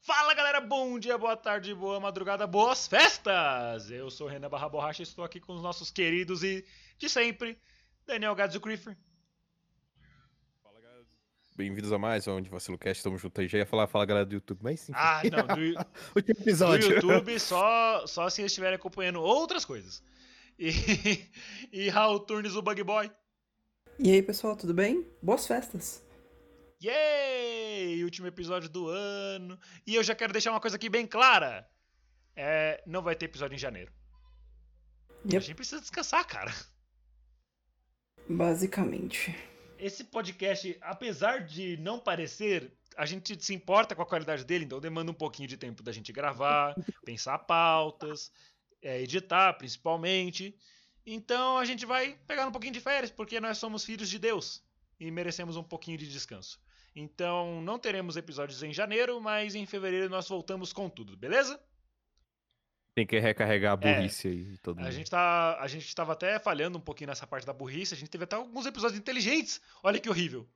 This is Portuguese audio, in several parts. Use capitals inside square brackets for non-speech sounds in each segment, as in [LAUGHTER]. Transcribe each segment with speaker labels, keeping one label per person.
Speaker 1: Fala galera, bom dia, boa tarde, boa madrugada, boas festas! Eu sou o Renan Barra Borracha e estou aqui com os nossos queridos e de sempre, Daniel Gadzo Creeper.
Speaker 2: Fala galera. Bem-vindos a mais um de Vacilo Cast, estamos juntos aí. Já ia falar, fala galera do YouTube, mas sim. [LAUGHS]
Speaker 1: Ah, não, do, Yu-
Speaker 2: último
Speaker 1: do
Speaker 2: episódio.
Speaker 1: YouTube só, só se eles estiverem acompanhando outras coisas. E, [LAUGHS] e Raul Turnes, o Bug Boy.
Speaker 3: E aí, pessoal, tudo bem? Boas festas!
Speaker 1: Yay! Último episódio do ano. E eu já quero deixar uma coisa aqui bem clara. É, não vai ter episódio em janeiro.
Speaker 3: Yep.
Speaker 1: A gente precisa descansar, cara.
Speaker 3: Basicamente.
Speaker 1: Esse podcast, apesar de não parecer, a gente se importa com a qualidade dele, então demanda um pouquinho de tempo da gente gravar, pensar pautas, é, editar principalmente. Então a gente vai pegar um pouquinho de férias, porque nós somos filhos de Deus e merecemos um pouquinho de descanso. Então não teremos episódios em janeiro, mas em fevereiro nós voltamos com tudo, beleza?
Speaker 2: Tem que recarregar a
Speaker 1: É.
Speaker 2: burrice aí de todo mundo.
Speaker 1: A gente, tá, a gente tava até falhando um pouquinho nessa parte da burrice, a gente teve até alguns episódios inteligentes. Olha que horrível.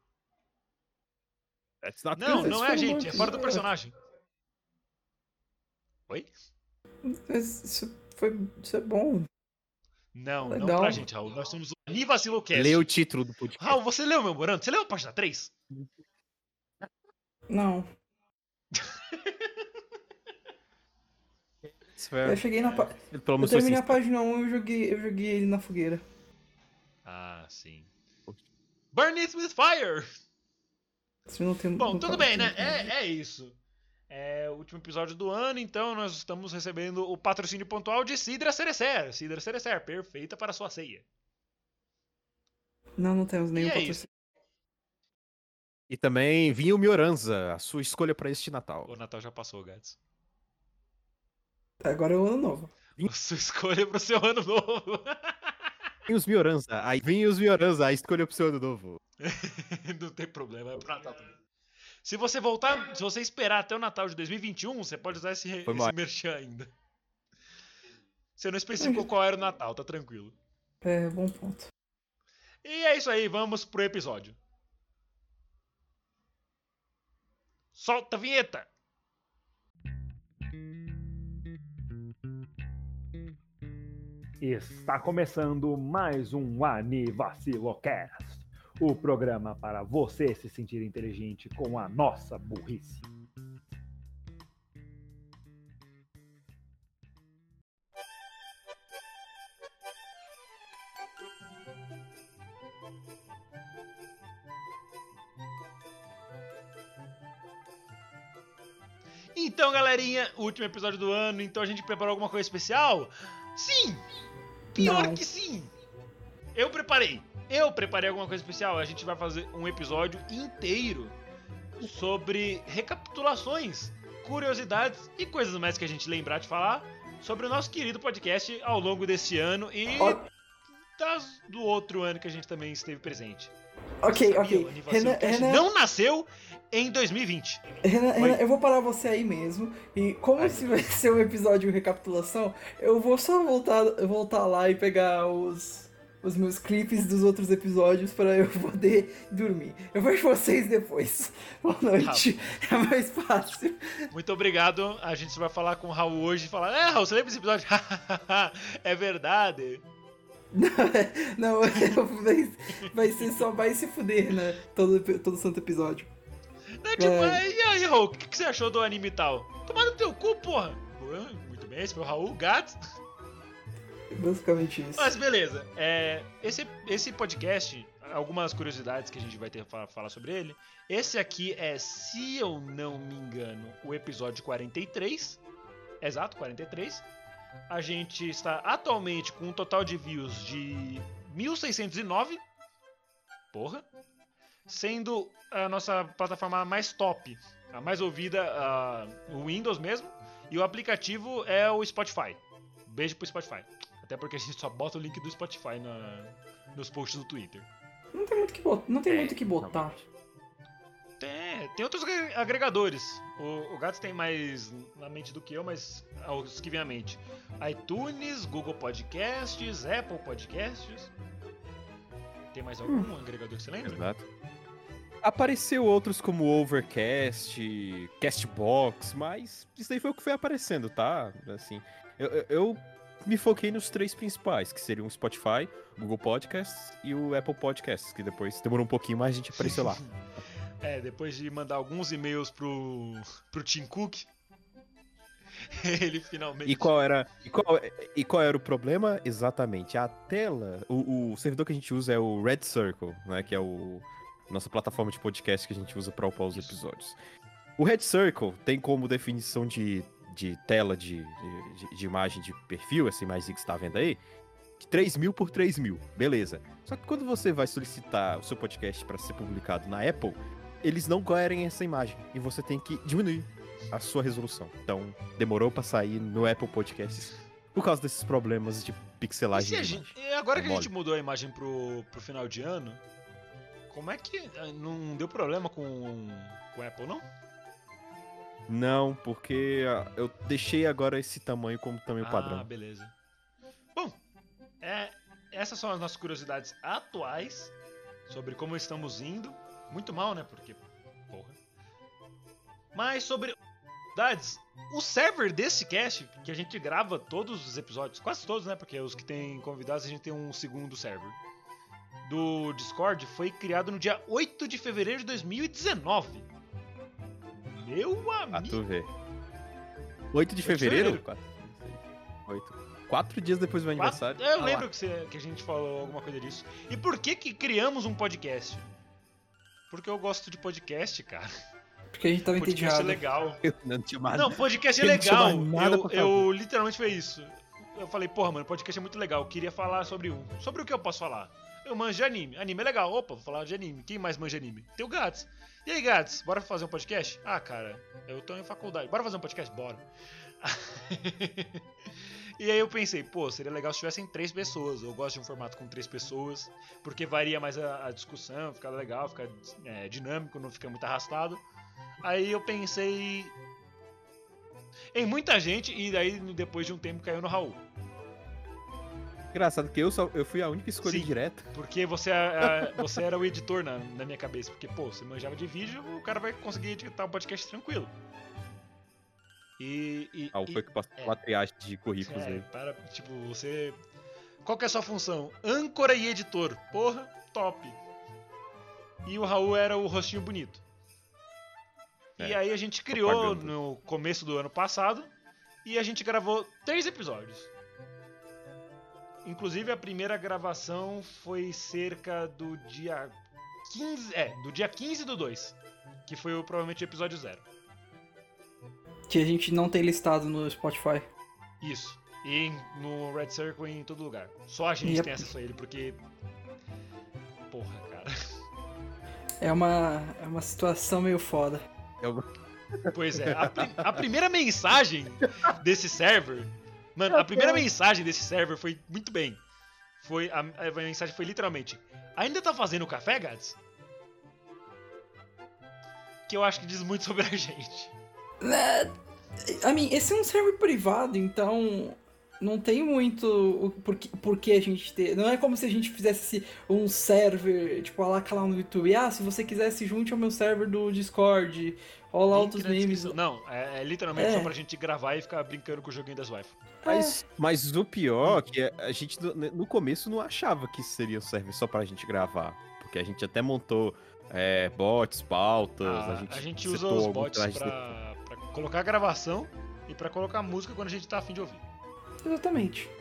Speaker 2: That's not
Speaker 1: Não,
Speaker 2: good.
Speaker 1: não é a
Speaker 3: foram
Speaker 1: gente, é
Speaker 3: muitos.
Speaker 1: fora do personagem.
Speaker 3: Mas isso, foi, isso é bom.
Speaker 1: Não, não
Speaker 3: Legal.
Speaker 1: pra gente, Raul. Nós somos o Anivacilocast.
Speaker 2: Lê o título do podcast.
Speaker 1: Raul, você leu meu morando? Você leu a página 3?
Speaker 3: Não.
Speaker 2: É.
Speaker 3: Eu cheguei na página.
Speaker 2: Pelo
Speaker 3: Eu
Speaker 2: menos
Speaker 3: terminei a
Speaker 2: assim,
Speaker 3: página 1 e eu joguei, eu joguei ele na fogueira.
Speaker 1: Ah, sim. Burn it with fire!
Speaker 3: Isso não tem
Speaker 1: Bom,
Speaker 3: não
Speaker 1: tudo
Speaker 3: fala
Speaker 1: bem, [LAUGHS] né?
Speaker 3: assim.
Speaker 1: É, é isso. É o último episódio do ano, então nós estamos recebendo o patrocínio pontual de Sidra Cerecer. Sidra Cerecer, perfeita para sua ceia.
Speaker 3: Não, não temos nenhum
Speaker 1: E é
Speaker 3: patrocínio.
Speaker 1: isso.
Speaker 2: E também Vinho Mioranza, a sua escolha pra este Natal.
Speaker 1: O Natal já passou, Gats. [LAUGHS]
Speaker 3: Agora é o ano novo.
Speaker 1: A sua escolha para o seu ano novo.
Speaker 2: Vinhos Mioranza, a... Vinhos Mioranza, a escolha pro seu ano novo.
Speaker 1: [LAUGHS] Não tem problema, é pro Natal também. Se você voltar, se você esperar até o Natal de 2021, você pode usar esse,
Speaker 2: Foi
Speaker 1: esse
Speaker 2: mal.
Speaker 1: merchan ainda. Você não especificou qual era o Natal, tá tranquilo.
Speaker 3: É, bom ponto.
Speaker 1: E é isso aí, vamos pro episódio. Solta a vinheta!
Speaker 4: Está começando mais um Anivacilocast, o programa para você se sentir inteligente com a nossa burrice.
Speaker 1: Então, galerinha, último episódio do ano, então a gente preparou alguma coisa especial? Sim! Pior
Speaker 3: Não.
Speaker 1: que sim! Eu preparei. Eu preparei alguma coisa especial. A gente vai fazer um episódio inteiro sobre recapitulações, curiosidades e coisas mais que a gente lembrar de falar sobre o nosso querido podcast ao longo deste ano e
Speaker 3: Ó-
Speaker 1: das- do outro ano que a gente também esteve presente.
Speaker 3: Ok,
Speaker 1: Sabia,
Speaker 3: ok.
Speaker 1: o Anivacil
Speaker 3: Renan,
Speaker 1: Cast
Speaker 3: Renan,
Speaker 1: não nasceu em 2020.
Speaker 3: Renan,
Speaker 1: Oi.
Speaker 3: Renan, eu vou parar você aí mesmo. E como
Speaker 1: Ai,
Speaker 3: esse vai [LAUGHS] ser um episódio de recapitulação, eu vou só voltar, voltar lá e pegar os, os meus clipes dos outros episódios pra eu [LAUGHS] poder dormir. Eu vejo vocês depois. [LAUGHS] Boa
Speaker 1: Tá.
Speaker 3: noite. É mais fácil.
Speaker 1: Muito obrigado. A gente vai falar com o Raul hoje e falar: É, Raul, você lembra desse episódio? [LAUGHS] é verdade.
Speaker 3: Não, [LAUGHS] eu- vai, vai ser só vai se fuder, né? Todo, todo santo episódio.
Speaker 1: Não, tipo,
Speaker 3: É.
Speaker 1: "É, e aí, Raul, o que, que você achou do anime e tal? Tomar no teu cu, porra. Boa, Muito bem, esse foi o Raul Gato.
Speaker 3: Basicamente isso.
Speaker 1: Mas beleza, é, esse, esse podcast, algumas curiosidades que a gente vai ter para falar sobre ele. Esse aqui é, se eu não me engano, o episódio 43. Exato, 43. A gente está atualmente com um total de views de 1609. Porra. Sendo a nossa plataforma mais top, a mais ouvida, a- o Windows mesmo. E o aplicativo é o Spotify. Beijo pro Spotify. Até porque a gente só bota o link do Spotify na- nos posts do Twitter.
Speaker 3: Não tem muito o que botar. Não tem
Speaker 1: É,
Speaker 3: muito o que botar.
Speaker 1: Tem, tem outros agre- agregadores. O, o Gato tem mais na mente do que eu, mas ah, os que vem à mente. iTunes, Google Podcasts, Apple Podcasts. Tem mais algum agregador que você lembra?
Speaker 2: Exato. Apareceu outros como Overcast, Castbox, mas isso daí foi o que foi aparecendo, tá? Assim, eu, eu- eu me foquei nos três principais, que seriam o Spotify, o Google Podcasts e o Apple Podcasts, que depois demorou um pouquinho, mas a gente apareceu lá.
Speaker 1: É, depois de mandar alguns e-mails pro, pro Tim Cook, [LAUGHS] ele finalmente.
Speaker 2: E qual era, e qual, e qual era o problema? Exatamente, a tela, o, o servidor que a gente usa é o Red Circle, né, que é o nossa plataforma de podcast que a gente usa para upar os
Speaker 1: Isso.
Speaker 2: episódios. O Red Circle tem como definição de, de tela de, de, de imagem de perfil, essa imagem que você está vendo aí, de 3 mil por 3 mil, beleza. Só que quando você vai solicitar o seu podcast para ser publicado na Apple, eles não querem essa imagem e você tem que diminuir a sua resolução. Então, demorou pra sair no Apple Podcasts por causa desses problemas de
Speaker 1: E
Speaker 2: pixelagem.
Speaker 1: se a
Speaker 2: de
Speaker 1: gente-
Speaker 2: imagem.
Speaker 1: e agora
Speaker 2: É
Speaker 1: que a gente mudou a imagem pro, pro final de ano, como é que. ah, Não deu problema com com o Apple, não?
Speaker 2: Não, porque ah, eu deixei agora esse tamanho como tamanho
Speaker 1: Ah,
Speaker 2: padrão.
Speaker 1: beleza. Bom, é, essas são as nossas curiosidades atuais sobre como estamos indo. Muito mal, né? Porque. Porra. Mas sobre. curiosidades, O server desse cast, que a gente grava todos os episódios, quase todos, né? Porque os que tem convidados a gente tem um segundo server. Do Discord foi criado no dia 8 de fevereiro de 2019. Meu
Speaker 2: Ah,
Speaker 1: amigo!
Speaker 2: tu vê. 8
Speaker 1: É
Speaker 2: de fevereiro?
Speaker 1: fevereiro.
Speaker 2: 8. Quatro dias depois do meu
Speaker 1: Quatro-
Speaker 2: aniversário.
Speaker 1: Eu
Speaker 2: tá
Speaker 1: lembro
Speaker 2: lá.
Speaker 1: que, você- que a gente falou alguma coisa disso. E por que que criamos um podcast? Porque eu gosto de podcast, cara.
Speaker 3: Porque a gente tava
Speaker 1: Podcast é
Speaker 3: entediado.
Speaker 1: legal.
Speaker 2: Eu [LAUGHS] não tinha mais
Speaker 1: Não, podcast é
Speaker 2: Porque não tinha
Speaker 1: legal.
Speaker 2: mais nada
Speaker 1: Eu,
Speaker 2: pra fazer.
Speaker 1: eu literalmente foi isso. Eu falei, porra, mano, podcast é muito legal. Eu queria falar sobre um. Sobre o que eu posso falar? Eu manjo de anime. Anime é legal. Opa, vou falar de anime. Quem mais manja anime? Tem o Gats. E aí, Gats, bora fazer um podcast? Ah, cara, eu tô em faculdade. Bora fazer um podcast? Bora. [LAUGHS] e aí eu pensei, pô, seria legal se tivessem três pessoas. Eu gosto de um formato com três pessoas, porque varia mais a, a discussão, fica legal, fica é, dinâmico, não fica muito arrastado. Aí eu pensei em muita gente e daí depois de um tempo caiu no Raul.
Speaker 2: Engraçado que eu, só, eu fui a única escolha
Speaker 1: Sim.
Speaker 2: direta.
Speaker 1: Porque você, é- é- você era o editor na, na minha cabeça. Porque, pô, você manjava de vídeo, o cara vai conseguir editar o podcast tranquilo. E. e-
Speaker 2: Ah, o
Speaker 1: e-
Speaker 2: foi que passou
Speaker 1: é.
Speaker 2: pela triagem de currículos
Speaker 1: é,
Speaker 2: dele.
Speaker 1: para, tipo, você. Qual que é a sua função? Âncora e editor. Porra, top. E o Raul era o rostinho bonito. E
Speaker 2: É,
Speaker 1: aí a gente criou
Speaker 2: propaganda.
Speaker 1: no começo do ano passado e a gente gravou três episódios. Inclusive a primeira gravação foi cerca do dia 15, é, do dia 15 do 2, que foi o- provavelmente o episódio zero.
Speaker 3: Que a gente não tem listado no Spotify.
Speaker 1: Isso. E em- no Red Circle e em todo lugar. Só a gente
Speaker 3: Yep.
Speaker 1: tem acesso a ele, porque. Porra, cara. [LAUGHS]
Speaker 3: É uma, é uma situação meio foda.
Speaker 2: Eu-
Speaker 1: Pois é, a, pri- a primeira mensagem desse server. Mano, a primeira mensagem desse server foi muito bem. Foi a, a mensagem foi literalmente: Ainda tá fazendo café, Gats? Que eu acho que diz muito sobre a [LAUGHS] gente.
Speaker 3: A mim, esse é um server privado, então não tem muito o por que, por que a gente ter. Não é como se a gente fizesse um server, tipo, a lá lá no YouTube. Ah, se você quiser se junte ao meu server do Discord. Olha lá outros
Speaker 1: Link na
Speaker 3: memes.
Speaker 1: descrição. Não, é, é literalmente
Speaker 3: É.
Speaker 1: só pra gente gravar e ficar brincando com o joguinho das wife.
Speaker 2: Mas, mas o pior
Speaker 3: Hum.
Speaker 2: é que a gente no- no começo não achava que isso seria um server só pra gente gravar. Porque a gente até montou é, bots, pautas,
Speaker 1: Ah,
Speaker 2: a gente, setou
Speaker 1: usa os
Speaker 2: alguns
Speaker 1: bots
Speaker 2: trajes
Speaker 1: pra, pra colocar a gravação e pra colocar a música quando a gente tá afim de ouvir.
Speaker 3: Exatamente.
Speaker 2: de-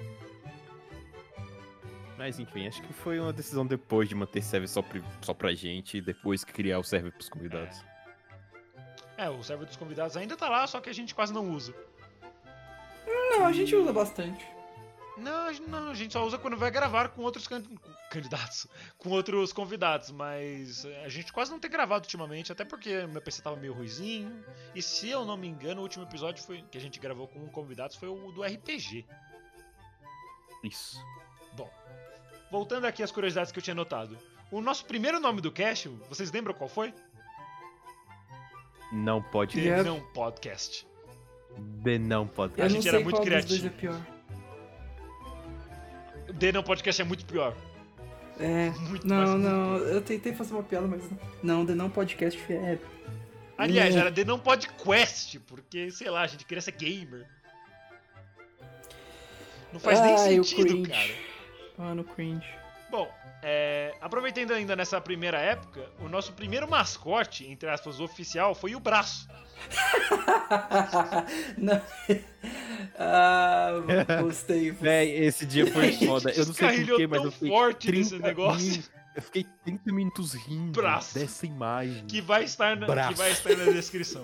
Speaker 2: Mas enfim, acho que foi uma decisão depois de manter server só, pri- só pra gente e depois criar o server pros convidados.
Speaker 1: É, o server dos convidados ainda tá lá, só que a gente quase não usa.
Speaker 3: Não, a gente usa bastante.
Speaker 1: Não, a gente- não, a gente só usa quando vai gravar com outros can- com candidatos, [LAUGHS] com outros convidados, mas é, a gente quase não tem gravado ultimamente, até porque meu PC tava meio ruizinho. E se eu não me engano, o último episódio foi- que a gente gravou com convidados foi o do RPG. É,
Speaker 2: Isso.
Speaker 1: Bom, voltando aqui às curiosidades que eu tinha notado. O nosso primeiro nome do cast, vocês lembram qual foi?
Speaker 2: Não pode.
Speaker 1: The
Speaker 3: Yes.
Speaker 1: Não Podcast.
Speaker 2: The não
Speaker 3: é Eu
Speaker 1: A
Speaker 2: podcast.
Speaker 3: não
Speaker 1: gente era
Speaker 3: sei
Speaker 1: muito
Speaker 3: qual dos é
Speaker 1: criativo.
Speaker 3: dois é pior.
Speaker 1: The Não Podcast é muito pior.
Speaker 3: É.
Speaker 1: Muito mais
Speaker 3: Não,
Speaker 1: bonito.
Speaker 3: não, eu tentei fazer uma piada, mas não, The Não Podcast é.
Speaker 1: Aliás,
Speaker 3: Não.
Speaker 1: era The Não Pod Quest, porque, sei lá, a gente criança é gamer. Não faz nem
Speaker 3: Ai, o
Speaker 1: sentido,
Speaker 3: cringe.
Speaker 1: cara.
Speaker 3: Mano, cringe.
Speaker 1: Bom, é, aproveitando ainda nessa primeira época, o nosso primeiro mascote, entre aspas, oficial, foi o braço.
Speaker 3: [LAUGHS] Não. ah, gostei.
Speaker 2: Véi,
Speaker 1: [LAUGHS]
Speaker 2: esse dia
Speaker 1: A
Speaker 2: foi
Speaker 1: gente
Speaker 2: foda. Eu não sei
Speaker 1: descarrilhou
Speaker 2: porquê, mas
Speaker 1: tão
Speaker 2: eu fiquei
Speaker 1: forte nesse
Speaker 2: 30
Speaker 1: negócio.
Speaker 2: min- eu fiquei 30 minutos rindo
Speaker 1: Braço.
Speaker 2: dessa imagem.
Speaker 1: Que vai estar na, que
Speaker 2: Braço.
Speaker 1: vai estar na descrição.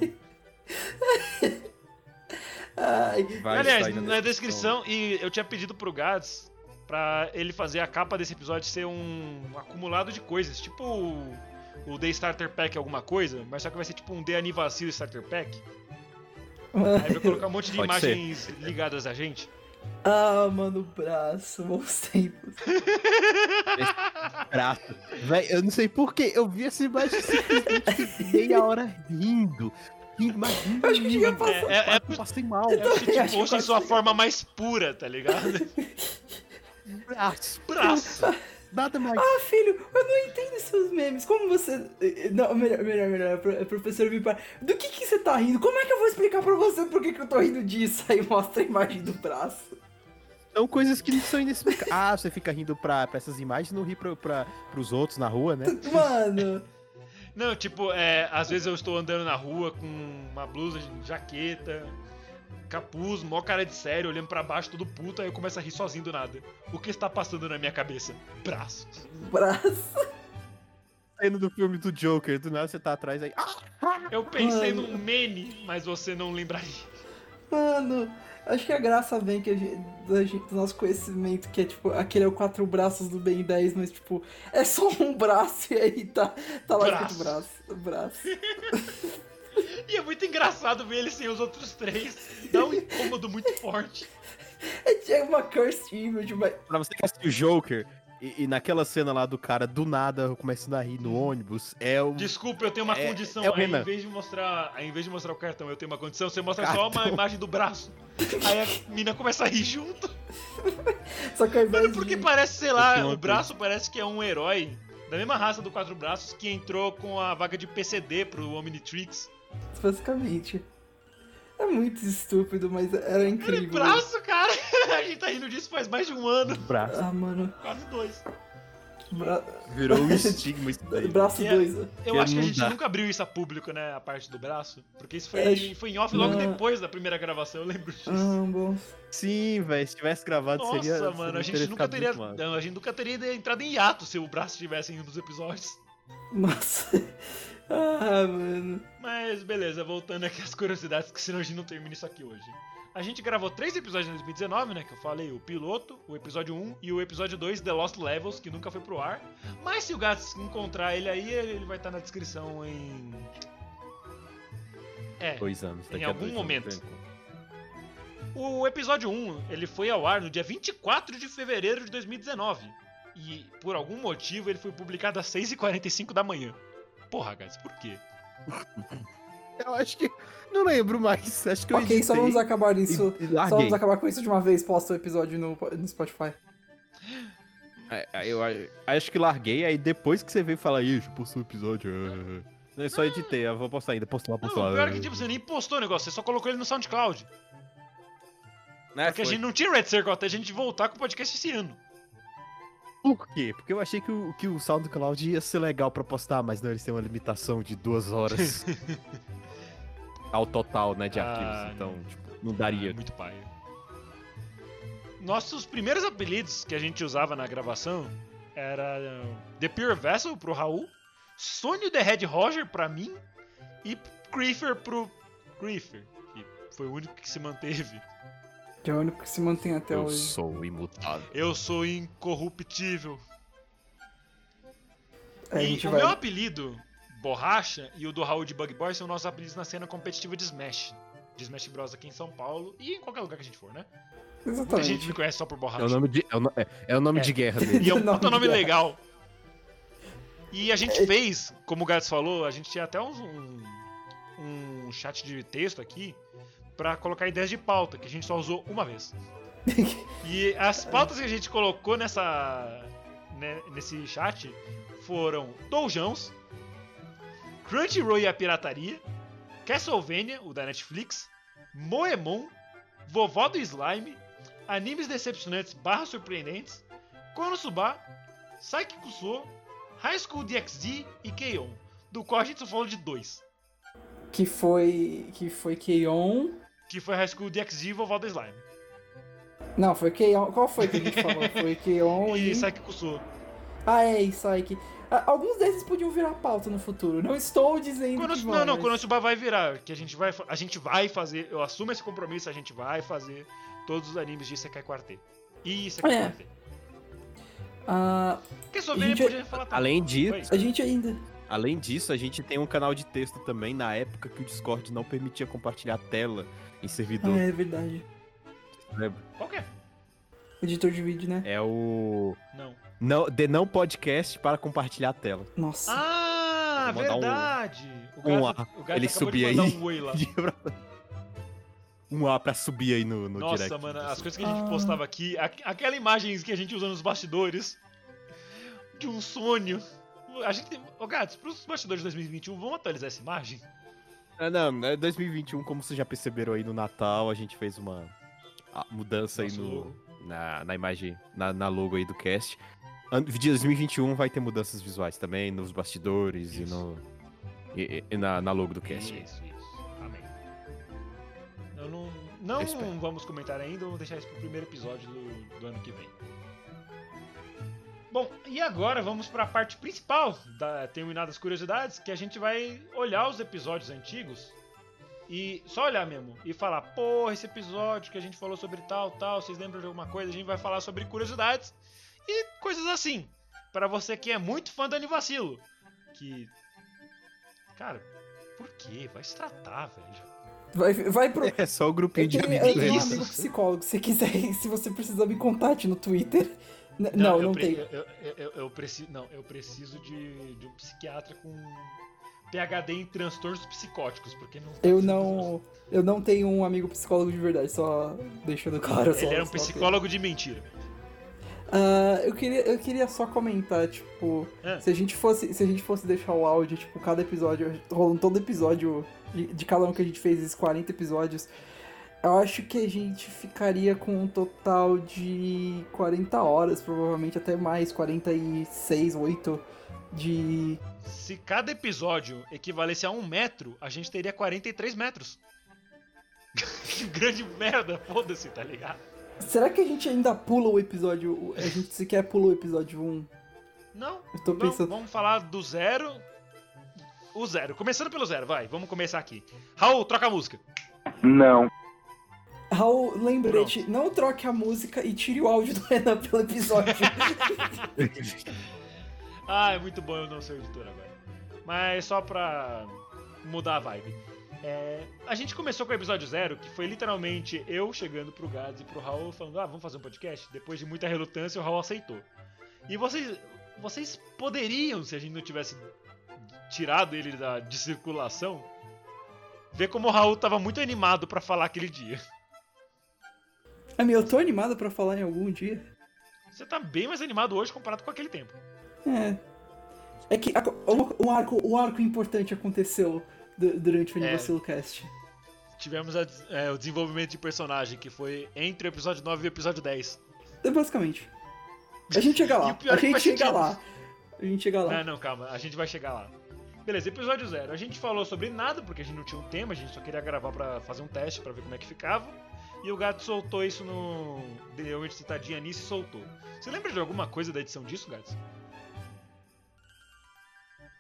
Speaker 3: Ai,
Speaker 2: Vai
Speaker 1: Aliás,
Speaker 2: sair
Speaker 1: na descrição, e eu tinha pedido pro Gads pra ele fazer a capa desse episódio ser um acumulado de coisas, tipo o- o The Starter Pack alguma coisa, mas só que vai ser tipo um The Anivacil Starter Pack. Aí vai colocar um monte de
Speaker 2: Pode
Speaker 1: imagens ligadas a gente.
Speaker 3: ah, mano, braço, bons tempos.
Speaker 2: Braço. Véi, eu não sei porquê. Eu vi essa imagem simplesmente [LAUGHS] fiquei meia hora rindo. Rindo, mas rindo.
Speaker 3: acho que
Speaker 2: rindo,
Speaker 3: devia
Speaker 2: rindo.
Speaker 3: passar-
Speaker 1: É- é-
Speaker 2: Eu passei mal.
Speaker 1: É o Shitpost em
Speaker 3: quase
Speaker 1: sua
Speaker 3: que-
Speaker 1: forma mais pura, tá ligado?
Speaker 2: Braço.
Speaker 1: Braço!
Speaker 2: Ah, Nada mais.
Speaker 3: Ah, filho, eu não entendo seus memes. Como você. eh, Não, melhor, melhor, melhor. pro- é Professor Vipar, do que, que você tá rindo? Como é que eu vou explicar pra você por que, que eu tô rindo disso? Aí mostra a imagem do braço.
Speaker 2: São coisas que não são [LAUGHS] inexplicáveis. Ah, você fica rindo pra, pra essas imagens não ri pra, pra, pros outros na rua, [LAUGHS] né?
Speaker 3: Mano.
Speaker 1: Não, tipo, é, às vezes eu estou andando na rua com uma blusa, jaqueta, capuz, mó cara de sério, olhando pra baixo, todo puto, aí eu começo a rir sozinho do nada. O que está passando na minha cabeça? Braço.
Speaker 3: Braço.
Speaker 2: Saindo do filme do Joker, do nada você tá atrás aí. Ah!
Speaker 1: Eu pensei
Speaker 3: Mano.
Speaker 1: num meme, mas você não lembraria.
Speaker 3: Mano. Acho que a graça vem que a gente, da gente- do nosso conhecimento, que é tipo, aquele é o quatro braços do Ben 10, mas tipo, é só um braço [LAUGHS] e aí tá, tá lá escrito
Speaker 1: Braço.
Speaker 3: braço. Braço. [LAUGHS]
Speaker 1: E é muito engraçado ver ele sem os outros três. Dá um incômodo muito forte.
Speaker 3: É uma cursed image, mas
Speaker 2: Pra você que assistiu o Joker, e, e naquela cena lá do cara do nada começando a rir no ônibus, é o.
Speaker 1: Desculpa, eu tenho uma
Speaker 2: É-
Speaker 1: condição.
Speaker 2: é o
Speaker 1: aí, em
Speaker 2: Renan.
Speaker 1: vez de mostrar, aí, em vez de mostrar o cartão, eu tenho uma condição, você mostra só uma
Speaker 2: Cartão.
Speaker 1: imagem do braço. Aí a mina começa a rir junto.
Speaker 3: só que ao invés
Speaker 1: Mano, é porque
Speaker 3: de-
Speaker 1: parece, sei lá,
Speaker 2: é. tenho uma
Speaker 1: o braço parece que é um herói da mesma raça do Quatro Braços que entrou com a vaga de PCD pro Omnitrix.
Speaker 3: Basicamente. É muito estúpido, mas era
Speaker 1: Cara, é
Speaker 3: incrível.
Speaker 1: braço, cara! [LAUGHS] A gente tá rindo disso faz mais de um ano,
Speaker 4: Braço.
Speaker 3: Ah, mano.
Speaker 1: quase dois.
Speaker 3: Bra...
Speaker 2: Virou um estigma [LAUGHS] isso daí.
Speaker 3: Braço
Speaker 1: É.
Speaker 3: 2.
Speaker 1: Eu
Speaker 2: Quer
Speaker 1: acho que a gente
Speaker 2: mudar.
Speaker 1: nunca abriu isso a público, né? A parte do braço. Porque isso foi,
Speaker 3: É, acho-
Speaker 1: foi em off logo
Speaker 3: Ah.
Speaker 1: depois da primeira gravação, eu lembro disso.
Speaker 3: Ah, bom.
Speaker 2: Sim, velho, se tivesse gravado
Speaker 1: Nossa,
Speaker 2: Ah, seria.
Speaker 1: mano,
Speaker 2: seria
Speaker 1: a gente, nunca
Speaker 2: ficado
Speaker 1: teria,
Speaker 2: muito massa.
Speaker 1: não, a gente nunca teria entrado em hiato se o braço tivesse em um dos episódios.
Speaker 3: Nossa. [LAUGHS] Ah, mano.
Speaker 1: Mas beleza, voltando aqui às curiosidades, que senão a gente não termina isso aqui hoje. A gente gravou três episódios em 2019, né? Que eu falei, o piloto, o episódio 1 e o episódio 2, The Lost Levels, que nunca foi pro ar. Mas se o Gats encontrar ele aí, ele vai estar na descrição em. É.
Speaker 2: Dois anos, daqui
Speaker 1: Em
Speaker 2: a
Speaker 1: algum
Speaker 2: dois anos,
Speaker 1: momento.
Speaker 2: né?
Speaker 1: O episódio 1, ele foi ao ar no dia 24 de fevereiro de 2019. E por algum motivo ele foi publicado às 6h45 da manhã. Porra, Gats, por quê?
Speaker 2: Eu acho que. Não lembro mais. Acho que eu
Speaker 3: ok, só
Speaker 2: editei
Speaker 3: vamos acabar
Speaker 2: e-
Speaker 3: isso.
Speaker 2: e
Speaker 3: Só
Speaker 2: larguei.
Speaker 3: vamos acabar com isso de uma vez, posta o episódio no, no Spotify.
Speaker 2: É, é, Eu a- acho que larguei, aí depois que você veio falar, isso, postou o episódio. é, é, é." Não, eu só editei, eu vou postar ainda, postou
Speaker 1: Ah.
Speaker 2: lá,
Speaker 1: Não,
Speaker 2: postou ah, lá.
Speaker 1: pior que tipo, você nem postou o negócio, você só colocou ele no SoundCloud. Porque
Speaker 2: Né,
Speaker 1: É a
Speaker 2: foi.
Speaker 1: gente não tinha Red Circle até a gente voltar com o podcast esse ano.
Speaker 2: Por quê? Porque eu achei que o, que o SoundCloud ia ser legal pra postar, mas não, eles têm uma limitação de duas horas
Speaker 1: [LAUGHS]
Speaker 2: ao total, né, de
Speaker 1: Ah,
Speaker 2: arquivos. Então, tipo, não daria.
Speaker 1: Ah, muito pai. Nossos primeiros apelidos que a gente usava na gravação era uh, The Pure Vessel pro Raul, Sônio The Red Roger pra mim e Creefer pro Creefer, que foi o único que se manteve.
Speaker 3: Que é o único que se mantém até
Speaker 2: eu
Speaker 3: hoje.
Speaker 2: sou imutável.
Speaker 1: Eu sou incorruptível.
Speaker 3: É, a
Speaker 1: e
Speaker 3: gente
Speaker 1: o
Speaker 3: vai.
Speaker 1: meu apelido, Borracha, e o do Raul de Bug Boy são nossos apelidos na cena competitiva de Smash. De Smash Bros aqui em São Paulo e em qualquer lugar que a gente for, né? A gente
Speaker 3: Exatamente.
Speaker 1: me conhece só por
Speaker 2: É
Speaker 1: borracha.
Speaker 2: o nome de, é o, no- é- é o nome
Speaker 1: É.
Speaker 2: de guerra dele.
Speaker 1: [LAUGHS] E é um
Speaker 3: Não,
Speaker 1: puta nome
Speaker 3: não. É
Speaker 1: legal. E a gente fez, como o Gats falou, a gente tinha até uns- um, um, chat de texto aqui pra colocar ideias de pauta, que a
Speaker 3: [LAUGHS]
Speaker 1: gente só usou uma vez. E as pautas que a gente colocou nessa né, nesse chat foram Doujons, Crunchyroll e a Pirataria, Castlevania, o da Netflix, Moemon, Vovó do Slime, Animes Decepcionantes barra Surpreendentes, Konosuba, Saiki Kuso, High School DxD e Keion, do qual a gente só falou de dois,
Speaker 3: Que foi. Que foi Keion.
Speaker 1: que foi High School DxD e Vovó do Slime.
Speaker 3: Não, foi Keion. Qual foi que a gente falou? Foi Keion e.
Speaker 1: E Saiki Kuso.
Speaker 3: Ah, é, e Saiki. Ah, Alguns desses podiam virar pauta no futuro. Não estou dizendo
Speaker 1: Quando-
Speaker 3: que vão,
Speaker 1: não, não,
Speaker 3: mas-
Speaker 1: Konosuba vai virar, que a gente vai, fa- a gente vai fazer, eu assumo esse compromisso, a gente vai fazer todos os animes de Sekai Quartet. E Sekai
Speaker 3: É.
Speaker 1: Quartet.
Speaker 3: Ah,
Speaker 1: Porque sobre ele
Speaker 3: gente-
Speaker 1: podia falar também.
Speaker 2: Além disso,
Speaker 3: a gente ainda.
Speaker 2: [LAUGHS] Além disso, a gente tem um canal de texto também na época que o Discord não permitia compartilhar tela em
Speaker 3: Ah,
Speaker 2: servidor.
Speaker 3: é verdade.
Speaker 2: lembra?
Speaker 1: Qual que é?
Speaker 3: Editor de vídeo, né?
Speaker 2: É o
Speaker 1: Não.
Speaker 2: não, The Não Podcast para compartilhar tela.
Speaker 3: Nossa.
Speaker 1: Ah,
Speaker 2: Eu vou mandar um-
Speaker 1: verdade.
Speaker 2: um
Speaker 1: o Gata, o Gata
Speaker 2: Ele
Speaker 1: acabou
Speaker 2: subir
Speaker 1: de mandar
Speaker 2: aí.
Speaker 1: um oi lá.
Speaker 2: Um A pra subir aí no, no
Speaker 1: Nossa,
Speaker 2: direct.
Speaker 1: mano,
Speaker 2: do
Speaker 1: as
Speaker 2: pessoal.
Speaker 1: coisas que a gente
Speaker 3: Ah.
Speaker 1: postava aqui, a- aquela imagem que a gente usa nos bastidores de um sonho. A gente tem. Ô, Gatos, pros bastidores de 2021, vamos atualizar essa imagem?
Speaker 2: Ah, não, é 2021, como vocês já perceberam aí no Natal, a gente fez uma a- mudança aí
Speaker 1: Nosso
Speaker 2: no, na, na imagem, na, na logo aí do cast. Ano- De 2021 vai ter mudanças visuais também, nos bastidores e,
Speaker 1: Isso.
Speaker 2: no, e, e- e na, na logo do cast.
Speaker 1: Isso, isso. Amém. Eu não, não
Speaker 2: Eu espero.
Speaker 1: vamos comentar ainda, vamos deixar isso pro primeiro episódio do, do ano que vem. Bom, e agora vamos para a parte principal da Terminada as Curiosidades, que a gente vai olhar os episódios antigos e só olhar mesmo e falar, porra, esse episódio que a gente falou sobre tal, tal, vocês lembram de alguma coisa? A gente vai falar sobre curiosidades e coisas assim. Pra você que é muito fã do Anivacilo, que cara, por quê? Vai se tratar, velho.
Speaker 3: Vai, vai pro.
Speaker 2: [LAUGHS] É só o grupinho
Speaker 3: Eu
Speaker 2: de
Speaker 3: tenho,
Speaker 2: amigos.
Speaker 3: eu tenho um
Speaker 1: isso.
Speaker 2: deles.
Speaker 3: amigo psicólogo. Se quiser, [LAUGHS] se você precisar, me contate no Twitter. N- não,
Speaker 1: eu
Speaker 3: não
Speaker 1: pre-
Speaker 3: tem.
Speaker 1: Eu, eu, eu, eu preciso, não, eu preciso de, de um psiquiatra com PhD em transtornos psicóticos, porque não.
Speaker 3: Eu não. Eu não tenho um amigo psicólogo de verdade, só deixando claro. só-
Speaker 1: Ele era um
Speaker 3: só-
Speaker 1: psicólogo de mentira.
Speaker 3: Ah, eu, queria, eu queria só comentar, tipo,
Speaker 1: Ah.
Speaker 3: se a gente fosse, se a gente fosse deixar o áudio, tipo, cada episódio, rolando todo episódio de, de cada um que a gente fez, esses 40 episódios, eu acho que a gente ficaria com um total de 40 horas, provavelmente até mais, 46, 8 de.
Speaker 1: Se cada episódio equivalesse a um metro, a gente teria 43 metros. [LAUGHS] que grande merda, foda-se, tá ligado?
Speaker 3: Será que a gente ainda pula o episódio. A gente sequer pula o episódio 1?
Speaker 1: Não,
Speaker 3: Eu tô
Speaker 1: Vamos,
Speaker 3: pensando.
Speaker 1: vamos falar do zero. O zero. Começando pelo zero, vai. Vamos começar aqui. Raul, troca a música.
Speaker 4: Não.
Speaker 3: Raul, lembrete, não troque a música e tire o áudio do Renan
Speaker 1: [LAUGHS]
Speaker 3: pelo episódio.
Speaker 1: Ah, é muito bom eu não ser o editor agora. Mas só pra mudar a vibe. É, a gente começou com o episódio zero, que foi literalmente eu chegando pro Gads e pro Raul falando, ah, vamos fazer um podcast? Depois de muita relutância, o Raul aceitou. E vocês, vocês poderiam, se a gente não tivesse tirado ele da, de circulação, ver como o Raul tava muito animado pra falar aquele dia.
Speaker 3: Ami, eu tô animada pra falar em algum dia.
Speaker 1: Você tá bem mais animado hoje comparado com aquele tempo.
Speaker 3: É. É que aco- um, um arco, um arco importante aconteceu du- durante o
Speaker 1: É.
Speaker 3: Anivacilo Cast.
Speaker 1: Tivemos a des- é, o desenvolvimento de personagem, que foi entre o episódio 9 e o episódio 10.
Speaker 3: É, basicamente. A gente chega
Speaker 1: E
Speaker 3: lá.
Speaker 1: o pior é
Speaker 3: A
Speaker 1: que
Speaker 3: gente
Speaker 1: faz
Speaker 3: chega
Speaker 1: sentido.
Speaker 3: lá. A gente chega lá.
Speaker 1: É, Não, não, calma, a gente vai chegar lá. Beleza, episódio zero. A gente falou sobre nada, porque a gente não tinha um tema, a gente só queria gravar pra fazer um teste pra ver como é que ficava. E o gato soltou isso no. Deu uma citadinha nisso e soltou. Você lembra de alguma coisa da edição disso, gato?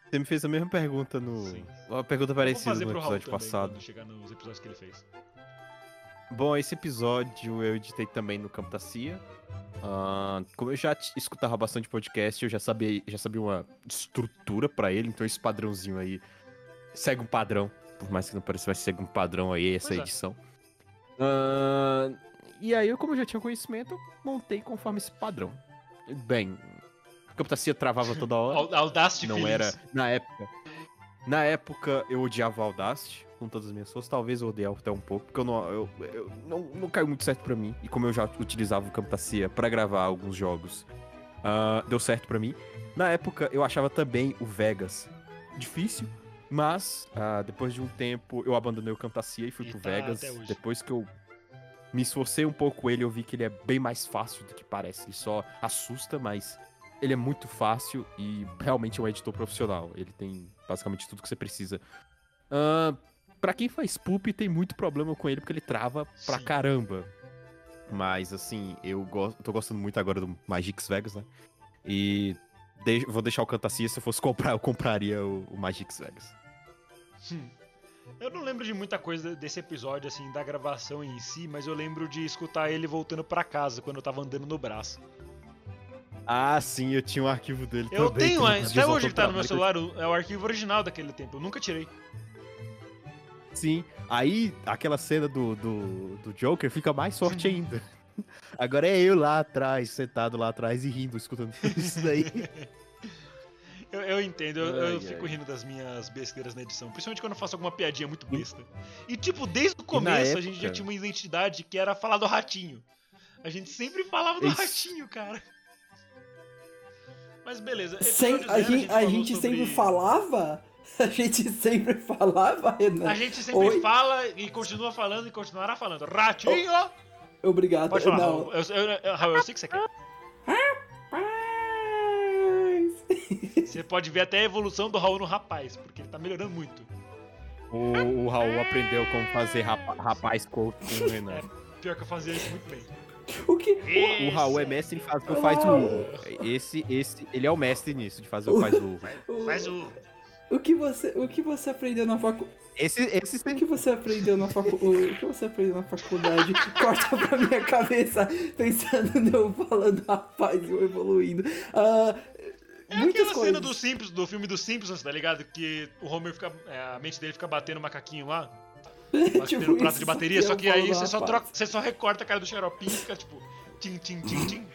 Speaker 2: Você me fez a mesma pergunta no.
Speaker 1: Sim.
Speaker 2: Uma pergunta parecida no episódio passado.
Speaker 1: quando chegar nos episódios que ele fez. então.
Speaker 2: Bom, esse episódio eu editei também no Campo da Cia. Ah, como eu já t- escutava bastante podcast, eu já sabia, já sabia uma estrutura pra ele, então esse padrãozinho aí segue um padrão. Por mais que não pareça, mas segue um padrão aí essa
Speaker 1: Pois é.
Speaker 2: edição. Ah, e aí, eu, como eu já tinha conhecimento, eu montei conforme esse padrão. Bem, o Campo da Cia travava
Speaker 1: [LAUGHS]
Speaker 2: toda hora
Speaker 1: Au- Audacity
Speaker 2: não
Speaker 1: Feelings.
Speaker 2: era na época. Na época eu odiava o Audacity com todas as minhas forças, talvez eu odiava até um pouco, porque eu não, eu, eu- não, não caiu muito certo pra mim. E como eu já utilizava o Camtasia pra gravar alguns jogos, Ah, deu certo pra mim. Na época, eu achava também o Vegas difícil, mas ah, depois de um tempo, eu abandonei o Camtasia e fui
Speaker 1: E
Speaker 2: pro
Speaker 1: tá
Speaker 2: Vegas.
Speaker 1: até hoje.
Speaker 2: Depois que eu me esforcei um pouco ele, eu vi que ele é bem mais fácil do que parece. Ele só assusta, mas ele é muito fácil e realmente é um editor profissional. Ele tem basicamente tudo que você precisa. Ah, Pra quem faz poop, tem muito problema com ele, porque ele trava pra
Speaker 1: Sim.
Speaker 2: caramba. Mas, assim, eu gosto, tô gostando muito agora do Magix Vegas, né? E de- vou deixar o Cantacia, se eu fosse comprar, eu compraria o, o Magix Vegas.
Speaker 1: Eu não lembro de muita coisa desse episódio, assim, da gravação em si, mas eu lembro de escutar ele voltando pra casa quando eu tava andando no braço.
Speaker 2: Ah, sim, eu tinha um arquivo dele
Speaker 1: Eu
Speaker 2: também. um
Speaker 1: tenho,
Speaker 2: que
Speaker 1: a-
Speaker 2: esses
Speaker 1: até
Speaker 2: dias
Speaker 1: hoje
Speaker 2: eu
Speaker 1: ele tá no meu
Speaker 2: procurando.
Speaker 1: celular, o- é o arquivo original daquele tempo, eu nunca tirei.
Speaker 2: Sim, aí aquela cena do, do, do Joker fica mais forte ainda. Agora é eu lá atrás, sentado lá atrás e rindo, escutando tudo isso daí.
Speaker 1: Eu, eu entendo, eu, eu
Speaker 2: Ai,
Speaker 1: fico
Speaker 2: ai.
Speaker 1: rindo das minhas besteiras na edição, principalmente quando eu faço alguma piadinha muito besta. E tipo, desde o
Speaker 2: na
Speaker 1: começo a gente
Speaker 2: época-
Speaker 1: já tinha uma identidade que era falar do ratinho. A gente sempre falava do
Speaker 2: Isso.
Speaker 1: ratinho, cara. Mas beleza. é
Speaker 3: Sem,
Speaker 1: episódio
Speaker 3: a,
Speaker 1: zero,
Speaker 3: gente, a
Speaker 1: falou
Speaker 3: gente sempre
Speaker 1: sobre-
Speaker 3: falava? [LAUGHS] A gente sempre falava, Renan?
Speaker 1: A gente sempre
Speaker 3: Oi?
Speaker 1: fala e continua falando e continuará falando. Ratinho!
Speaker 3: Obrigado.
Speaker 1: Pode falar,
Speaker 3: Oh. Não.
Speaker 1: Raul. Eu, eu, eu- Raul, eu sei que você quer.
Speaker 3: Rapaz.
Speaker 1: Você pode ver até a evolução do Raul no rapaz, porque ele tá melhorando muito.
Speaker 2: [LAUGHS] O, o Raul aprendeu como fazer rapa- rapaz com o com o Renan.
Speaker 1: Pior que eu fazia isso muito bem.
Speaker 3: O que?
Speaker 2: O Raul é mestre em fazer o faz o urro. Esse, esse, ele é o mestre nisso, de fazer o faz o urro.
Speaker 3: O,
Speaker 1: Mas o.
Speaker 3: o que você, o que você aprendeu na facu...
Speaker 2: [LAUGHS] Esse, esse
Speaker 3: O que você aprendeu na facu... O que você aprendeu na faculdade? Corta pra minha cabeça pensando [LAUGHS] no falando rapaz eu evoluindo. Ah,
Speaker 1: É
Speaker 3: muitas
Speaker 1: aquela cena
Speaker 3: coisas.
Speaker 1: do Simpsons, do filme dos Simpsons, tá ligado? Que o Homer fica. é, a mente dele fica batendo o macaquinho
Speaker 3: [LAUGHS]
Speaker 1: lá. Batendo no prato de
Speaker 3: Tipo isso,
Speaker 1: bateria,
Speaker 3: eu
Speaker 1: só que aí
Speaker 3: falo,
Speaker 1: você só
Speaker 3: rapaz.
Speaker 1: troca. Você só recorta a cara do xaropinho e fica tipo. Tim, tim, tim, tim.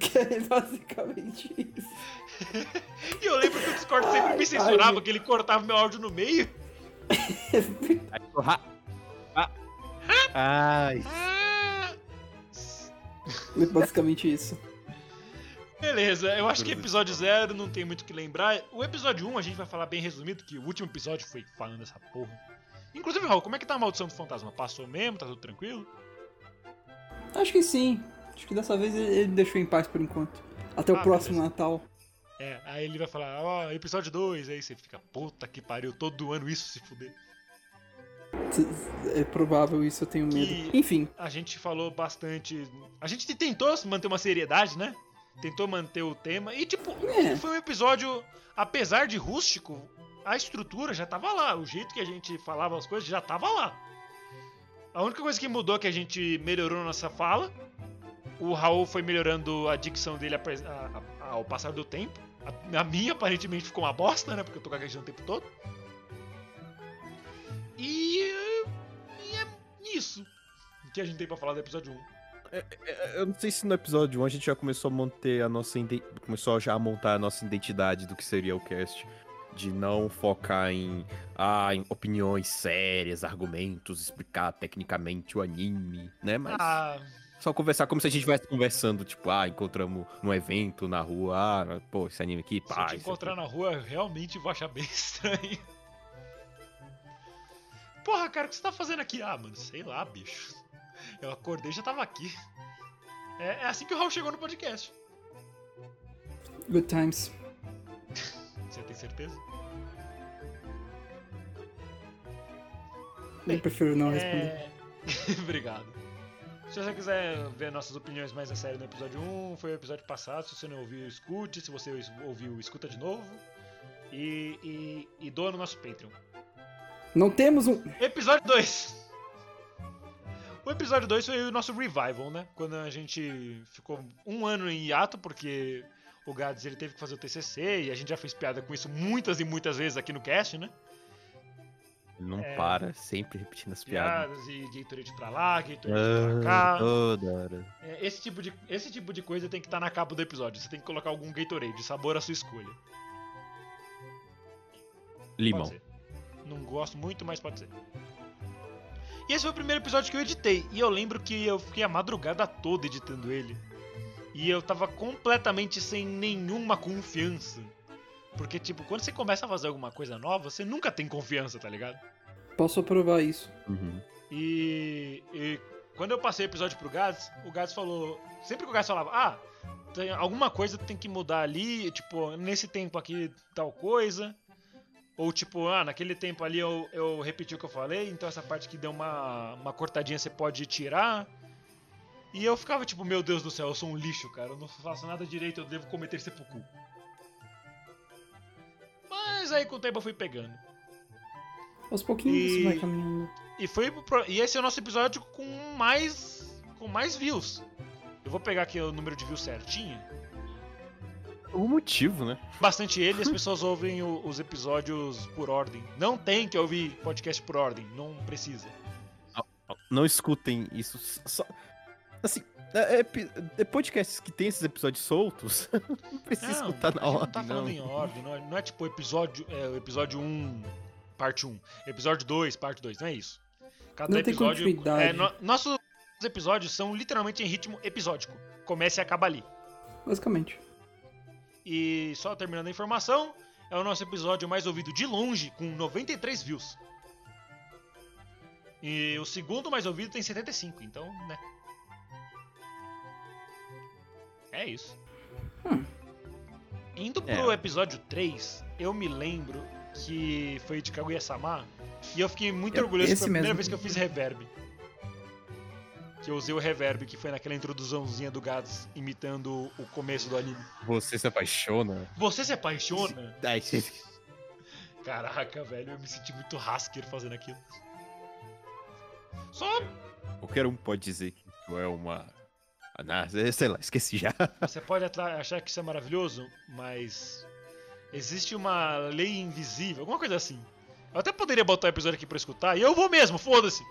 Speaker 3: Que [LAUGHS] é basicamente isso.
Speaker 1: E eu lembro que o Discord
Speaker 3: Ai,
Speaker 1: sempre me
Speaker 3: ai,
Speaker 1: censurava,
Speaker 3: gente.
Speaker 1: que ele cortava meu áudio no meio.
Speaker 2: Ai.
Speaker 1: Ah!
Speaker 3: É basicamente isso.
Speaker 1: Beleza, eu acho que episódio 0 não tem muito o que lembrar. O episódio 1 um, a gente vai falar bem resumido, que o último episódio foi falando essa porra. Inclusive, Raul, como é que tá a maldição do fantasma? Passou mesmo? Tá tudo tranquilo?
Speaker 3: Acho que sim. Acho que dessa vez ele ele deixou em paz por enquanto. Até o
Speaker 1: Ah,
Speaker 3: próximo
Speaker 1: beleza.
Speaker 3: Natal.
Speaker 1: É, aí ele vai falar, ó, episódio 2, aí você fica, puta que pariu, todo ano isso se fuder.
Speaker 3: É provável isso, eu tenho medo.
Speaker 1: Que-
Speaker 3: Enfim,
Speaker 1: A gente falou bastante. A gente tentou manter uma seriedade, né? Tentou manter o tema. E, tipo,
Speaker 3: É.
Speaker 1: foi um episódio, apesar de rústico, a estrutura já tava lá. O jeito que a gente falava as coisas já tava lá. A única coisa que mudou é que a gente melhorou nossa fala. O Raul foi melhorando a dicção dele apres- a- a- ao passar do tempo. A, a minha aparentemente ficou uma bosta, né? Porque eu tô gaguejando o tempo todo. E, e é isso que a gente tem pra falar do episódio 1.
Speaker 2: Eu não sei se no episódio 1 a gente já começou a manter a nossa iden- começou já a montar a nossa identidade do que seria o cast. De não focar em, ah, em opiniões sérias, argumentos, explicar tecnicamente o anime, né? Mas
Speaker 1: Ah,
Speaker 2: só conversar como se a gente estivesse conversando, tipo, ah, encontramos num evento na rua, ah, pô, esse anime aqui,
Speaker 1: se eu
Speaker 2: pá.
Speaker 1: te
Speaker 2: esse
Speaker 1: encontrar
Speaker 2: aqui.
Speaker 1: na rua, eu realmente vou achar bem [LAUGHS] estranho. Porra, cara, o que você tá fazendo aqui? Ah, mano, sei lá, bicho. Eu acordei e já tava aqui. É, é assim que o Raul chegou no podcast.
Speaker 3: good times.
Speaker 1: Você tem certeza?
Speaker 3: Eu prefiro não responder.
Speaker 1: É... [LAUGHS] Obrigado. Se você quiser ver nossas opiniões mais a sério no episódio 1, foi o episódio passado. Se você não ouviu, escute. Se você ouviu, escuta de novo. E, e, e doa no nosso Patreon.
Speaker 3: Não temos um.
Speaker 1: Episódio 2. O episódio 2 foi o nosso revival, né? Quando a gente ficou um ano em hiato, porque o Gads ele teve que fazer o TCC e a gente já fez piada com isso muitas e muitas vezes aqui no cast, né?
Speaker 2: Ele Não
Speaker 1: É. Ah,
Speaker 2: para, sempre repetindo as piadas.
Speaker 1: Piadas e Gatorade pra lá, Gatorade pra
Speaker 2: Ah,
Speaker 1: cá.
Speaker 2: toda hora.
Speaker 1: É, Esse tipo, de, esse tipo de coisa tem que estar na capa do episódio. Você tem que colocar algum Gatorade, sabor à sua escolha. Pode
Speaker 2: Limão.
Speaker 1: ser. Não gosto muito, mas pode ser. E esse foi o primeiro episódio que eu editei. E eu lembro que eu fiquei a madrugada toda editando ele. E eu tava completamente sem nenhuma confiança. Porque, tipo, quando você começa a fazer alguma coisa nova, você nunca tem confiança, tá ligado?
Speaker 3: Posso provar isso.
Speaker 2: Uhum.
Speaker 1: E, e quando eu passei o episódio pro Gats, o Gats falou. Sempre que o Gats falava, ah, tem alguma coisa tem que mudar ali, tipo, nesse tempo aqui tal coisa. Ou tipo, ah, naquele tempo ali eu, eu repeti o que eu falei, então essa parte que deu uma, uma cortadinha você pode tirar. E eu ficava tipo, meu Deus do céu, eu sou um lixo, cara, eu não faço nada direito, eu devo cometer seppuku. Mas aí com o tempo eu fui pegando.
Speaker 3: Aos pouquinhos
Speaker 1: E-
Speaker 3: isso vai caminhando.
Speaker 1: E foi pro- e esse é o nosso episódio com mais com mais views. Eu vou pegar aqui o número de views certinho.
Speaker 2: O motivo, né?
Speaker 1: Bastante ele, as pessoas ouvem o- os episódios por ordem. Não tem que ouvir podcast por ordem, não precisa.
Speaker 2: Não escutem isso. s- Só... Assim, é, é epi- é podcasts que tem esses episódios soltos, [LAUGHS] não precisa
Speaker 1: Não,
Speaker 2: escutar na
Speaker 1: a gente
Speaker 2: hora.
Speaker 1: não tá falando em ordem, não é, não é tipo episódio, é, o episódio 1, parte 1, episódio 2, parte 2, não é isso. Cada
Speaker 3: Não tem
Speaker 1: episódio.
Speaker 3: continuidade.
Speaker 1: é, no- nossos episódios são literalmente em ritmo episódico. Começa e acaba ali.
Speaker 3: Basicamente.
Speaker 1: E só terminando a informação, é o nosso episódio mais ouvido de longe, com 93 views. E o segundo mais ouvido tem 75, então, né? É isso.
Speaker 3: Hum.
Speaker 1: Indo
Speaker 2: É.
Speaker 1: pro episódio 3, eu me lembro que foi de Kaguya-sama, e eu fiquei muito
Speaker 3: Eu-
Speaker 1: orgulhoso,
Speaker 3: É esse
Speaker 1: foi a primeira
Speaker 3: mesmo.
Speaker 1: vez que eu fiz reverb. Que eu usei o reverb, que foi naquela introduçãozinha do Gads imitando o começo do anime.
Speaker 2: Você se apaixona?
Speaker 1: Você se apaixona? Caraca, velho, eu me senti muito Hasker fazendo aquilo. Só.
Speaker 2: Qualquer um pode dizer que isso é uma. Ah, não, Sei lá, esqueci já.
Speaker 1: Você pode atla- achar que isso é maravilhoso, mas. Existe uma lei invisível, alguma coisa assim. Eu até poderia botar o episódio aqui pra escutar, e eu vou mesmo, foda-se!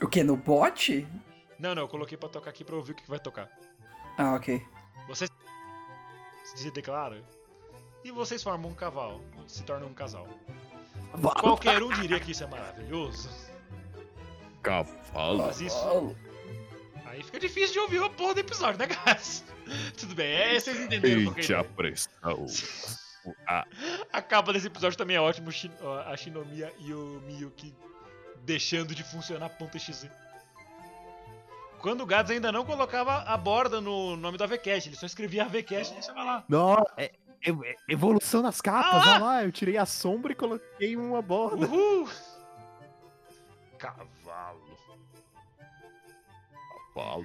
Speaker 3: O que? No bot?
Speaker 1: Não, não, eu coloquei pra tocar aqui pra ouvir o que vai tocar.
Speaker 3: Ah, ok.
Speaker 1: Você se declara e vocês formam um cavalo, se tornam um casal. Qualquer um diria que isso é maravilhoso,
Speaker 2: [LAUGHS] Cavalo.
Speaker 1: mas isso Aí fica difícil de ouvir a porra do episódio, né, guys? [LAUGHS] Tudo bem, é, vocês entenderam qual que é a
Speaker 2: Eita
Speaker 1: ideia.
Speaker 2: pressão. Ah,
Speaker 1: Acaba desse episódio também é ótimo, Shin- ó, a Shinomiya e o Miyuki deixando de funcionar ponto .exe. Quando o Gads ainda não colocava a borda no nome da VCast, ele só escrevia a VCast e deixava lá.
Speaker 2: Não, é- é- é evolução nas capas.
Speaker 1: Ah lá!
Speaker 2: olha lá, eu tirei a sombra e coloquei uma borda.
Speaker 1: Uhul! Cavalo.
Speaker 2: Cavalo.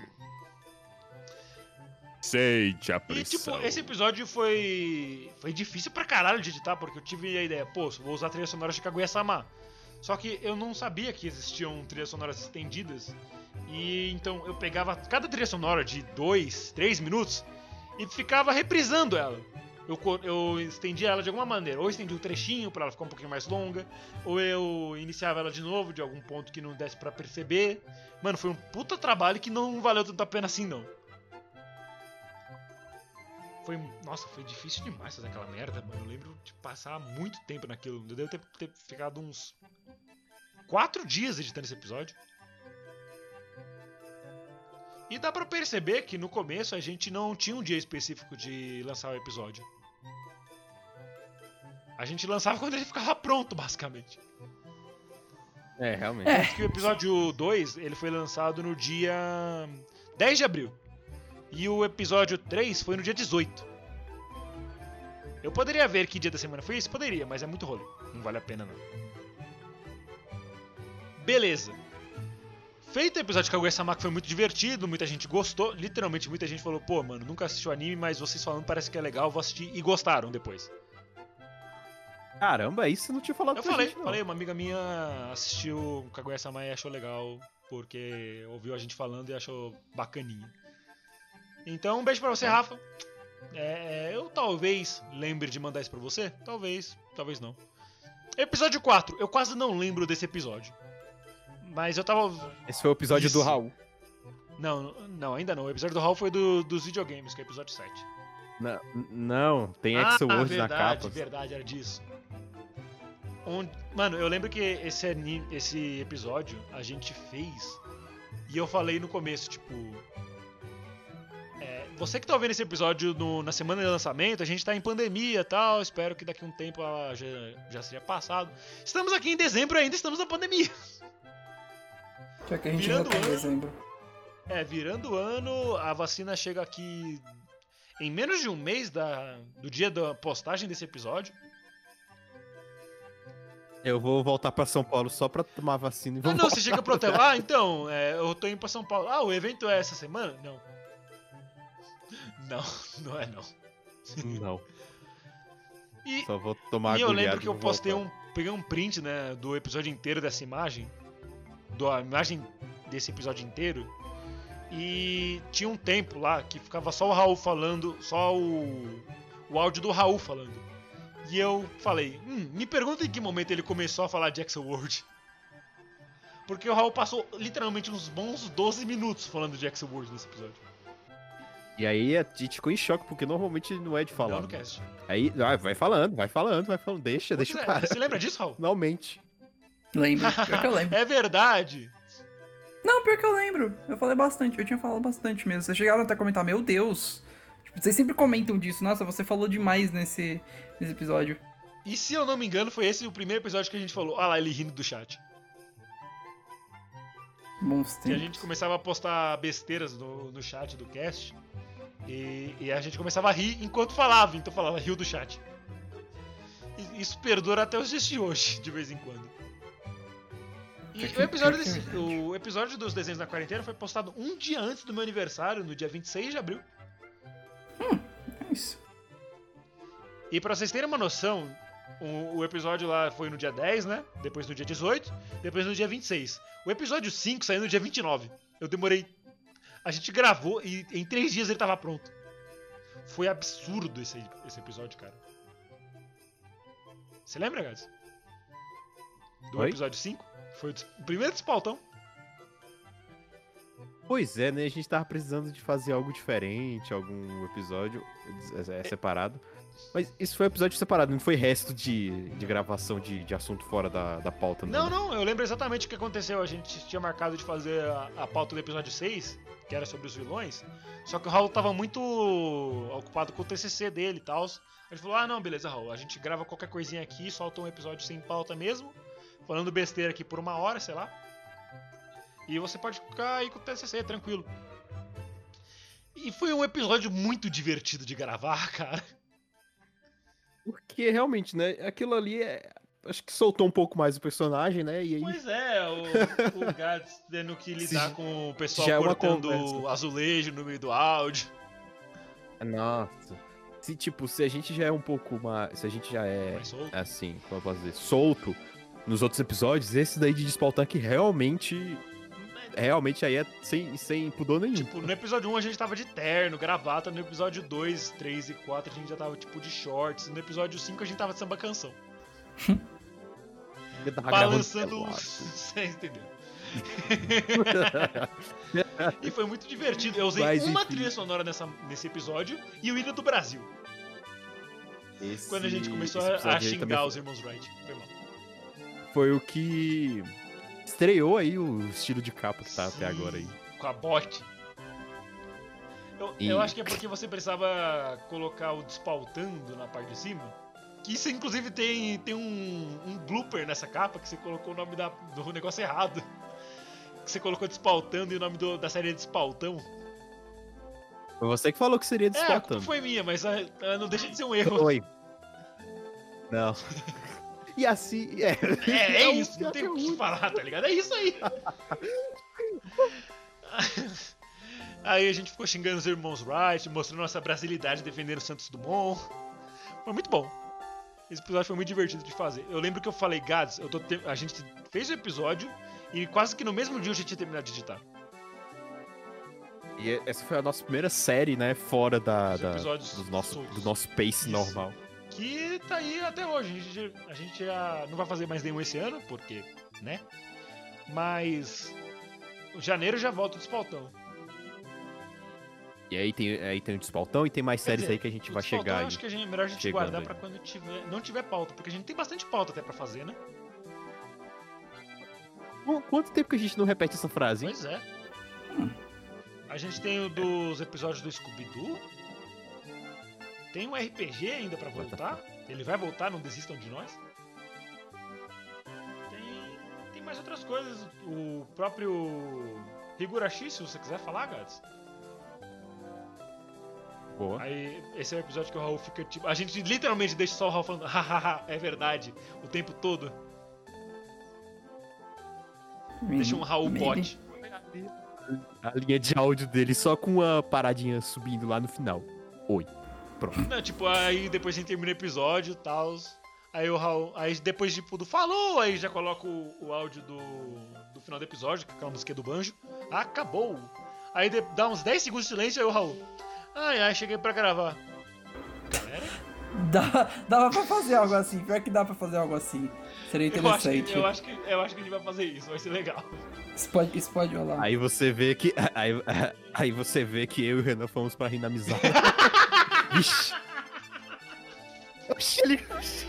Speaker 2: Sente a
Speaker 1: E, tipo, esse episódio foi. Foi difícil pra caralho de editar, porque eu tive a ideia, pô, vou usar trilha sonora de Kaguya-sama. Só que eu não sabia que existiam trilhas sonoras estendidas. E então eu pegava cada trilha sonora de 2, 3 minutos e ficava reprisando ela. Eu, co- eu estendia ela de alguma maneira. Ou eu estendia o trechinho pra ela ficar um pouquinho mais longa. Ou eu iniciava ela de novo de algum ponto que não desse pra perceber. Mano, foi um puta trabalho que não valeu tanto a pena assim, não. Foi. Nossa, foi difícil demais fazer aquela merda, mano. Eu lembro de passar muito tempo naquilo. Eu devo ter, ter ficado uns. Quatro dias editando esse episódio. E dá pra perceber que no começo a gente não tinha um dia específico de lançar o episódio. A gente lançava [LAUGHS] quando ele ficava pronto, basicamente.
Speaker 2: É, realmente.
Speaker 3: É.
Speaker 1: Tanto que o episódio 2 ele foi lançado no dia 10 de abril. E o episódio 3 foi no dia 18. Eu poderia ver que dia da semana foi isso? Poderia, mas é muito rolê. Não vale a pena não. Beleza. Feito o episódio de Kaguya-sama que foi muito divertido, muita gente gostou. Literalmente muita gente falou, pô, mano, nunca assistiu anime, mas vocês falando parece que é legal, vou assistir e gostaram depois.
Speaker 2: Caramba, isso eu não tinha falado
Speaker 1: Eu
Speaker 2: pra
Speaker 1: falei,
Speaker 2: gente, não.
Speaker 1: falei, uma amiga minha assistiu Kaguya-sama e achou legal, porque ouviu a gente falando e achou bacaninha. Então, um beijo pra você, Rafa. É, eu talvez lembre de mandar isso pra você, talvez, talvez não. Episódio 4, eu quase não lembro desse episódio. Mas eu tava.
Speaker 2: Esse foi o episódio do
Speaker 1: Isso.
Speaker 2: Raul.
Speaker 1: Não, não, ainda não. O episódio do Hall foi do- dos videogames, que é o episódio 7.
Speaker 2: Não, não, tem
Speaker 1: ah,
Speaker 2: Exo Word na
Speaker 1: verdade,
Speaker 2: capa.
Speaker 1: verdade, era disso. onde- Mano, eu lembro que esse, ani- esse episódio a gente fez e eu falei no começo, tipo. é, você que tá ouvindo esse episódio no- na semana de lançamento, a gente tá em pandemia e tal, espero que daqui a um tempo ela já, já seja passado. Estamos aqui em dezembro ainda, estamos na pandemia. [LAUGHS]
Speaker 3: Já que a gente
Speaker 1: Virando
Speaker 3: ainda tá
Speaker 1: ano.
Speaker 3: em dezembro.
Speaker 1: É, virando o ano, a vacina chega aqui em menos de um mês da, do dia da postagem desse episódio.
Speaker 2: Eu vou voltar pra São Paulo só pra tomar vacina e
Speaker 1: Ah,
Speaker 2: vamos
Speaker 1: não, você chega pro hotel. Ah, então, é, eu tô indo pra São Paulo. Ah, o evento é essa semana? Não. Não, [LAUGHS] não é não.
Speaker 2: Não,
Speaker 1: E,
Speaker 2: só vou tomar
Speaker 1: e eu
Speaker 2: agulhada
Speaker 1: lembro que
Speaker 2: e
Speaker 1: eu
Speaker 2: vou
Speaker 1: postei
Speaker 2: voltar.
Speaker 1: um. Peguei um print, né, do episódio inteiro dessa imagem. Da imagem desse episódio inteiro. E tinha um tempo lá que ficava só o Raul falando, só o. o áudio do Raul falando. E eu falei, hum, me pergunta em que momento ele começou a falar de Axel World. Porque o Raul passou literalmente uns bons 12 minutos falando de Axel World nesse episódio.
Speaker 2: E aí a gente ficou em choque, porque normalmente não é de falar.
Speaker 1: um- Não no
Speaker 2: né?
Speaker 1: cast.
Speaker 2: Aí ah, vai falando, vai falando, vai falando. Deixa, deixa o
Speaker 1: Você-
Speaker 2: cara.
Speaker 1: Você lembra disso, Raul?
Speaker 2: Finalmente.
Speaker 3: Lembro. Pior que eu lembro.
Speaker 1: É verdade.
Speaker 3: Não, pior que eu lembro. Eu falei bastante. Eu tinha falado bastante mesmo. Vocês chegaram até a comentar, meu Deus. Tipo, vocês sempre comentam disso. Nossa, você falou demais nesse, nesse episódio.
Speaker 1: E se eu não me engano, foi esse o primeiro episódio que a gente falou. Ah lá, ele rindo do chat.
Speaker 3: Bons
Speaker 1: Que a
Speaker 3: tempos.
Speaker 1: gente começava a postar besteiras no, no chat do cast. E, e a gente começava a rir enquanto falava, então falava riu do chat. E isso perdura até os dias de hoje, de vez em quando. E
Speaker 3: Pior que-
Speaker 1: o episódio,
Speaker 3: pior que é
Speaker 1: desse-
Speaker 3: verdade.
Speaker 1: o episódio dos desenhos na quarentena foi postado um dia antes do meu aniversário, no dia 26 de abril.
Speaker 3: É isso.
Speaker 1: E pra vocês terem uma noção, o, o episódio lá foi no dia 10, né? Depois no dia 18, depois no dia 26. O episódio 5 saiu no dia 29. Eu demorei. A gente gravou e em três dias ele tava pronto. Foi absurdo esse, esse episódio, cara. Você lembra, Gás? Do
Speaker 2: Oi?
Speaker 1: episódio 5? Foi o des- o primeiro despautão.
Speaker 2: Pois é, né? A gente tava precisando de fazer algo diferente, algum episódio é, é, separado. Mas isso foi um episódio separado, não foi resto de, de gravação de, de assunto fora da, da pauta,
Speaker 1: Não,
Speaker 2: né?
Speaker 1: não, eu lembro exatamente o que aconteceu. A gente tinha marcado de fazer a, a pauta do episódio 6, que era sobre os vilões. Só que o Raul tava muito ocupado com o TCC dele e tal. A gente falou: ah, não, beleza, Raul, a gente grava qualquer coisinha aqui, solta um episódio sem pauta mesmo, falando besteira aqui por uma hora, sei lá. E você pode ficar aí com o TCC, tranquilo. E foi um episódio muito divertido de gravar, [LAUGHS] cara.
Speaker 2: Porque realmente, né? Aquilo ali é. Acho que soltou um pouco mais o personagem, né? E aí.
Speaker 1: Pois é, o,
Speaker 2: [LAUGHS]
Speaker 1: o Gads tendo que lidar
Speaker 2: Isso
Speaker 1: com o pessoal
Speaker 2: já é uma
Speaker 1: cortando
Speaker 2: conversa.
Speaker 1: azulejo no meio do áudio.
Speaker 2: É, Nossa. Se, tipo, se a gente já é um pouco mais. Se a gente já é.
Speaker 1: Mas ou-
Speaker 2: assim, como eu posso dizer, solto nos outros episódios, esse daí de despautar que realmente, realmente aí é sem, sem pudor nenhum.
Speaker 1: Tipo, no episódio 1 a gente tava de terno, gravata. No episódio 2, 3 e 4 a gente já tava tipo de shorts. No episódio 5 a gente tava de samba canção.
Speaker 2: Eu tava
Speaker 1: balançando. [LAUGHS]
Speaker 2: gravando
Speaker 1: Você
Speaker 2: [LAUGHS]
Speaker 1: entendeu?
Speaker 2: celular.
Speaker 1: E foi muito divertido. Eu usei
Speaker 2: Mas,
Speaker 1: uma
Speaker 2: enfim.
Speaker 1: trilha sonora nessa, nesse episódio e o hino do Brasil.
Speaker 2: Esse-
Speaker 1: Quando a gente começou
Speaker 2: esse
Speaker 1: a, a
Speaker 2: episódio aí também
Speaker 1: xingar os irmãos Wright. Foi mal.
Speaker 2: Foi o que estreou aí o estilo de capa que tá até agora aí.
Speaker 1: Com a bote. Eu,
Speaker 2: E-
Speaker 1: eu acho que é porque você precisava colocar o despautando na parte de cima. Que isso, inclusive, tem, tem um, um blooper nessa capa que você colocou o nome da- do negócio errado. Que você colocou despautando e o nome do- da série é despautão.
Speaker 2: Foi você que falou que seria
Speaker 1: É, a culpa
Speaker 2: despautando.
Speaker 1: foi minha, mas ah, ah, não deixa de ser um erro.
Speaker 2: Oi. Não. [LAUGHS] E assim, [LAUGHS] é.
Speaker 1: É, é,
Speaker 2: o-
Speaker 1: isso, não tem o que falar, tá ligado? É isso aí. aí a gente ficou xingando os irmãos Wright, mostrando nossa brasilidade defendendo o Santos Dumont. Foi muito bom. Esse episódio foi muito divertido de fazer. Eu lembro que eu falei, Gads, eu tô te- a gente fez o episódio e quase que no mesmo dia eu já tinha terminado de editar.
Speaker 2: E é, essa foi a nossa primeira série, né? Fora da,
Speaker 1: Os
Speaker 2: da-
Speaker 1: episódios
Speaker 2: do, nosso,
Speaker 1: soltos.
Speaker 2: do nosso pace
Speaker 1: Isso.
Speaker 2: normal.
Speaker 1: que tá aí até hoje. A gente, a gente já não vai fazer mais nenhum esse ano, porque, né? Mas. Janeiro já volta o despautão.
Speaker 2: E aí tem, aí tem o Despaltão e tem mais
Speaker 1: Quer
Speaker 2: séries
Speaker 1: dizer,
Speaker 2: aí que a gente
Speaker 1: o
Speaker 2: vai
Speaker 1: Desfaltão
Speaker 2: chegar
Speaker 1: Eu
Speaker 2: aí.
Speaker 1: acho que a gente, é melhor a gente
Speaker 2: Chegando
Speaker 1: guardar
Speaker 2: aí.
Speaker 1: pra quando tiver, não tiver pauta, porque a gente tem bastante pauta até pra fazer, né?
Speaker 2: Qu- Quanto tempo que a gente não repete essa frase, hein?
Speaker 1: Pois é.
Speaker 2: Hum.
Speaker 1: A gente tem o dos episódios do Scooby-Doo. Tem um RPG ainda pra
Speaker 2: tá
Speaker 1: voltar. Ele vai voltar, não desistam de nós. Tem, tem mais outras coisas. O próprio Higurashi, se você quiser falar, Gats.
Speaker 2: Boa.
Speaker 1: Aí, esse é o episódio que o Raul fica tipo. A gente literalmente deixa só o Raul falando, [LAUGHS] hahaha, é verdade, o tempo todo. Deixa um Raul
Speaker 3: Maybe.
Speaker 1: pote.
Speaker 2: A linha de áudio dele só com uma paradinha subindo lá no final. Oi.
Speaker 1: Não, tipo, aí depois a gente termina o episódio e tal. Aí o Raul. Aí depois, tipo, do falou, aí já coloca o, o áudio do, do final do episódio, com aquela música do banjo. Acabou. Aí de- dá uns 10 segundos de silêncio, aí o Raul. Ai, ai, cheguei pra gravar. Galera,
Speaker 3: Dá, dava pra fazer algo assim, pior que dá pra fazer algo assim. Seria
Speaker 1: eu acho, que,
Speaker 3: interessante.
Speaker 1: eu, acho que, eu acho que a gente vai fazer isso, vai ser legal.
Speaker 3: Isso pode, isso pode rolar.
Speaker 2: Aí você vê que. [LAUGHS] Aí, aí você vê que eu e o Renan fomos pra rir na [LAUGHS] amizade. Vixe. Oxi, ele-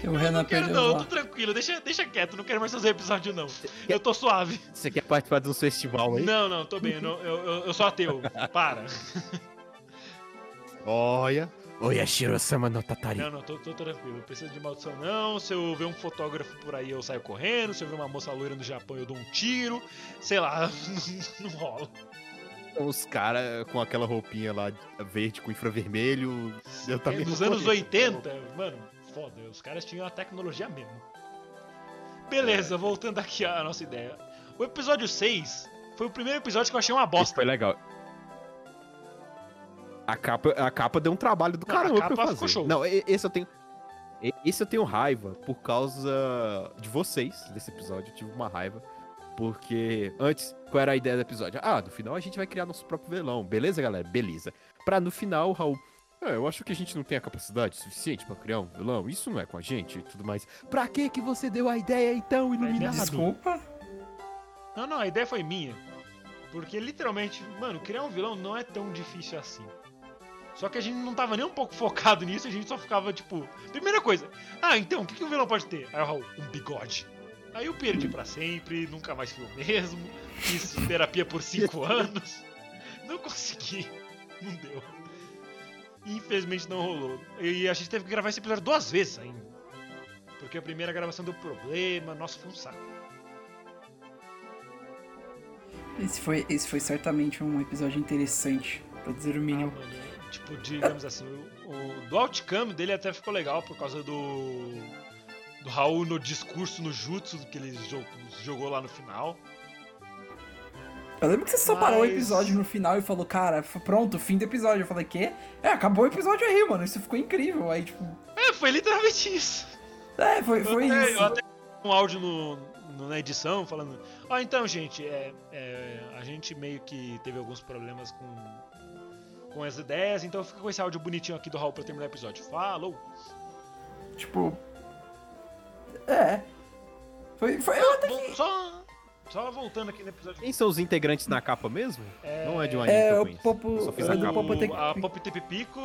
Speaker 3: O Renan
Speaker 1: Não quero
Speaker 3: perdeu
Speaker 1: não, eu
Speaker 3: lá.
Speaker 1: tô tranquilo, deixa, deixa quieto, não quero mais fazer episódio não. Eu tô suave.
Speaker 2: Você quer participar de um festival aí?
Speaker 1: Não, não, tô bem, eu, não- eu, eu- eu sou ateu. Para.
Speaker 2: Olha. Oi, Ashiro-sama no Tatari.
Speaker 1: Não, não, tô, tô tranquilo, não precisa de maldição não. Se eu ver um fotógrafo por aí, eu saio correndo. Se eu ver uma moça loira no Japão, eu dou um tiro. Sei lá, [LAUGHS] não rola.
Speaker 2: São Os caras com aquela roupinha lá verde com infravermelho. Eu também
Speaker 1: É, Nos
Speaker 2: não
Speaker 1: anos
Speaker 2: conheço.
Speaker 1: 80, mano, foda, os caras tinham a tecnologia mesmo.
Speaker 2: É.
Speaker 1: Beleza, voltando aqui à nossa ideia. O episódio 6 foi o primeiro episódio que eu achei uma
Speaker 2: Isso
Speaker 1: bosta.
Speaker 2: foi legal. A capa, a capa deu um trabalho do
Speaker 1: Não, a
Speaker 2: caramba
Speaker 1: capa
Speaker 2: pra eu
Speaker 1: ficou
Speaker 2: fazer.
Speaker 1: show.
Speaker 2: Não, e- esse eu tenho. e- Esse eu tenho raiva por causa de vocês desse episódio. Eu tive uma raiva. Porque antes, qual era a ideia do episódio? Ah, no final a gente vai criar nosso próprio velão. Beleza, galera? Beleza. Pra no final, o Raul. "Ah, eu acho que a gente não tem a capacidade suficiente pra criar um vilão. Isso não é com a gente e tudo mais. Pra que que você deu a ideia então,
Speaker 1: É,
Speaker 2: iluminado?
Speaker 3: Desculpa.
Speaker 1: Então, Não, não, a ideia foi minha. Porque literalmente, mano, criar um vilão não é tão difícil assim. Só que a gente não tava nem um pouco [LAUGHS] focado nisso, a gente só ficava tipo. Primeira coisa, ah, então, o que, que um vilão pode ter? Aí o Raul, um bigode. Aí eu perdi pra sempre, nunca mais fui o mesmo, fiz terapia por cinco anos, não consegui, não deu. Infelizmente não rolou. E a gente teve que gravar esse episódio duas vezes ainda. Porque a primeira gravação deu problema, nossa, foi um saco.
Speaker 3: Esse foi, esse foi certamente um episódio interessante, pra dizer o
Speaker 1: Ah,
Speaker 3: mínimo.
Speaker 1: mano, tipo, digamos assim, o, o do outcome dele até ficou legal por causa do. Do Raul no discurso no jutsu que ele jo- jogou lá no final.
Speaker 3: Eu lembro que você só parou o
Speaker 1: Ah, Mas-
Speaker 3: episódio no final e falou, cara, f- pronto, fim do episódio. Eu falei, quê? É, acabou o episódio aí, mano. Isso ficou incrível. Aí, tipo,
Speaker 1: É, foi literalmente isso.
Speaker 3: é, foi, foi
Speaker 1: eu, até, eu
Speaker 3: isso.
Speaker 1: até fiz um áudio no, no- na edição falando. Ó, então, gente, é, é, a gente meio que teve alguns problemas com, com as ideias, então fica com esse áudio bonitinho aqui do Raul pra terminar o episódio. Falou!
Speaker 3: Tipo. É. Foi, foi eu até.
Speaker 1: Bom, só, só voltando aqui no episódio.
Speaker 2: Quem são os integrantes na capa mesmo? Não é de um anime que
Speaker 3: É,
Speaker 2: eu
Speaker 3: o
Speaker 2: conheço.
Speaker 3: Popo.
Speaker 2: Eu só fiz
Speaker 3: é
Speaker 2: a
Speaker 3: do
Speaker 2: capa.
Speaker 3: Popo Tec-
Speaker 1: a Pop Pico,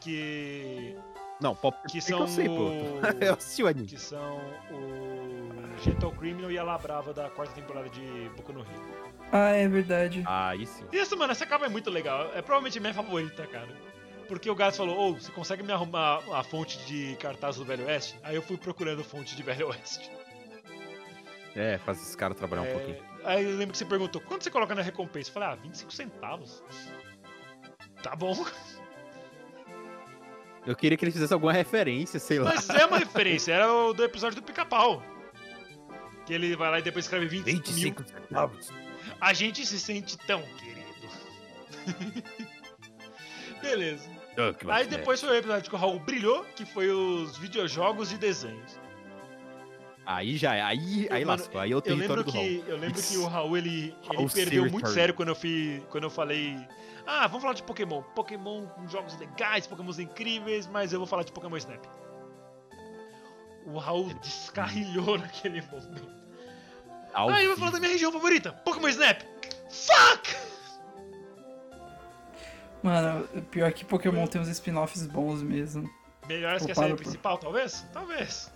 Speaker 1: que
Speaker 2: Não, Pop
Speaker 1: que
Speaker 2: Pico
Speaker 1: são
Speaker 2: eu sei, pô.
Speaker 1: o-
Speaker 2: [LAUGHS] Eu assisti o anime.
Speaker 1: que são o Gentle Criminal e a Labrava da quarta temporada de Boku no Rio.
Speaker 3: Ah, é verdade.
Speaker 2: Ah, e sim.
Speaker 1: Isso, mano, essa capa é muito legal. É provavelmente a minha favorita, cara. Porque o Gato falou, ô, você consegue me arrumar a fonte de cartaz do Velho Oeste? Aí eu fui procurando fonte de Velho Oeste.
Speaker 2: É, faz esse cara trabalhar um pouquinho.
Speaker 1: É, aí eu lembro que você perguntou, quanto você coloca na recompensa? Eu falei, ah, 25 centavos. Tá bom.
Speaker 2: Eu queria que ele fizesse alguma referência, sei lá.
Speaker 1: Mas é uma referência, era o do episódio do Pica-Pau. Que ele vai lá e depois escreve 25, mil.
Speaker 2: centavos.
Speaker 1: A gente se sente tão querido. [LAUGHS] Beleza.
Speaker 2: Ah,
Speaker 1: Aí
Speaker 2: que bacana.
Speaker 1: depois foi o episódio que o Raul brilhou, que foi os videojogos e desenhos.
Speaker 2: Aí já é. Aí, aí
Speaker 1: Mano,
Speaker 2: lascou. Aí é o
Speaker 1: Eu
Speaker 2: território
Speaker 1: lembro
Speaker 2: do Raul.
Speaker 1: que, eu lembro que
Speaker 2: Isso.
Speaker 1: o Raul ele, ele
Speaker 2: Raul
Speaker 1: perdeu muito
Speaker 2: Siritor.
Speaker 1: sério quando eu, fi, quando eu falei. Ah, vamos falar de Pokémon. Pokémon com jogos legais, Pokémon incríveis, mas eu vou falar de Pokémon Snap. O Raul descarrilhou [LAUGHS] naquele momento.
Speaker 2: Ao
Speaker 1: ah, eu vou
Speaker 2: vivo.
Speaker 1: falar da minha região favorita, Pokémon Snap. Fuck!
Speaker 3: Mano, pior que Pokémon tem uns spin-offs bons mesmo.
Speaker 1: Melhores que a
Speaker 3: Opa,
Speaker 1: série
Speaker 3: opa.
Speaker 1: principal, talvez? Talvez.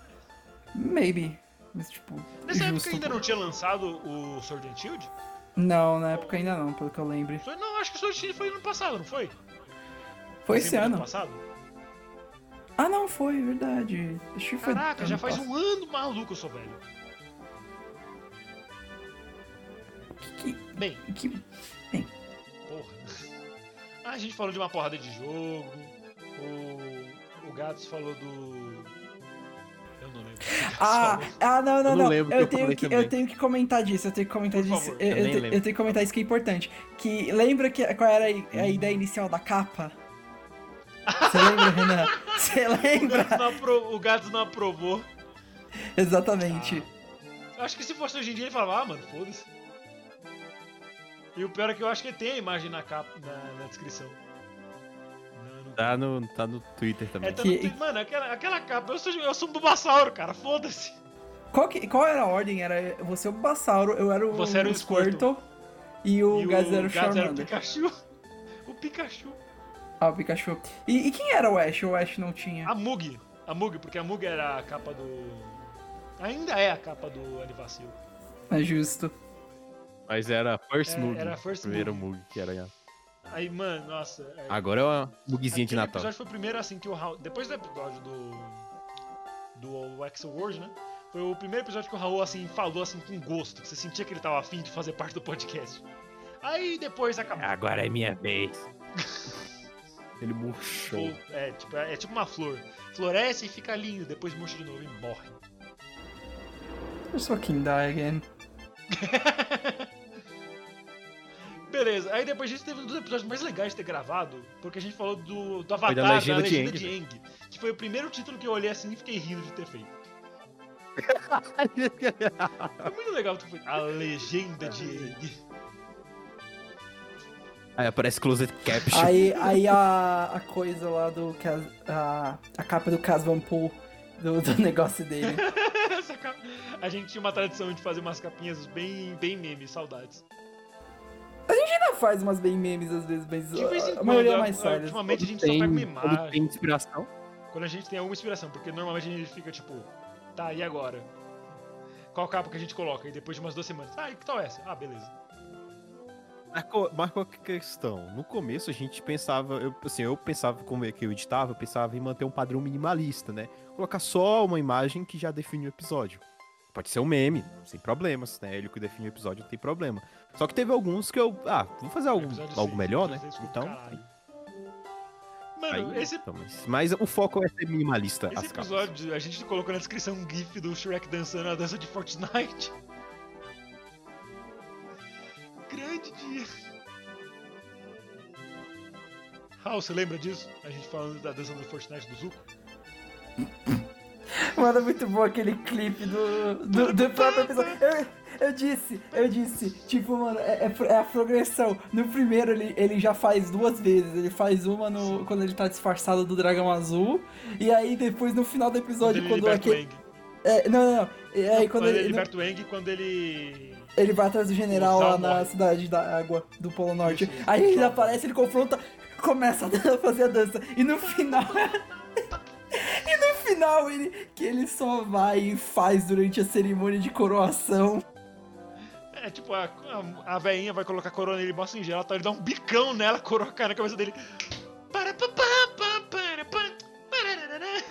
Speaker 3: Maybe. Mas, tipo.
Speaker 1: Nessa
Speaker 3: justo.
Speaker 1: época ainda não tinha lançado o Sword and Shield?
Speaker 3: Não, na época ainda não, pelo que eu lembro.
Speaker 1: Sword- Não, acho que o Sword and Shield foi ano passado, não foi?
Speaker 3: Foi esse
Speaker 1: Dezembro do
Speaker 3: ano.
Speaker 1: Passado?
Speaker 3: Ah, não, foi, verdade. Acho que foi
Speaker 1: Caraca, já
Speaker 3: ano
Speaker 1: faz
Speaker 3: passado.
Speaker 1: um ano maluco, eu sou velho.
Speaker 3: Que,
Speaker 1: Bem,
Speaker 3: que- que-
Speaker 1: porra. [LAUGHS] Ah, A gente falou de uma porrada de jogo. O, o Gatos falou do. Eu não lembro. o que o Gatos
Speaker 3: Ah,
Speaker 1: falou.
Speaker 3: ah, não, não,
Speaker 2: Eu
Speaker 3: não.
Speaker 2: não lembro o que
Speaker 3: eu,
Speaker 2: eu
Speaker 3: tenho
Speaker 2: falei
Speaker 3: que, eu
Speaker 2: também.
Speaker 3: tenho que comentar disso, eu tenho que comentar
Speaker 1: Por
Speaker 3: disso.
Speaker 1: favor.
Speaker 3: eu,
Speaker 2: Eu nem
Speaker 3: te-
Speaker 2: lembro.
Speaker 3: eu tenho que comentar isso que é importante. Que lembra que, qual era a
Speaker 2: Hum.
Speaker 3: a ideia inicial da capa? Você lembra, Renan? [LAUGHS]
Speaker 1: [LAUGHS]
Speaker 3: Você
Speaker 1: O Gatos [LAUGHS]
Speaker 3: lembra?
Speaker 1: não apro- o Gatos não aprovou.
Speaker 3: Exatamente.
Speaker 1: Ah. Eu acho que se fosse hoje em dia ele falava, ah, mano, foda-se. E o pior é que eu acho que tem a imagem na capa, na, na descrição. Não, não
Speaker 2: Tá no, tá no Twitter
Speaker 1: É,
Speaker 2: também.
Speaker 1: tá
Speaker 3: Que-
Speaker 1: no Twitter. Mano, aquela, aquela capa, eu sou, eu sou um Bulbasauro, cara, foda-se.
Speaker 3: Qual, que- qual era a ordem? Era você o Bassauro, eu era o,
Speaker 1: Você era o
Speaker 3: Squirtle, e o
Speaker 1: E
Speaker 3: Gaz
Speaker 1: Gatos
Speaker 3: era o
Speaker 1: era o
Speaker 3: Charmander.
Speaker 1: Pikachu. [LAUGHS] O Pikachu.
Speaker 3: Ah, o Pikachu. E, e quem era o Ash? O Ash não tinha.
Speaker 1: A Mug. A Mug, porque a Mug era a capa do. Ainda é a capa do Anivacil.
Speaker 3: É justo.
Speaker 2: Mas era First
Speaker 1: É,
Speaker 2: Mug.
Speaker 1: era First
Speaker 2: primeiro Mug. que era.
Speaker 1: Aí, mano, nossa. é-
Speaker 2: Agora é uma mugzinha de
Speaker 1: Aquele
Speaker 2: Natal.
Speaker 1: episódio foi o primeiro assim que o Raul. Depois do episódio do. Do Axel World, né? Foi o primeiro episódio que o Raul assim falou assim com gosto. que Você sentia que ele tava afim de fazer parte do podcast. Aí depois acabou.
Speaker 2: Agora é minha
Speaker 1: [LAUGHS]
Speaker 2: vez. Ele murchou.
Speaker 1: Tipo, É, tipo, é tipo uma flor. Floresce e fica lindo, depois murcha de novo e morre.
Speaker 3: Eu sou King Die Again.
Speaker 1: Beleza, aí depois disso teve um dos episódios mais legais de ter gravado, porque a gente falou do, do
Speaker 2: da
Speaker 1: Avatar,
Speaker 2: Legenda de Aang,
Speaker 1: de Aang, que foi o primeiro título que eu olhei assim e fiquei rindo de ter
Speaker 2: [LAUGHS]
Speaker 1: feito. Foi muito legal tu foi. A Legenda de
Speaker 2: [LAUGHS]
Speaker 1: Aang.
Speaker 2: Aí aparece Closet Caption.
Speaker 3: Aí, aí a, a coisa lá do. Cas- A, a capa do Casvan Pool, do, do [LAUGHS] negócio dele.
Speaker 1: Essa capa- A gente tinha uma tradição de fazer umas capinhas bem, bem memes, saudades.
Speaker 3: Ainda faz umas bem memes às vezes, mas
Speaker 1: De vez em
Speaker 3: a, a
Speaker 1: quando,
Speaker 3: maioria é
Speaker 1: a-
Speaker 3: mais
Speaker 1: a-
Speaker 3: sérias. [LAUGHS]
Speaker 1: ultimamente a gente só
Speaker 2: Tem-
Speaker 1: pega uma
Speaker 2: quando tem
Speaker 1: imagem,
Speaker 2: inspiração.
Speaker 1: quando a gente tem alguma inspiração, porque normalmente a gente fica tipo, tá, e agora? Qual capa que a gente coloca? E depois de umas duas semanas, ah, e que tal essa? Ah, beleza.
Speaker 2: Hum, Marcou, marcou a questão. No começo a gente pensava, eu, assim, eu pensava como é que eu editava, eu pensava em manter um padrão minimalista, né? Colocar só uma imagem que já define o episódio. Pode ser um meme, sem problemas, né? Ele que define o episódio não tem problema. Só que teve alguns que eu, ah, vou fazer algo,
Speaker 1: Episódio
Speaker 2: algo
Speaker 1: seis,
Speaker 2: melhor, né?
Speaker 1: episódio seis,
Speaker 2: Então,
Speaker 1: caralho.
Speaker 2: aí-
Speaker 1: Mano, esse,
Speaker 2: então, mas, mas o foco é ser minimalista.
Speaker 1: esse
Speaker 2: as capas.
Speaker 1: episódio, a gente colocou na descrição um gif do Shrek dançando a dança de Fortnite. [LAUGHS] Grande dia. Raul, você lembra disso? A gente falando da dança do Fortnite do Zuko?
Speaker 3: Mano, é muito bom aquele clipe do, do, do próprio episódio. Eu, eu disse, eu disse, tipo, mano, é, é pro- é a progressão. No primeiro ele, ele já faz duas vezes. Ele faz uma no, quando ele tá disfarçado do dragão azul. E aí depois no final do episódio,
Speaker 1: ele
Speaker 3: quando
Speaker 1: liberta o
Speaker 3: aquele.
Speaker 1: Aang.
Speaker 3: É, não, não, não. E aí
Speaker 1: Quando
Speaker 3: quando
Speaker 1: ele
Speaker 3: ele,
Speaker 1: liberta o Aang, quando ele...
Speaker 3: ele vai atrás do general
Speaker 1: O Zal
Speaker 3: lá na
Speaker 1: morre.
Speaker 3: cidade da água do Polo Norte.
Speaker 1: Isso,
Speaker 3: Aí
Speaker 1: o
Speaker 3: ele
Speaker 1: Zal
Speaker 3: aparece, ele confronta, começa a [LAUGHS] fazer a dança. E no final. [LAUGHS] e no final ele. Que ele só vai e faz durante a cerimônia de coroação.
Speaker 1: É tipo, a, a, a veinha vai colocar a corona nele, bosta em gel, tá, ele dá um bicão nela, coroa cai na cabeça dele. Para, pa, pa, pa, para, pa, parararara.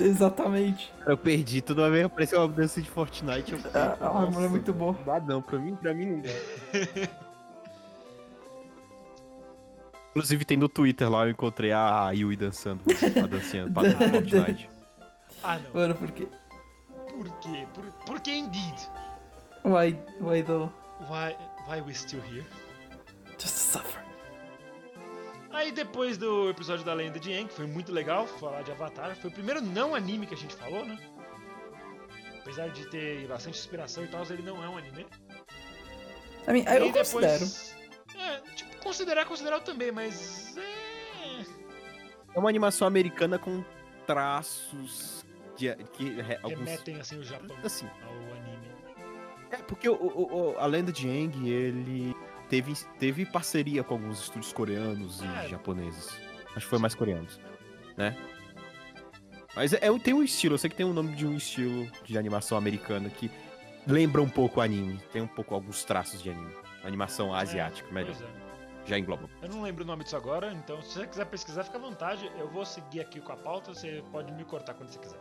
Speaker 3: Exatamente.
Speaker 2: Eu perdi toda vez, apareceu é uma dança de Fortnite. Eu
Speaker 3: Ah, ah, mano, é muito bom.
Speaker 2: Não dá não, pra mim, pra mim não dá. [LAUGHS] Inclusive tem no Twitter lá, eu encontrei a Yui dançando, a dancinha pra dança de Fortnite.
Speaker 1: Ah, não.
Speaker 3: Mano, porque.
Speaker 1: Por quê? Por, por que indeed?
Speaker 3: Why, why though?
Speaker 1: Why, why we still here?
Speaker 3: Just suffer.
Speaker 1: Aí depois do episódio da Lenda de Aang, que foi muito legal falar de Avatar, foi o primeiro não anime que a gente falou, né? Apesar de ter bastante inspiração e tal, ele não é um anime.
Speaker 3: I mean,
Speaker 1: Aí
Speaker 3: Ah, eu considero.
Speaker 1: É, tipo, considerar, considerar também, mas. É.
Speaker 2: É uma animação americana com traços de, que re- alguns,
Speaker 1: Remetem assim o Japão
Speaker 2: assim,
Speaker 1: ao anime.
Speaker 2: é porque o, o- o- a lenda de Aang, ele teve, teve parceria com alguns estúdios coreanos
Speaker 1: Ah, é.
Speaker 2: e japoneses. Acho que foi mais coreanos, né? Mas é, é um- tem um estilo, eu sei que tem um nome de um estilo de animação americana que lembra um pouco anime, tem um pouco alguns traços de anime. Animação asiática, Um melhor,
Speaker 1: Pois é.
Speaker 2: já engloba.
Speaker 1: Eu não lembro o nome disso agora, então se você quiser pesquisar, fica à vontade. Eu vou seguir aqui com a pauta, você pode me cortar quando você quiser.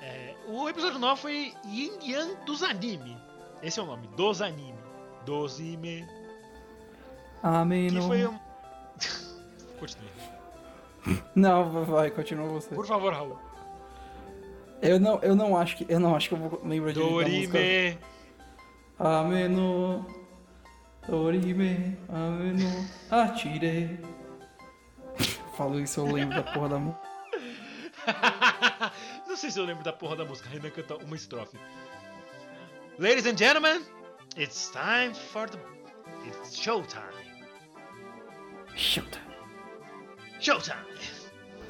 Speaker 1: É, o episódio 9 foi Yin Yang dos Anime. Esse é o nome, dos anime. Dos anime.
Speaker 3: Amém.
Speaker 1: Que
Speaker 3: Ah, Não...
Speaker 1: foi um... [LAUGHS] Continue.
Speaker 3: não, vai, vai, continua você.
Speaker 1: Por favor, Raul.
Speaker 3: Eu não, eu não acho que eu não acho que eu vou lembrar de
Speaker 1: Dorime.
Speaker 3: Ameno. Dorime, ameno, atire. Falo isso, eu lembro da porra da música.
Speaker 1: [LAUGHS] Não sei se eu lembro da porra da música. Renan canta uma estrofe. Ladies and gentlemen, it's time for the. It's showtime.
Speaker 3: Chuta.
Speaker 1: Showtime!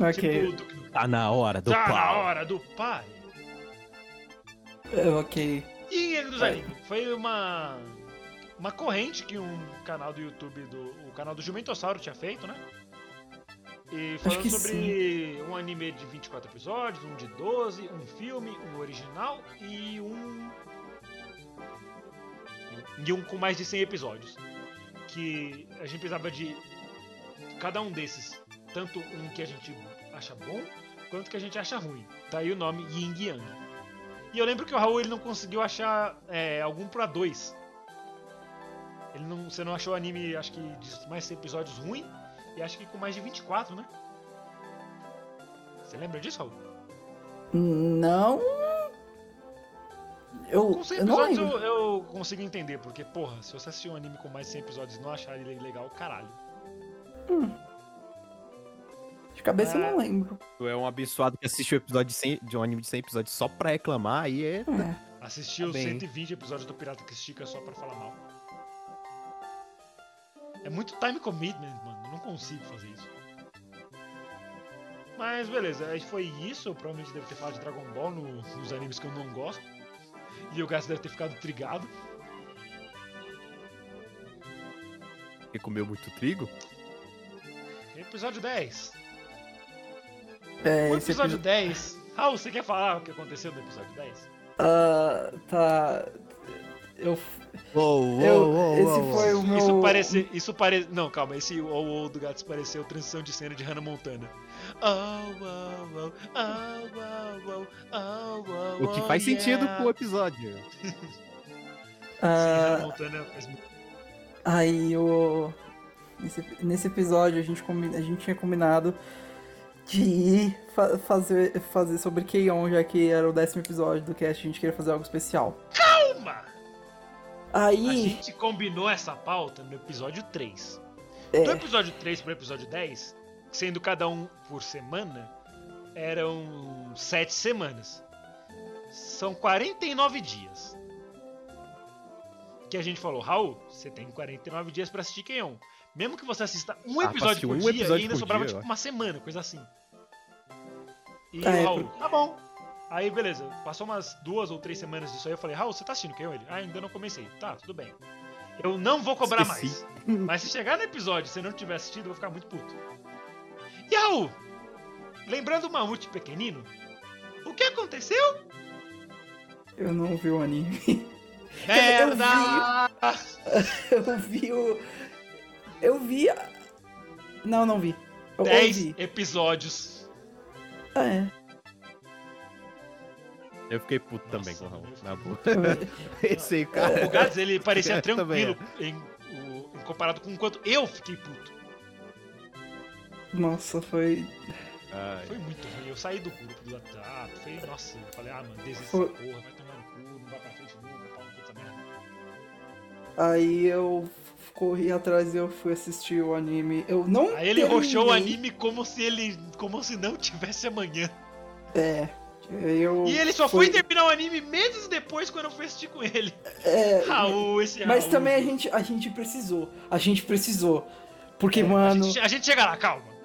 Speaker 3: Ok,
Speaker 1: Tipo, do...
Speaker 2: Tá na hora
Speaker 1: tá na hora do pai.
Speaker 3: é, ok.
Speaker 1: E ele dos
Speaker 3: Pai.
Speaker 1: animes. Foi uma. Uma corrente que um canal do YouTube do. O canal do Jumentossauro tinha feito, né? E falando
Speaker 3: que
Speaker 1: sobre um anime de 24 episódios, um de 12, um filme, um original e um. E um com mais de 100 episódios. Que a gente precisava de cada um desses. Tanto um que a gente acha bom, quanto que a gente acha ruim. Daí o nome Yin Yang. E eu lembro que o Raul ele não conseguiu achar é, algum pra dois. Ele não, você não achou anime, acho que de mais 100 episódios ruim. E acho que com mais de 24, né? Você lembra disso, Raul?
Speaker 3: Não. Eu,
Speaker 1: Com 100
Speaker 3: eu não
Speaker 1: episódios
Speaker 3: lembro.
Speaker 1: eu, eu consigo entender, porque, porra, se você assistir um anime com mais de 100 episódios e não achar ele legal, caralho.
Speaker 3: De cabeça eu
Speaker 1: Ah.
Speaker 3: não lembro.
Speaker 2: Tu é um abençoado que assistiu episódio de, 100 de um anime de 100 episódios só pra reclamar, aí é.
Speaker 3: É.
Speaker 1: Assistir
Speaker 2: Tá
Speaker 1: os
Speaker 2: bem.
Speaker 1: 120 episódios do Pirata que Estica só pra falar mal. É muito time commitment, mano. Eu não consigo fazer isso. Mas beleza, aí foi isso. Eu provavelmente devo ter falado de Dragon Ball no- nos animes que eu não gosto. E o Gato deve ter ficado trigado.
Speaker 2: Porque comeu muito trigo.
Speaker 1: Episódio 10.
Speaker 3: É,
Speaker 1: O
Speaker 3: esse
Speaker 1: episódio
Speaker 3: episo-
Speaker 1: 10. Raul, você quer falar o que aconteceu no episódio 10?
Speaker 3: Ah, tá. Eu.
Speaker 2: Uou,
Speaker 3: Eu- esse foi o
Speaker 1: isso,
Speaker 3: meu.
Speaker 1: isso parece. Isso pare... Não, calma, esse oh, oh do Gatos pareceu transição de cena de Hannah Montana. Oh, oh, oh, oh, oh, oh, oh, oh,
Speaker 2: O que faz
Speaker 1: yeah.
Speaker 2: sentido pro episódio.
Speaker 1: Sim,
Speaker 3: ah,
Speaker 1: Hannah Montana faz muito-
Speaker 3: Aí o. Nesse, nesse episódio a gente, combi- a gente tinha combinado de ir fa- fazer, fazer sobre Keion, já que era o décimo episódio do cast, a gente queria fazer algo especial.
Speaker 1: Uma! A
Speaker 3: Aí.
Speaker 1: gente combinou essa pauta no episódio 3.
Speaker 3: É.
Speaker 1: Do episódio 3 pro episódio 10, sendo cada um por semana, eram 7 semanas. São 49 dias. Que a gente falou, Raul, você tem 49 dias pra assistir Kenyon. Mesmo que você assista um
Speaker 2: Ah, pra
Speaker 1: episódio
Speaker 2: assistir
Speaker 1: por
Speaker 2: um
Speaker 1: dia,
Speaker 2: episódio
Speaker 1: ainda
Speaker 2: por
Speaker 1: sobrava
Speaker 2: dia,
Speaker 1: tipo
Speaker 2: eu
Speaker 1: uma semana, coisa assim. E
Speaker 3: Ah,
Speaker 1: o
Speaker 3: é,
Speaker 1: Raul, tá bom. Aí beleza, passou umas duas ou três semanas disso aí, eu falei, Raul, você tá assistindo Kenyon? Ele, ah, ainda não comecei. Tá, tudo bem. Eu não vou cobrar
Speaker 2: Esqueci.
Speaker 1: mais. Mas se chegar no episódio e você não tiver assistido, eu vou ficar muito puto. E Raul, lembrando o mamute pequenino, o que aconteceu?
Speaker 3: Eu não vi o anime. [LAUGHS] eu
Speaker 1: Merda!
Speaker 3: Eu vi o. Eu vi. a- Não, não vi. Eu ouvi.
Speaker 1: 10 episódios.
Speaker 3: Ah, é.
Speaker 2: Eu fiquei puto
Speaker 1: Nossa,
Speaker 2: também com o Raul,
Speaker 1: meu Deus.
Speaker 2: na
Speaker 3: [LAUGHS]
Speaker 2: boa. Esse aí, cara.
Speaker 1: O Gads, ele parecia
Speaker 2: [LAUGHS] Eu também,
Speaker 1: tranquilo em, o- em comparado com o quanto eu fiquei puto.
Speaker 3: Nossa, foi.
Speaker 2: Ai,
Speaker 1: Foi muito ruim. Eu saí do grupo do WhatsApp, foi, nossa, eu falei, ah, mano, desiste dessa
Speaker 3: Foi-
Speaker 1: porra, vai tomar no cu, não vai pra frente nunca, pau no cu dessa merda.
Speaker 3: Aí eu f- corri atrás e eu fui assistir o anime. Eu não.
Speaker 1: Aí ele roxou o
Speaker 3: terminei.
Speaker 1: anime como se ele. como se não tivesse amanhã.
Speaker 3: É. Eu
Speaker 1: E ele só foi terminar o anime meses depois quando eu fui assistir com
Speaker 3: [LAUGHS]
Speaker 1: ele.
Speaker 3: É,
Speaker 1: Raul, esse
Speaker 3: Mas
Speaker 1: Raul.
Speaker 3: também é a gente, a gente precisou. A gente precisou. Porque,
Speaker 1: É, A
Speaker 3: mano.
Speaker 1: gente, a gente chega lá,
Speaker 3: [LAUGHS]
Speaker 1: calma.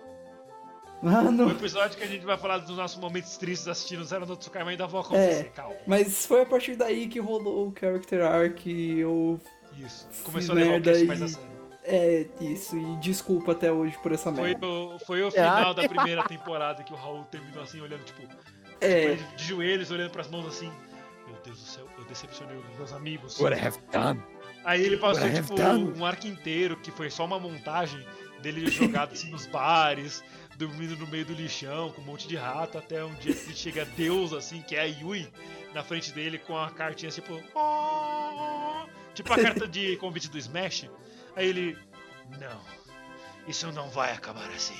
Speaker 1: O
Speaker 3: Mano.
Speaker 1: episódio que a gente vai falar dos nossos momentos tristes assistindo Zero no Tsukaima ainda vão acontecer,
Speaker 3: É.
Speaker 1: calma.
Speaker 3: Mas foi a partir daí que rolou o character arc e eu
Speaker 1: Isso.
Speaker 3: Esse
Speaker 1: Começou a levar o
Speaker 3: merda
Speaker 1: cast
Speaker 3: aí.
Speaker 1: mais a sério.
Speaker 3: É isso, e desculpa até hoje por essa
Speaker 1: assim, Foi
Speaker 3: merda.
Speaker 1: o,
Speaker 3: É.
Speaker 1: foi o final
Speaker 3: [LAUGHS]
Speaker 1: da primeira temporada que o Raul terminou assim, olhando, tipo,
Speaker 3: É,
Speaker 1: de- de joelhos, olhando pras mãos assim. Meu Deus do céu, eu decepcionei os meus amigos.
Speaker 2: What I have done?
Speaker 1: Aí ele passou,
Speaker 2: Breve
Speaker 1: tipo,
Speaker 2: dano.
Speaker 1: um arco inteiro, que foi só uma montagem dele jogado assim, nos bares, dormindo no meio do lixão, com um monte de rato, até um dia que chega Deus, assim, que é a Yui, na frente dele com a cartinha, tipo... "Oh", Tipo a
Speaker 3: [LAUGHS]
Speaker 1: carta de convite do Smash. Aí ele... Não, isso não vai acabar assim.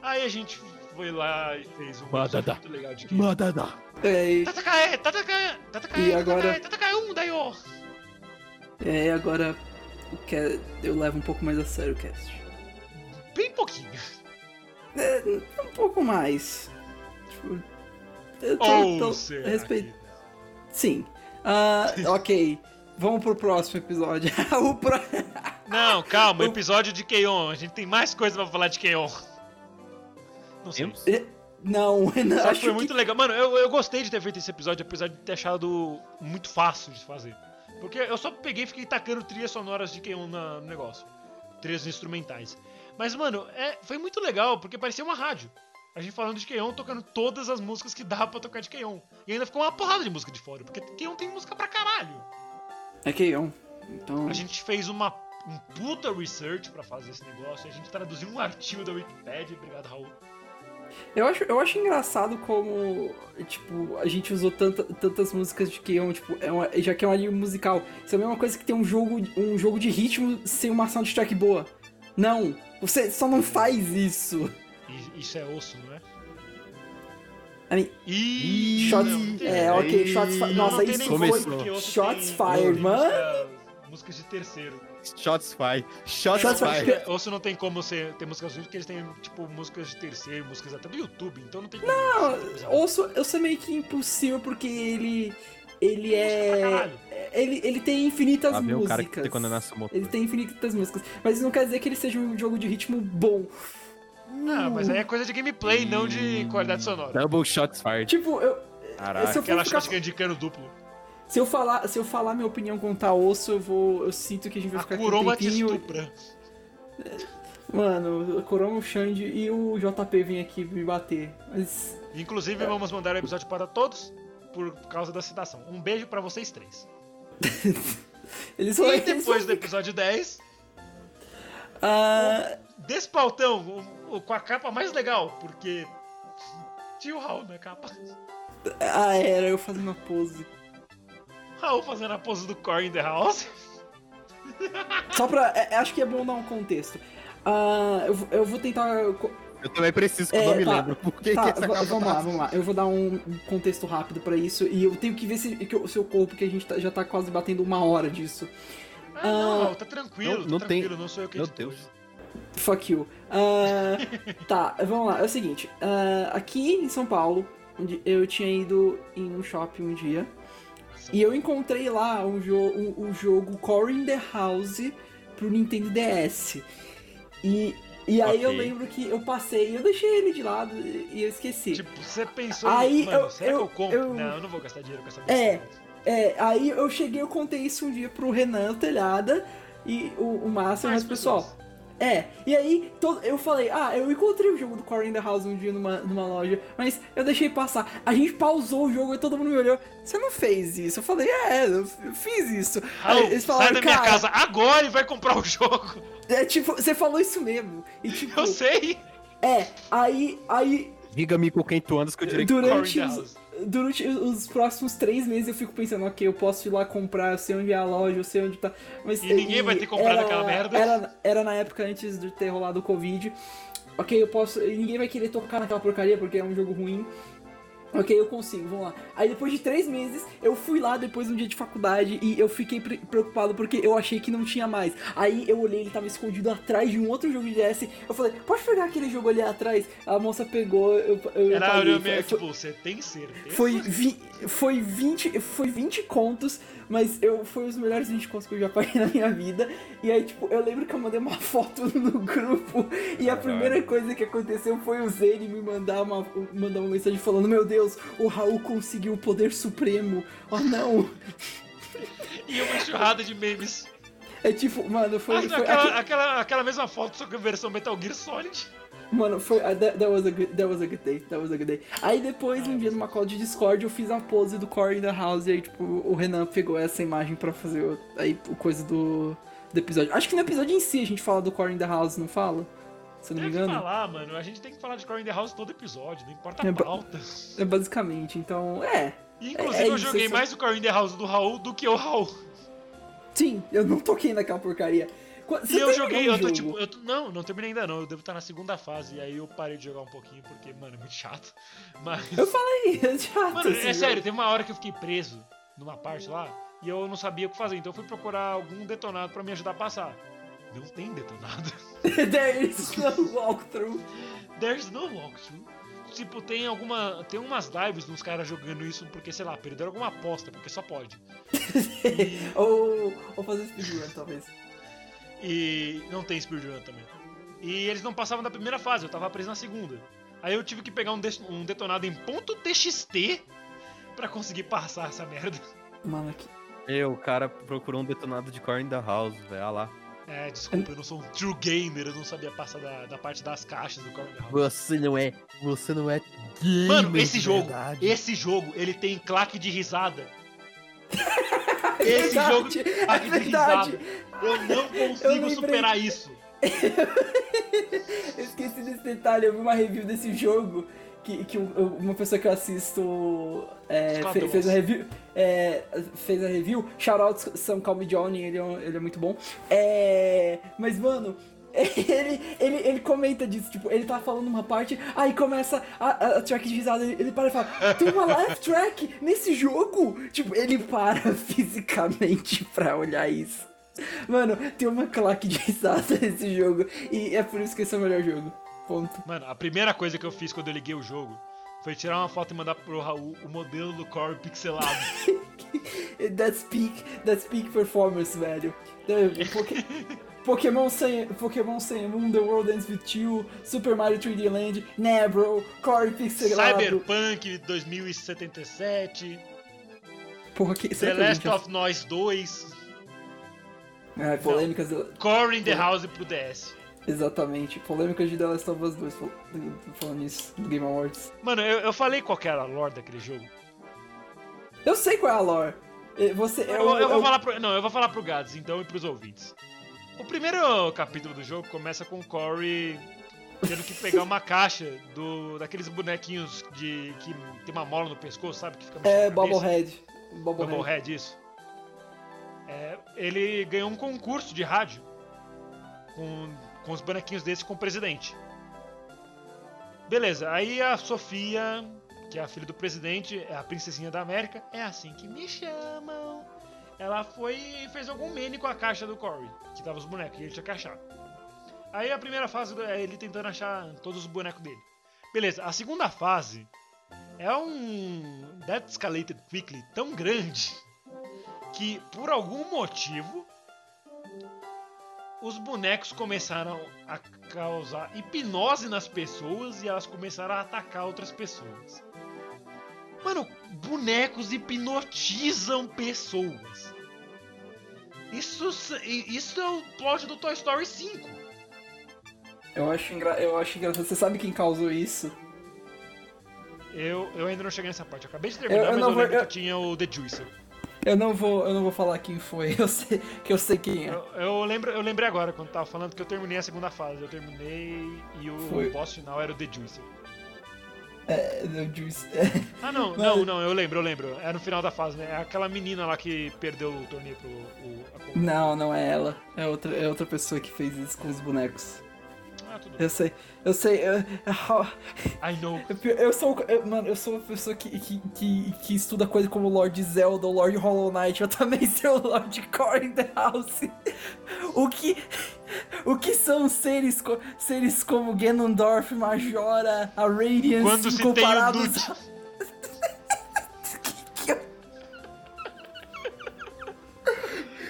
Speaker 1: Aí a gente foi lá e fez um
Speaker 2: Badada.
Speaker 1: episódio muito legal de que...
Speaker 2: Madada.
Speaker 3: é, e-
Speaker 1: Tatakae, tatakae, tatakae,
Speaker 3: E agora-
Speaker 1: tatakae, tatakae, um, daio!
Speaker 3: é, agora o que eu levo um pouco mais a sério o cast.
Speaker 1: Bem pouquinho.
Speaker 3: É, um pouco mais. Tipo, eu tô,
Speaker 1: Ou
Speaker 3: tô-
Speaker 1: será
Speaker 3: Então, respeito-
Speaker 1: que não?
Speaker 3: Sim.
Speaker 1: [LAUGHS]
Speaker 3: Ah, ok. Vamos pro próximo episódio. [LAUGHS] o pro...
Speaker 1: Não, calma,
Speaker 3: O-
Speaker 1: episódio de Keion. A gente tem mais coisa pra falar de Keion. Não sei.
Speaker 2: Temos?
Speaker 3: Não, [LAUGHS] não
Speaker 1: Só que
Speaker 3: acho
Speaker 1: foi
Speaker 3: que-
Speaker 1: muito legal. Mano, eu, eu gostei de ter feito esse episódio, apesar de ter achado muito fácil de fazer. Porque eu só peguei e fiquei tacando trilhas sonoras de Keion na- no negócio. Trilhas instrumentais. Mas, mano, é- foi muito legal, porque parecia uma rádio. A gente falando de Keion, tocando todas as músicas que dava pra tocar de Keion. E ainda ficou uma porrada de música de fora, porque Keion tem música pra caralho.
Speaker 3: É Keion. Então.
Speaker 1: A gente fez uma um puta research pra fazer esse negócio. A gente traduziu um artigo da Wikipedia. Obrigado, Raul.
Speaker 3: Eu, acho, eu acho engraçado como, tipo, a gente usou tanta, tantas músicas de Keion, tipo, é uma- já que é um anime musical. Isso é a mesma coisa que ter um jogo, um jogo de ritmo sem uma soundtrack boa. Não! Você só não faz isso.
Speaker 1: I- Isso é osso, não é?
Speaker 3: Aí,
Speaker 1: Ih,
Speaker 3: shots-
Speaker 1: não tem-
Speaker 3: é, ok, shots fi-
Speaker 1: Não,
Speaker 3: nossa,
Speaker 1: não tem
Speaker 3: isso
Speaker 1: nem
Speaker 2: foi-
Speaker 1: osso, porque osso
Speaker 3: Shots
Speaker 1: tem-
Speaker 3: fired,
Speaker 1: tem
Speaker 3: mano.
Speaker 1: música- Músicas de terceiro.
Speaker 2: Shots fire. Shots,
Speaker 3: Shots
Speaker 2: fire.
Speaker 3: fired.
Speaker 1: Osso não tem como ser, ter músicas ruins, porque eles têm, tipo, músicas de terceiro, músicas até do YouTube, então não tem como.
Speaker 3: não, ouço, eu sou meio que impossível porque ele. Ele é. Ele, ele tem infinitas
Speaker 2: Lá vem Ah, o
Speaker 3: músicas.
Speaker 2: cara que tem quando nasce o motor.
Speaker 3: Ele tem infinitas músicas. Mas isso não quer dizer que ele seja um jogo de ritmo bom. Hum.
Speaker 1: Não, mas aí é coisa de gameplay, não de qualidade sonora.
Speaker 2: Double shots fired.
Speaker 3: Tipo, eu.
Speaker 2: Caraca.
Speaker 3: se eu for
Speaker 1: Aquela
Speaker 3: ficar-
Speaker 1: shotgun de cano duplo.
Speaker 3: Se eu falar, se eu falar minha opinião contar osso, eu vou, eu sinto que a gente vai
Speaker 1: A
Speaker 3: ficar
Speaker 1: Kuroma
Speaker 3: com
Speaker 1: te
Speaker 3: um tempinho.
Speaker 1: estupra.
Speaker 3: Mano, o Kuroma, o Xande e o JP vêm aqui me bater. Mas
Speaker 1: Inclusive, vamos mandar o episódio para todos por causa da citação. Um beijo pra vocês três.
Speaker 3: eles vão
Speaker 1: E
Speaker 3: eles
Speaker 1: depois do
Speaker 3: vão-
Speaker 1: episódio 10,
Speaker 3: Ah,
Speaker 1: desse pautão, o- o- com a capa mais legal, porque tinha o Raul na capa.
Speaker 3: ah, era eu fazendo uma pose.
Speaker 1: Raul fazendo a pose do Core in the House.
Speaker 3: Só pra. é- é, acho que é bom dar um contexto. Ah, eu, vou- eu vou tentar. co-
Speaker 2: Eu também preciso que eu
Speaker 3: É,
Speaker 2: não me
Speaker 3: tá.
Speaker 2: lembro. Por que,
Speaker 3: tá,
Speaker 2: que essa
Speaker 3: va-
Speaker 2: capa
Speaker 3: vamos
Speaker 2: tá
Speaker 3: lá, vamos lá. Eu vou dar um um contexto rápido pra isso. E eu tenho que ver se, que o seu corpo, que a gente tá- já tá quase batendo uma hora disso.
Speaker 1: Ah, não, Raul, tá tranquilo,
Speaker 2: não- não
Speaker 1: tá
Speaker 2: tem-
Speaker 1: tranquilo, não sou eu que
Speaker 2: Meu
Speaker 1: edito
Speaker 2: Deus.
Speaker 1: hoje.
Speaker 3: Fuck you. Ah, tá, vamos lá. É o seguinte. ah, aqui em São Paulo, onde eu tinha ido em um shopping um dia. E eu encontrei lá um jo um, um jogo Core in the House pro Nintendo DS. E, e aí eu
Speaker 2: Ok.
Speaker 3: lembro que eu passei, eu deixei ele de lado e eu esqueci.
Speaker 1: Tipo, você pensou,
Speaker 3: Aí
Speaker 1: mano,
Speaker 3: eu-
Speaker 1: será
Speaker 3: eu-
Speaker 1: que eu compro?
Speaker 3: eu-
Speaker 1: Não, eu não vou gastar dinheiro com essa
Speaker 3: É.
Speaker 1: besteira.
Speaker 3: É, aí eu cheguei, eu contei isso um dia pro Renan Telhada e o, o Márcio,
Speaker 1: Mais
Speaker 3: mas pessoal,
Speaker 1: pessoas.
Speaker 3: É, e aí to- eu falei, ah, eu encontrei o jogo do Core in the House um dia numa, numa loja, mas eu deixei passar. A gente pausou o jogo e todo mundo me olhou, você não fez isso? Eu falei, é, eu f- eu fiz isso.
Speaker 1: Raul,
Speaker 3: eles
Speaker 1: sai
Speaker 3: falaram,
Speaker 1: da minha
Speaker 3: "Cara,
Speaker 1: casa agora e vai comprar o jogo.
Speaker 3: É tipo, você falou isso mesmo. E tipo,
Speaker 1: Eu sei.
Speaker 3: é, aí, aí
Speaker 2: Diga-me com quem tu andas que eu direi que
Speaker 3: Durante
Speaker 1: Core in the
Speaker 3: os-
Speaker 1: House.
Speaker 3: durante os próximos três meses eu fico pensando, ok, eu posso ir lá comprar, eu sei onde é a loja, eu sei onde tá. Mas,
Speaker 1: E ninguém vai ter comprado
Speaker 3: era-
Speaker 1: aquela merda.
Speaker 3: Era, era na época antes de ter rolado o Covid. Ok, eu posso. e Ninguém vai querer tocar naquela porcaria porque é um jogo ruim. Ok, eu consigo, vamos lá. Aí depois de três meses, eu fui lá depois de um dia de faculdade e eu fiquei pre- preocupado porque eu achei que não tinha mais. Aí eu olhei, ele tava escondido atrás de um outro jogo de DS. Eu falei, pode pegar aquele jogo ali atrás? A moça pegou, eu. eu
Speaker 1: Era
Speaker 3: paguei.
Speaker 1: eu meio
Speaker 3: Foi-
Speaker 1: tipo, você tem certeza?
Speaker 3: foi, vi, foi, 20, foi 20 contos, mas eu foi os melhores 20 contos que eu já paguei [LAUGHS] na minha vida. E aí, tipo, eu lembro que eu mandei uma [LAUGHS] foto no grupo e a
Speaker 2: Caralho.
Speaker 3: primeira coisa que aconteceu foi o Zene me mandar uma, mandar uma mensagem Ah, falando: Meu Deus, o Raul conseguiu o poder supremo. Oh não!
Speaker 1: e uma enxurrada de memes.
Speaker 3: É tipo, mano,
Speaker 1: Ah,
Speaker 3: foi.
Speaker 1: não,
Speaker 3: foi
Speaker 1: aquela, aquela, aquela mesma foto, só que versão Metal Gear Solid.
Speaker 3: Mano, foi. ah, That, that, was a good, that was a good day. That was a good day. Aí depois, um dia numa call de Discord, eu fiz a pose do Core in the House. E aí, tipo, o Renan pegou essa imagem pra fazer o, aí, o coisa do, do episódio. Acho que no episódio em si a gente fala do Core in the House, não fala? Se eu não me
Speaker 1: Tem que
Speaker 3: engano.
Speaker 1: falar, mano. A gente tem que falar de Core in the House todo episódio, não importa
Speaker 3: É,
Speaker 1: a
Speaker 3: ba-
Speaker 1: pauta.
Speaker 3: É basicamente, então. É.
Speaker 1: E,
Speaker 3: é
Speaker 1: inclusive, eu
Speaker 3: isso,
Speaker 1: joguei
Speaker 3: isso.
Speaker 1: mais o Core in the House do Raul do que o Raul.
Speaker 3: Sim, eu não toquei naquela porcaria. Qu-
Speaker 1: E
Speaker 3: Você
Speaker 1: eu
Speaker 3: terminou
Speaker 1: joguei,
Speaker 3: o
Speaker 1: eu tô
Speaker 3: jogo?
Speaker 1: tipo. Eu tô- não, não terminei ainda não. Eu devo estar na segunda fase. E aí eu parei de jogar um pouquinho, porque, mano, é muito chato.
Speaker 3: [LAUGHS]
Speaker 1: Mas.
Speaker 3: Eu falei, é chato.
Speaker 1: Mano,
Speaker 3: esse
Speaker 1: é
Speaker 3: jogo.
Speaker 1: sério, teve uma hora que eu fiquei preso numa parte lá e eu não sabia o que fazer, então eu fui procurar algum detonado pra me ajudar a passar. Não tem detonado.
Speaker 3: [LAUGHS] There is no walkthrough.
Speaker 1: There's no walkthrough. Tipo, tem alguma. Tem umas lives nos caras jogando isso porque, sei lá, perderam alguma aposta, porque só pode.
Speaker 3: ou, ou fazer speedrun, talvez.
Speaker 1: E não tem speedrun também. E eles não passavam da primeira fase, eu tava preso na segunda. Aí eu tive que pegar um, des- um detonado em ponto .txt pra conseguir passar essa merda.
Speaker 3: Mano, que.
Speaker 2: Eu, o cara procurou um detonado de Corn da House, velho. Ah lá.
Speaker 1: É, desculpa, eu não sou um true gamer, eu não sabia passar da, da parte das caixas do Corner House.
Speaker 2: Você não é. Você não é. Gamer,
Speaker 1: Mano, esse
Speaker 2: de
Speaker 1: jogo,
Speaker 2: verdade.
Speaker 1: esse jogo, ele tem claque de risada.
Speaker 3: É
Speaker 1: Esse
Speaker 3: verdade,
Speaker 1: jogo tem
Speaker 3: é
Speaker 1: claque de
Speaker 3: verdade.
Speaker 1: risada. Eu não consigo
Speaker 3: lembrei.
Speaker 1: superar isso.
Speaker 3: Eu esqueci desse detalhe, eu vi uma review desse jogo que, que um- eu- uma pessoa que eu assisto é, fe-
Speaker 1: Esquadrões.
Speaker 3: fez a review. é, fez a review. Shoutout Sam Calm Johnny, ele é, um- ele é muito bom. É, mas, mano. [LAUGHS] Ele, ele, ele comenta disso, tipo, ele tá falando uma parte, aí começa a, a- a track de risada, ele, ele para e fala, tem uma laugh track nesse jogo? Tipo, ele para [LAUGHS] fisicamente pra olhar isso. Mano, tem uma claque de risada nesse jogo. E é por isso que esse é o melhor jogo. Ponto. [LAUGHS]
Speaker 1: Mano, a primeira coisa que eu fiz quando eu liguei o jogo foi tirar uma foto e mandar pro Raul o modelo do Core pixelado.
Speaker 3: That's peak, that's peak performance, velho. The- Poké-
Speaker 1: [LAUGHS]
Speaker 3: Pokémon sem, Pokémon sem Moon, The World Ends With You, Super Mario 3D Land, né, bro, Core Pixelado.
Speaker 1: Cyberpunk 2077,
Speaker 3: Porra, que, será
Speaker 1: The
Speaker 3: que a
Speaker 1: Last
Speaker 3: gente...
Speaker 1: of Us 2,
Speaker 3: Ah, polêmicas, do-
Speaker 1: Core in the House pro DS.
Speaker 3: exatamente, polêmicas de The Last of Us 2, fal- falando isso, do Game Awards.
Speaker 1: Mano, eu, eu falei qual que era a lore daquele jogo.
Speaker 3: Eu sei qual é a lore. Eh, Você,
Speaker 1: Eu, eu vou falar pro, não, eu vou falar pro Gads então e pros ouvintes. O primeiro capítulo do jogo começa com o Corey tendo que pegar uma caixa do daqueles bonequinhos de que tem uma mola no pescoço, sabe? Que fica mexendo
Speaker 3: É,
Speaker 1: na cabeça.
Speaker 3: Bobblehead. Bobblehead.
Speaker 1: Bubblehead, isso. É, ele ganhou um concurso de rádio com, com os bonequinhos desse com o presidente. Beleza, aí a Sofia, que é a filha do presidente, é a princesinha da América, é assim que me chamam. Ela foi e fez algum meme com a caixa do Corey, que tava os bonecos, e ele tinha que achar. Aí a primeira fase é ele tentando achar todos os bonecos dele. Beleza, a segunda fase é um Death Escalated Quickly tão grande que, por algum motivo, os bonecos começaram a causar hipnose nas pessoas e elas começaram a atacar outras pessoas. Mano, bonecos hipnotizam pessoas. Isso, isso é o plot do Toy Story 5.
Speaker 3: Eu acho, engra... eu acho engraçado. Você sabe quem causou isso?
Speaker 1: Eu, eu ainda não cheguei nessa parte. Eu acabei de terminar,
Speaker 3: Eu- eu
Speaker 1: mas
Speaker 3: não
Speaker 1: eu
Speaker 3: vou-
Speaker 1: lembro
Speaker 3: eu-
Speaker 1: que tinha o The Juicer.
Speaker 3: Eu não vou, eu não vou falar quem foi. [LAUGHS] Eu sei que eu sei quem é.
Speaker 1: Eu, eu lembro, eu lembrei agora quando tava falando que eu terminei a segunda fase. Eu terminei e o
Speaker 3: Foi.
Speaker 1: boss final era o The Juicer.
Speaker 3: É, eu disse-
Speaker 1: Ah, não,
Speaker 3: Mas-
Speaker 1: não, não, eu lembro, eu lembro. É no final da fase, né? É aquela menina lá que perdeu o torneio pro. O, a Copa.
Speaker 3: [LAUGHS] Não, não é ela. É outra, é outra pessoa que fez isso com os bonecos.
Speaker 1: Ah, tudo bem.
Speaker 3: Eu sei, eu sei. Eu, [LAUGHS]
Speaker 1: I know.
Speaker 3: eu- eu sou, eu- mano, eu sou uma pessoa que, que, que, que estuda coisa como Lord Zelda ou Lord Hollow Knight. Eu também [LAUGHS] sei o Lord Core in the House. O que, o que são seres, co- seres como Ganondorf, Majora, a Radiance
Speaker 1: Quando se tem o
Speaker 3: comparados
Speaker 1: Dude. [LAUGHS]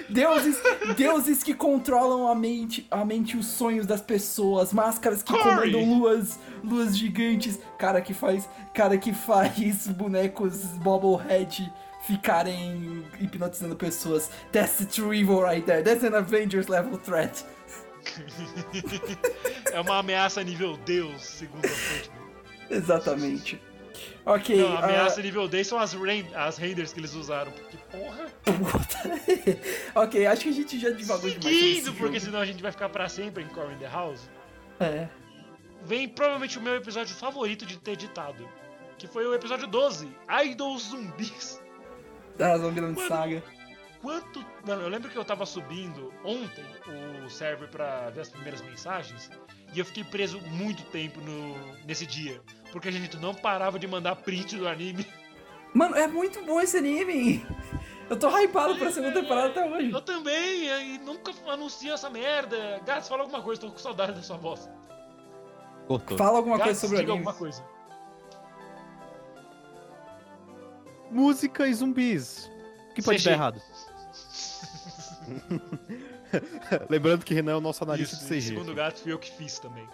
Speaker 3: Deuses, deuses que controlam a mente, a mente e os sonhos das pessoas, máscaras que
Speaker 1: Corey!
Speaker 3: comandam luas, luas gigantes. Cara que faz, cara que faz [LAUGHS] bonecos bobblehead ficarem hipnotizando pessoas. That's the true evil right there. That's an Avengers level threat.
Speaker 1: É uma ameaça nível Deus, segundo a fonte. né?
Speaker 3: Exatamente. Ok.
Speaker 1: Não, a
Speaker 3: ah,
Speaker 1: ameaça nível Deus são as, ren- as renders que eles usaram. Que porra.
Speaker 3: [LAUGHS] ok, acho que a gente já divagou demais. sobre esse
Speaker 1: Seguindo, porque
Speaker 3: jogo.
Speaker 1: senão a gente vai ficar pra sempre em Core in the House.
Speaker 3: É.
Speaker 1: Vem provavelmente o meu episódio favorito de ter editado. Que foi o episódio 12, Idols Zumbis.
Speaker 3: Da Zombieland
Speaker 1: Mano.
Speaker 3: tá, Saga.
Speaker 1: quanto. Mano, eu lembro que eu tava subindo ontem o server pra ver as primeiras mensagens e eu fiquei preso muito tempo no... nesse dia. Porque a gente não parava de mandar print do
Speaker 3: [LAUGHS]
Speaker 1: anime.
Speaker 3: Mano, é muito bom esse anime. Eu tô hypado pra segunda temporada até hoje.
Speaker 1: Eu também, e nunca anuncia essa merda. Gats, fala alguma coisa, tô com saudade da sua voz.
Speaker 2: Cortou.
Speaker 3: Fala alguma
Speaker 1: Gats,
Speaker 3: coisa sobre o
Speaker 1: diga
Speaker 3: anime.
Speaker 1: alguma coisa.
Speaker 2: Música e zumbis. O que pode
Speaker 1: CG.
Speaker 2: dar errado? [LAUGHS] Lembrando que Renan é o nosso analista
Speaker 1: Isso,
Speaker 2: de
Speaker 1: e
Speaker 2: CG.
Speaker 1: segundo o Gato, fui eu que fiz também.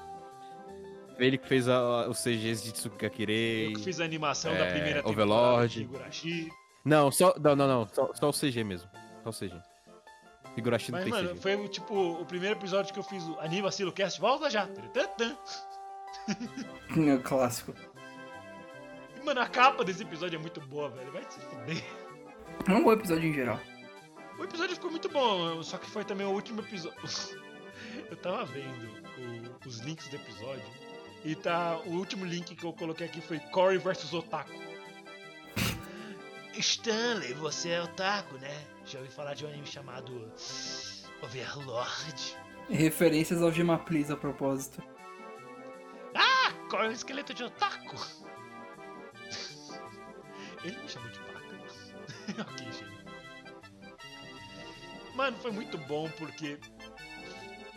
Speaker 2: Ele que fez a- os CGs de Tsukuga
Speaker 1: Eu
Speaker 2: Kirei.
Speaker 1: que fiz a animação da
Speaker 2: É,
Speaker 1: primeira temporada
Speaker 2: Overlord.
Speaker 1: de Higurashi.
Speaker 2: Não, só. Não, não, não. Só, só o CG mesmo. Só o CG. Figurashi não
Speaker 1: Mas,
Speaker 2: tem
Speaker 1: mano,
Speaker 2: CG.
Speaker 1: foi o, tipo o primeiro episódio que eu fiz o Anima Silo Cast. Volta já! Tantã.
Speaker 3: Hum, [LAUGHS] É o clássico.
Speaker 1: E, Mano, a capa desse episódio é muito boa, velho. Vai se fuder.
Speaker 3: É um bom episódio em geral.
Speaker 1: O episódio ficou muito bom, só que foi também o último episódio. [LAUGHS] eu tava vendo o- os links do episódio. E tá. O último link que eu coloquei aqui foi Corey versus Otaku. Stanley, você é otaku, né? Já ouvi falar de um anime chamado Overlord.
Speaker 3: Referências ao Gemaplis a propósito.
Speaker 1: Ah, Corey é um esqueleto de otaku! Ele me chamou de paca. [LAUGHS] ok, gente. Mano, foi muito bom porque.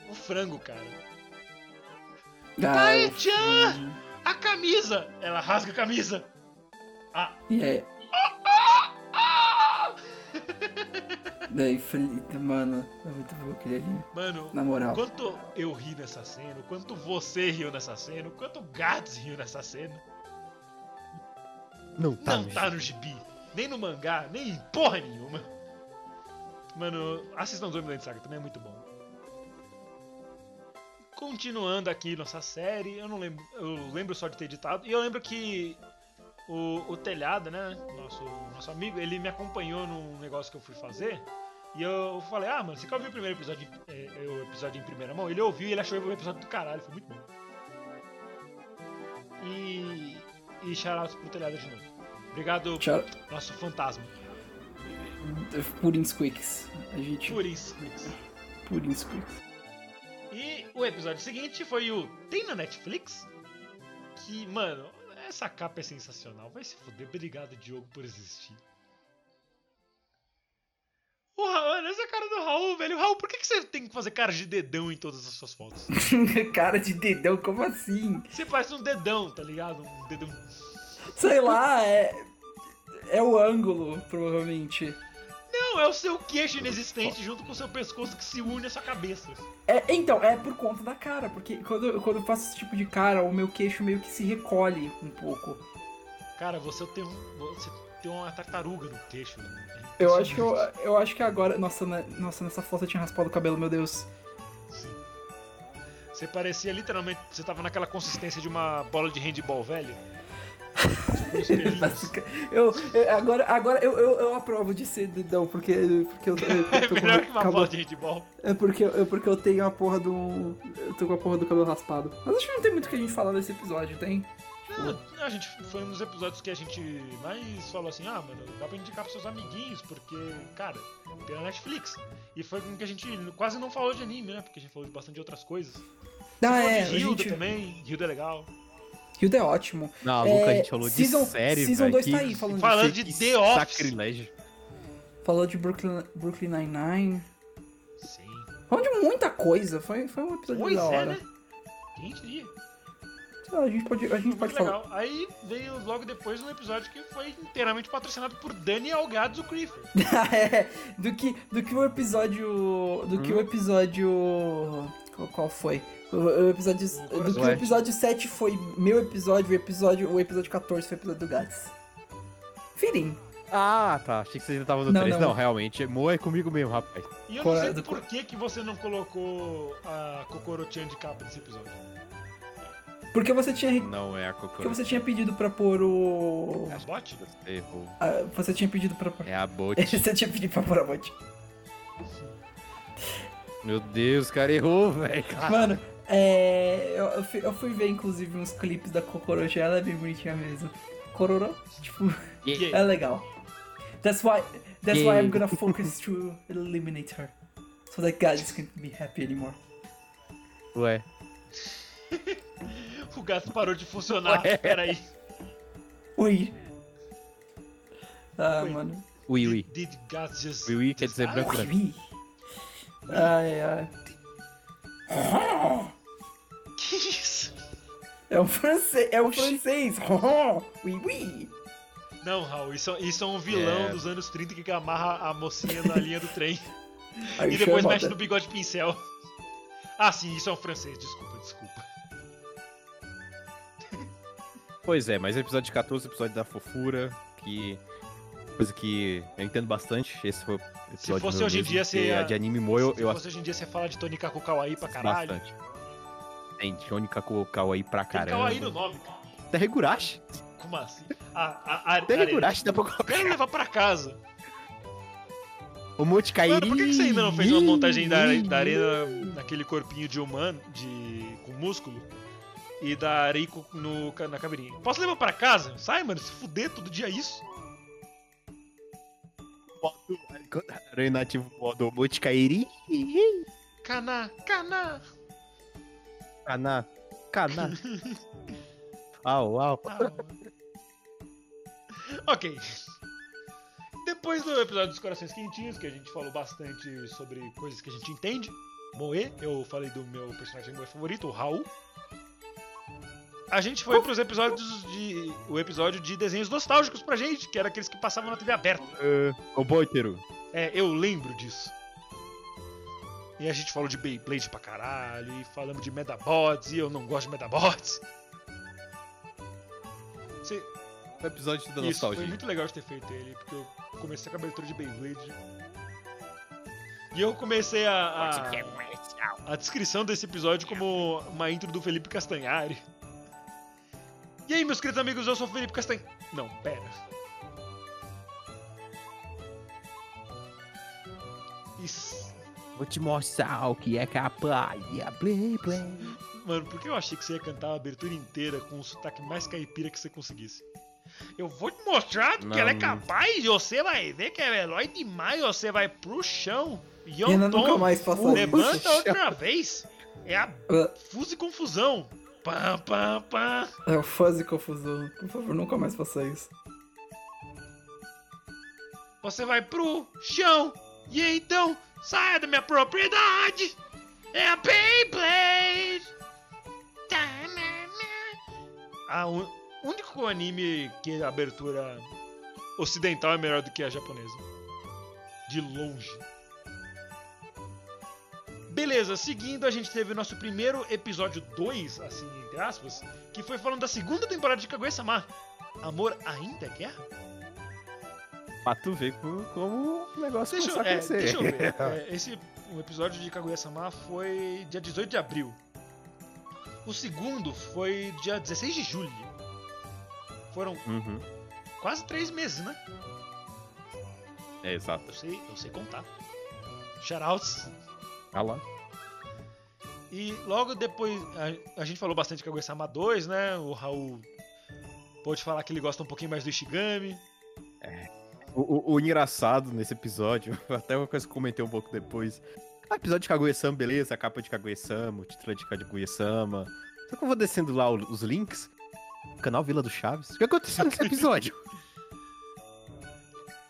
Speaker 1: O frango, cara.
Speaker 3: Ah,
Speaker 1: Ai,
Speaker 3: eu-
Speaker 1: tchan! A camisa! Ela rasga a camisa! Ah,
Speaker 3: E é.
Speaker 1: [LAUGHS]
Speaker 3: Daí, Felipe, mano, é muito bom aquele anime.
Speaker 1: mano,
Speaker 3: Na moral.
Speaker 1: o quanto eu ri nessa cena, o quanto você riu nessa cena, o quanto o Gats riu nessa cena.
Speaker 2: Não tá,
Speaker 1: Não
Speaker 2: no
Speaker 1: tá
Speaker 2: G.
Speaker 1: no gibi, nem no mangá, nem em porra nenhuma. Mano, assistam Zombieland Saga, também é muito bom. Continuando aqui nossa série, eu não lembro, eu lembro só de ter editado, e eu lembro que o, o telhado, né, nosso, nosso amigo, ele me acompanhou num negócio que eu fui fazer, e eu falei, ah, mano, você quer ouvir o primeiro episódio, em- eh, eh, o episódio em primeira mão? Ele ouviu e ele achou o episódio do caralho, foi muito bom. E, e shoutouts pro telhado de novo. Obrigado,
Speaker 3: Tchau.
Speaker 1: nosso fantasma.
Speaker 3: Purim Squeaks. A gente.
Speaker 1: Por isso.
Speaker 3: Purim Squeaks. [LAUGHS]
Speaker 1: E o episódio seguinte foi o Tem na Netflix? Que, mano, essa capa é sensacional. Vai se fuder. Obrigado, Diogo, por existir. O Raul, olha essa cara do Raul, velho. Raul, por que, que você tem que fazer cara de dedão em todas as suas fotos?
Speaker 3: Cara de dedão, como assim?
Speaker 1: Você parece um dedão, tá ligado? Um dedão.
Speaker 3: Sei lá, é. É o ângulo, provavelmente.
Speaker 1: Não, é o seu queixo inexistente junto com o seu pescoço que se une à sua cabeça.
Speaker 3: É, então, é por conta da cara, porque quando, eu- quando eu faço esse tipo de cara, o meu queixo meio que se recolhe um pouco.
Speaker 1: Cara, você tem um. Você tem uma tartaruga no queixo. né?
Speaker 3: Eu acho que eu, eu acho que agora. Nossa, na- nossa, nessa foto eu tinha raspado o cabelo, meu Deus. [LAUGHS]
Speaker 1: Sim. Você parecia literalmente. Você tava naquela consistência de uma bola de handball velha.
Speaker 3: [LAUGHS]
Speaker 1: Com os pelinhos.
Speaker 3: Basica- tá Eu, eu- agora agora eu, eu, eu aprovo de ser dedão, porque, porque eu, eu
Speaker 1: É
Speaker 3: tô com
Speaker 1: [LAUGHS] melhor que uma
Speaker 3: cabelo-
Speaker 1: bola de handball.
Speaker 3: É porque, eu- é porque eu tenho a porra do. Eu tô com a porra do cabelo raspado. Mas acho que não tem muito o que a gente falar nesse episódio, tem?
Speaker 1: Não, a gente foi um dos episódios que a gente mais falou assim, ah, mano, dá pra indicar pros seus amiguinhos, porque, cara, tem na Netflix. E foi com que a gente quase não falou de anime, né? Porque a gente falou de bastante outras coisas.
Speaker 3: Ah,
Speaker 1: falou
Speaker 3: é.
Speaker 1: de Hilda
Speaker 3: gente...
Speaker 1: também, Hilda é legal.
Speaker 3: Hilda é ótimo.
Speaker 2: Não,
Speaker 3: É,
Speaker 2: Luca, a gente falou
Speaker 3: season-
Speaker 2: de série,
Speaker 3: season
Speaker 2: velho.
Speaker 3: dois
Speaker 2: que-
Speaker 3: tá aí falando
Speaker 1: Falando de
Speaker 2: que
Speaker 1: The Office.
Speaker 2: Sacrilégio.
Speaker 3: Falou de Brooklyn, Brooklyn Nine-Nine.
Speaker 1: Sim.
Speaker 3: Falou de muita coisa. Foi, foi um episódio
Speaker 1: Pois
Speaker 3: da
Speaker 1: é,
Speaker 3: hora.
Speaker 1: né? Quem diria?
Speaker 3: Ah, a gente pode, a gente
Speaker 1: Muito
Speaker 3: pode falar.
Speaker 1: legal. Aí veio logo depois um episódio que foi inteiramente patrocinado por Daniel Gados, o Creeper.
Speaker 3: [LAUGHS] é, do que do que o episódio do
Speaker 1: Hum?
Speaker 3: que o episódio qual- qual foi? O, o episódio do que o
Speaker 2: Ué.
Speaker 3: episódio 7 foi meu episódio, o episódio o episódio 14 foi o episódio do Gats. Firim.
Speaker 2: Ah, tá. Achei que vocês ainda estavam no
Speaker 3: Não,
Speaker 2: 3.
Speaker 3: não.
Speaker 2: Não. realmente. Moa é comigo mesmo, rapaz.
Speaker 1: E eu
Speaker 3: Qual
Speaker 1: não
Speaker 3: é?
Speaker 1: sei
Speaker 3: Do-
Speaker 1: por que, que você não colocou a Kokoro-chan de capa desse episódio.
Speaker 3: Porque você tinha
Speaker 2: Não é a
Speaker 3: porque
Speaker 2: Kokoro.
Speaker 3: você tinha pedido pra pôr o
Speaker 1: Os um bot?
Speaker 2: Você errou.
Speaker 3: ah, você tinha pedido pra pôr [LAUGHS]
Speaker 2: É a Bot.
Speaker 3: você tinha pedido pra pôr a bote.
Speaker 2: Meu Deus, o cara errou, velho.
Speaker 1: Ah,
Speaker 2: Cara.
Speaker 3: Mano, é, eu, eu fui, eu fui ver inclusive uns clipes da Kokoro, ela é bem bonitinha mesmo. Kororo, tipo,
Speaker 1: Gay.
Speaker 3: É legal. That's why that's why I'm
Speaker 2: Yay.
Speaker 3: gonna focus to eliminate her. So that guys can't be happy anymore.
Speaker 2: Ué.
Speaker 1: O gato parou de funcionar.
Speaker 2: Ué.
Speaker 1: Peraí.
Speaker 3: Ui. Ah,
Speaker 1: Ui.
Speaker 3: mano.
Speaker 2: Ui, ui.
Speaker 1: Did Gats just.
Speaker 2: Ui, ui quer dizer
Speaker 1: Ah,
Speaker 2: branco, branco.
Speaker 3: Ui. Ai, ai.
Speaker 1: Que isso?
Speaker 3: É um francês. É um francês. [LAUGHS] Ui, ui.
Speaker 1: Não, Raul, isso, isso é um vilão
Speaker 2: É.
Speaker 1: dos anos 30 que amarra a mocinha na linha do
Speaker 2: [LAUGHS]
Speaker 1: trem
Speaker 3: Are
Speaker 1: e
Speaker 2: é
Speaker 3: you
Speaker 1: depois
Speaker 3: sure
Speaker 1: mexe no
Speaker 3: about
Speaker 1: bigode pincel. Ah, sim, isso é um francês, desculpa, desculpa.
Speaker 2: Pois é, mas episódio 14, episódio da fofura, que. Coisa que eu entendo bastante. Esse foi o episódio
Speaker 1: fosse
Speaker 2: meu
Speaker 1: hoje em
Speaker 2: mesmo,
Speaker 1: dia,
Speaker 2: porque
Speaker 1: seria-
Speaker 2: a de anime Moyo,
Speaker 1: Se
Speaker 2: eu
Speaker 1: fosse hoje em dia você fala de Tony Kaku Kawaii pra caralho.
Speaker 2: Bastante. Tem Johnny Kakukau aí pra
Speaker 1: Tem Kawaii no
Speaker 2: caramba.
Speaker 1: nome, cara.
Speaker 2: Até Higurashi.
Speaker 1: Como assim? A, a, a,
Speaker 2: Até
Speaker 1: Arena.
Speaker 2: Higurashi dá pra
Speaker 1: Quero
Speaker 2: colocar.
Speaker 1: levar pra casa.
Speaker 2: O Monte Kairi.
Speaker 1: Mano, por que, que você ainda não fez uma montagem da, da arena naquele corpinho de humano, de, com músculo? E da Reiko no, ca- na caveirinha. Posso levar pra casa? Sai, mano, se fuder todo dia isso.
Speaker 2: Arena ativo do Monte Kairi.
Speaker 1: Caná, caná.
Speaker 2: Kaná. Kaná. Au, au.
Speaker 1: ok. Depois do episódio dos Corações Quentinhos, que a gente falou bastante sobre coisas que a gente entende, Moe, eu falei do meu personagem Moe favorito, o Raul. A gente foi pros episódios de. o episódio de desenhos nostálgicos pra gente, que era aqueles que passavam na TV aberta.
Speaker 2: Eh, Ô, Boiteru.
Speaker 1: É, eu lembro disso. E a gente falou de Beyblade pra caralho, e falamos de Medabots, e eu não gosto de Medabots. Você,
Speaker 2: O um episódio da
Speaker 1: isso,
Speaker 2: nostalgia.
Speaker 1: foi muito legal de ter feito ele, porque eu comecei com a abertura de Beyblade. E eu comecei a, a, a descrição desse episódio como uma intro do Felipe Castanhari. E aí, meus queridos amigos, eu sou o Felipe Castanhari. Não, pera. Isso.
Speaker 2: Vou te mostrar o que é capaz. Play, play.
Speaker 1: Mano, por que eu achei que você ia cantar a abertura inteira com o sotaque mais caipira que você conseguisse? Eu vou te mostrar
Speaker 2: Não,
Speaker 1: que ela é
Speaker 2: não.
Speaker 1: capaz, você vai ver que é herói demais, você vai pro chão.
Speaker 3: Ela
Speaker 1: Yonton,
Speaker 3: nunca mais passou.
Speaker 2: pro
Speaker 1: um
Speaker 3: [LAUGHS]
Speaker 1: levanta
Speaker 2: chão.
Speaker 1: outra vez. É a
Speaker 3: Ah.
Speaker 1: fusa e confusão. Pam, pam, pam.
Speaker 3: É o fuzz e confusão. Por favor, nunca mais faça isso.
Speaker 1: Você vai pro chão. E então, saia da minha propriedade. É a Beyblade. Tá, né, A un... único anime que a abertura ocidental é melhor do que a japonesa. De longe. Beleza, seguindo, a gente teve o nosso primeiro episódio 2, assim, entre aspas, que foi falando da segunda temporada de Kaguya-sama. Amor ainda é guerra?
Speaker 2: Pra tu ver como, como o negócio
Speaker 1: Deixa eu,
Speaker 2: começou
Speaker 1: é,
Speaker 2: a crescer.
Speaker 1: deixa eu ver. É, esse o episódio de Kaguya-sama foi dia 18 de abril. O segundo foi dia 16 de julho. Foram
Speaker 2: Uhum.
Speaker 1: quase três meses, né?
Speaker 2: É, exato.
Speaker 1: Eu sei, eu sei contar. Shoutouts.
Speaker 2: Ah lá.
Speaker 1: E logo depois, a, a gente falou bastante de Kaguya-sama 2, né? O Raul pôde falar que ele gosta um pouquinho mais do Ishigami.
Speaker 2: O, o- o engraçado nesse episódio, [LAUGHS] até uma coisa que eu comentei um pouco depois. Ah, episódio de Kaguya-sama, beleza, a capa de Kaguya-sama, o título de Kaguya-sama. Só que eu vou descendo lá o- os links. Canal Vila do Chaves. O que aconteceu nesse episódio? Ah,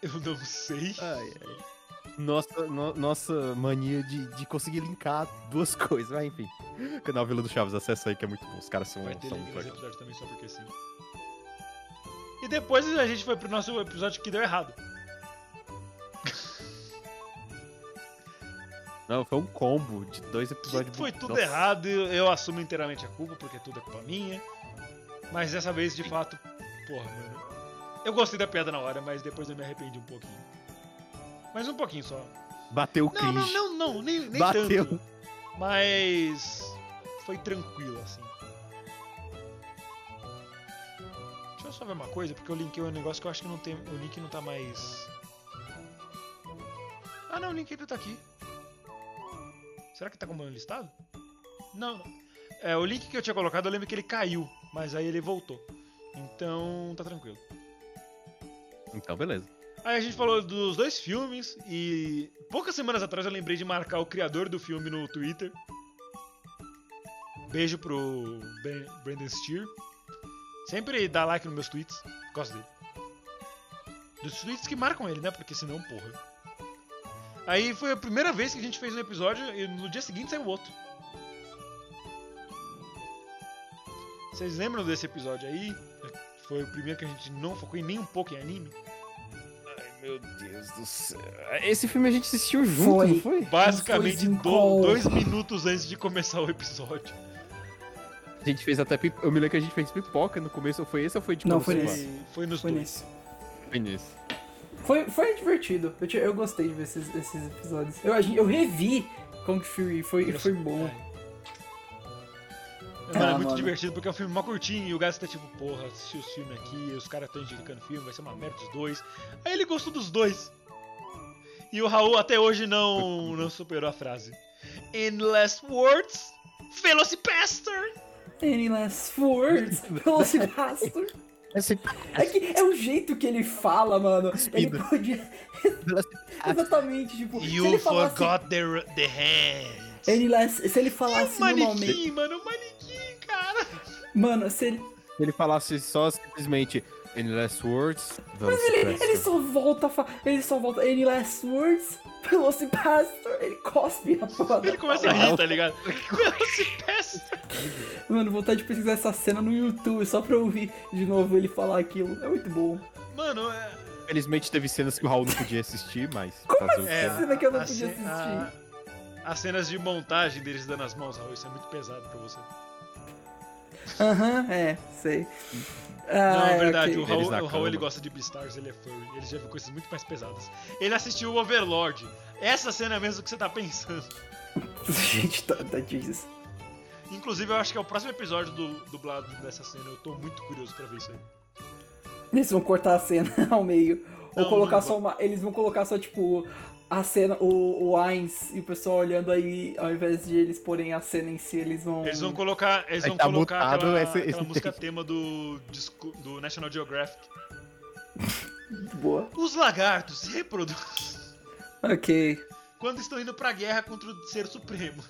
Speaker 1: Eu não sei.
Speaker 2: é. Ai, ai. Nossa, no- nossa mania de, de conseguir linkar duas [LAUGHS] coisas, mas enfim. Canal Vila do Chaves, acessa aí que é muito bom. então Os caras são,
Speaker 1: Vai ter
Speaker 2: são
Speaker 1: link
Speaker 2: muito
Speaker 1: nesse
Speaker 2: legais.
Speaker 1: episódio também, só porque sim. E depois a gente foi pro nosso episódio que deu errado.
Speaker 2: Não, foi um combo de dois episódios.
Speaker 1: foi tudo
Speaker 2: Nossa.
Speaker 1: errado, eu eu assumo inteiramente a culpa, porque tudo é culpa minha. Mas dessa vez, de fato, porra, mano. Eu gostei da piada na hora, mas depois eu me arrependi um pouquinho. Mas um pouquinho só.
Speaker 2: Bateu o
Speaker 1: Não,
Speaker 2: cringe.
Speaker 1: não, não, não, nem, nem
Speaker 2: Bateu.
Speaker 1: tanto. Mas foi tranquilo, assim. Deixa eu só ver uma coisa, porque eu linkei um negócio que eu acho que não tem. O link não tá mais. Ah não, o link ainda tá aqui. Será que tá como listado? Não, não. É, o link que eu tinha colocado, eu lembro que ele caiu, mas aí ele voltou. Então tá tranquilo.
Speaker 2: Então, beleza.
Speaker 1: Aí a gente falou dos dois filmes e poucas semanas atrás eu lembrei de marcar o criador do filme no Twitter. Beijo pro Ben- Brandon Steer. Sempre dá like nos meus tweets, gosto dele. Dos tweets que marcam ele, né? Porque senão, porra. Aí foi a primeira vez que a gente fez um episódio e no dia seguinte saiu outro. Vocês lembram desse episódio aí? Foi o primeiro que a gente não focou em nem um pouco em anime.
Speaker 2: Ai, meu Deus do céu. Esse filme a gente assistiu junto,
Speaker 3: Foi.
Speaker 2: não foi?
Speaker 1: Basicamente,
Speaker 3: Depois de um
Speaker 1: do-
Speaker 3: call.
Speaker 1: dois minutos antes de começar o episódio.
Speaker 2: A gente fez até pipoca. Eu me lembro que a gente fez pipoca no começo. Foi esse ou foi de
Speaker 3: Não,
Speaker 2: quando
Speaker 3: foi
Speaker 2: você
Speaker 3: nesse.
Speaker 1: E Foi nos
Speaker 3: Foi
Speaker 1: dois.
Speaker 3: nisso.
Speaker 2: lá? Foi nesse.
Speaker 3: Foi, foi divertido. Eu, tinha- eu gostei de ver esses, esses episódios. Eu, a gente- eu revi Kong Fury, foi, foi bom.
Speaker 1: É, mano, é
Speaker 3: Ah,
Speaker 1: muito
Speaker 3: mano.
Speaker 1: divertido porque é um filme mó curtinho e o Gás tá tipo, porra, assisti os filmes aqui, os caras estão indicando filme, vai ser uma merda dos dois. Aí ele gostou dos dois. E o Raul até hoje não, não superou a frase. In last words, Velocipaster!
Speaker 3: Any
Speaker 1: [LAUGHS]
Speaker 3: last words? Velocipastor? É que é o jeito que ele fala, mano. Ele
Speaker 2: Cuspida.
Speaker 3: podia. Exatamente, tipo. se
Speaker 1: You
Speaker 3: ele falasse,
Speaker 1: forgot the, the hands.
Speaker 3: Any last- se ele
Speaker 1: E
Speaker 3: assim
Speaker 1: o
Speaker 3: falasse normalmente.
Speaker 1: manequim, mano, o manequim, cara.
Speaker 3: Mano, se ele.
Speaker 2: Se ele falasse só simplesmente In Last Words, Mas
Speaker 3: Ele, ele só volta a fa... Ele só volta. Any last words? Velocipastor? Ele cospe a porra.
Speaker 1: Ele começa a rir, tá
Speaker 2: [LAUGHS]
Speaker 1: ligado? Velocipaster!
Speaker 3: Mano, vontade de pesquisar essa cena no YouTube só pra ouvir de novo ele falar aquilo. É muito bom.
Speaker 1: Mano, é.
Speaker 2: Infelizmente teve cenas que o Raul não podia assistir, mas.
Speaker 1: é,
Speaker 3: Essa cena que eu não
Speaker 1: a- a
Speaker 3: podia
Speaker 1: ce- a- as cenas de montagem deles dando as mãos, Raul, isso é muito pesado pra você.
Speaker 3: Aham, é, sei. Ah,
Speaker 1: Não, é
Speaker 3: é,
Speaker 1: verdade,
Speaker 3: ok.
Speaker 1: o Raul,
Speaker 2: Eles na
Speaker 1: o Raul ele
Speaker 2: cama.
Speaker 1: gosta de Beastars, ele é furry, ele já viu coisas muito mais pesadas. Ele assistiu o Overlord. Essa cena é mesmo que você tá pensando.
Speaker 3: [LAUGHS] Gente, tá, tá Jesus.
Speaker 1: Inclusive, eu acho que é o próximo episódio do dublado dessa cena. Eu tô muito curioso pra ver isso aí.
Speaker 3: Eles vão cortar a cena [LAUGHS] ao meio. Ou
Speaker 1: Não,
Speaker 3: colocar
Speaker 1: não,
Speaker 3: só uma. Eles vão colocar só, tipo, a cena, o, o Ainz e o pessoal olhando aí, ao invés de eles porem a cena em si, eles vão.
Speaker 1: Eles vão colocar, eles
Speaker 2: Aí
Speaker 1: vão
Speaker 2: tá
Speaker 1: colocar
Speaker 2: mutado
Speaker 1: aquela,
Speaker 2: esse-
Speaker 1: aquela
Speaker 2: esse
Speaker 1: música tema do, disco- do National Geographic.
Speaker 3: Muito boa.
Speaker 1: Os lagartos se reproduzem.
Speaker 3: Ok.
Speaker 1: quando estão indo pra guerra contra o ser supremo.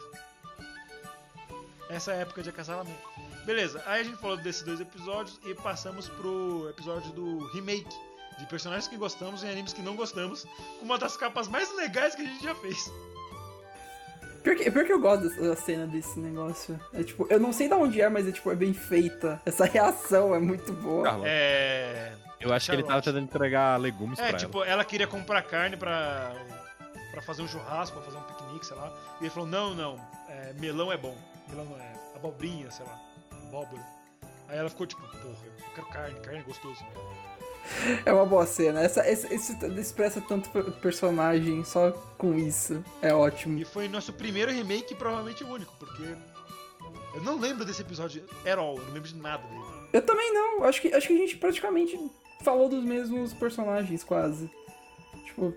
Speaker 1: Essa é a época de acasalamento. Beleza, aí a gente falou desses dois episódios e passamos pro episódio do remake. De personagens que gostamos e animes que não gostamos, com uma das capas mais legais que a gente já fez.
Speaker 3: Pior que, pior que eu gosto dessa- da cena desse negócio. É tipo, eu não sei de onde é, mas é tipo, é bem feita. Essa reação é muito boa.
Speaker 2: Carla,
Speaker 1: É.
Speaker 2: eu acho que ele tava
Speaker 1: Charlotte.
Speaker 2: tentando entregar legumes
Speaker 1: É,
Speaker 2: pra
Speaker 1: tipo, ela queria comprar carne pra. pra fazer um churrasco, pra fazer um piquenique, sei lá. E ele falou: não, não, é, melão é bom. Melão não é. Abobrinha, sei lá. Abóbora. Aí ela ficou tipo: porra, eu quero carne, carne é gostoso.
Speaker 3: É uma boa cena. Essa, essa- isso expressa tanto per- personagem só com isso. É ótimo.
Speaker 1: E foi nosso primeiro remake e provavelmente o único, porque eu não lembro desse episódio at all, eu não lembro de nada dele.
Speaker 3: Eu também não. Então, Acho que, acho que a gente praticamente falou dos mesmos personagens, quase. Tipo.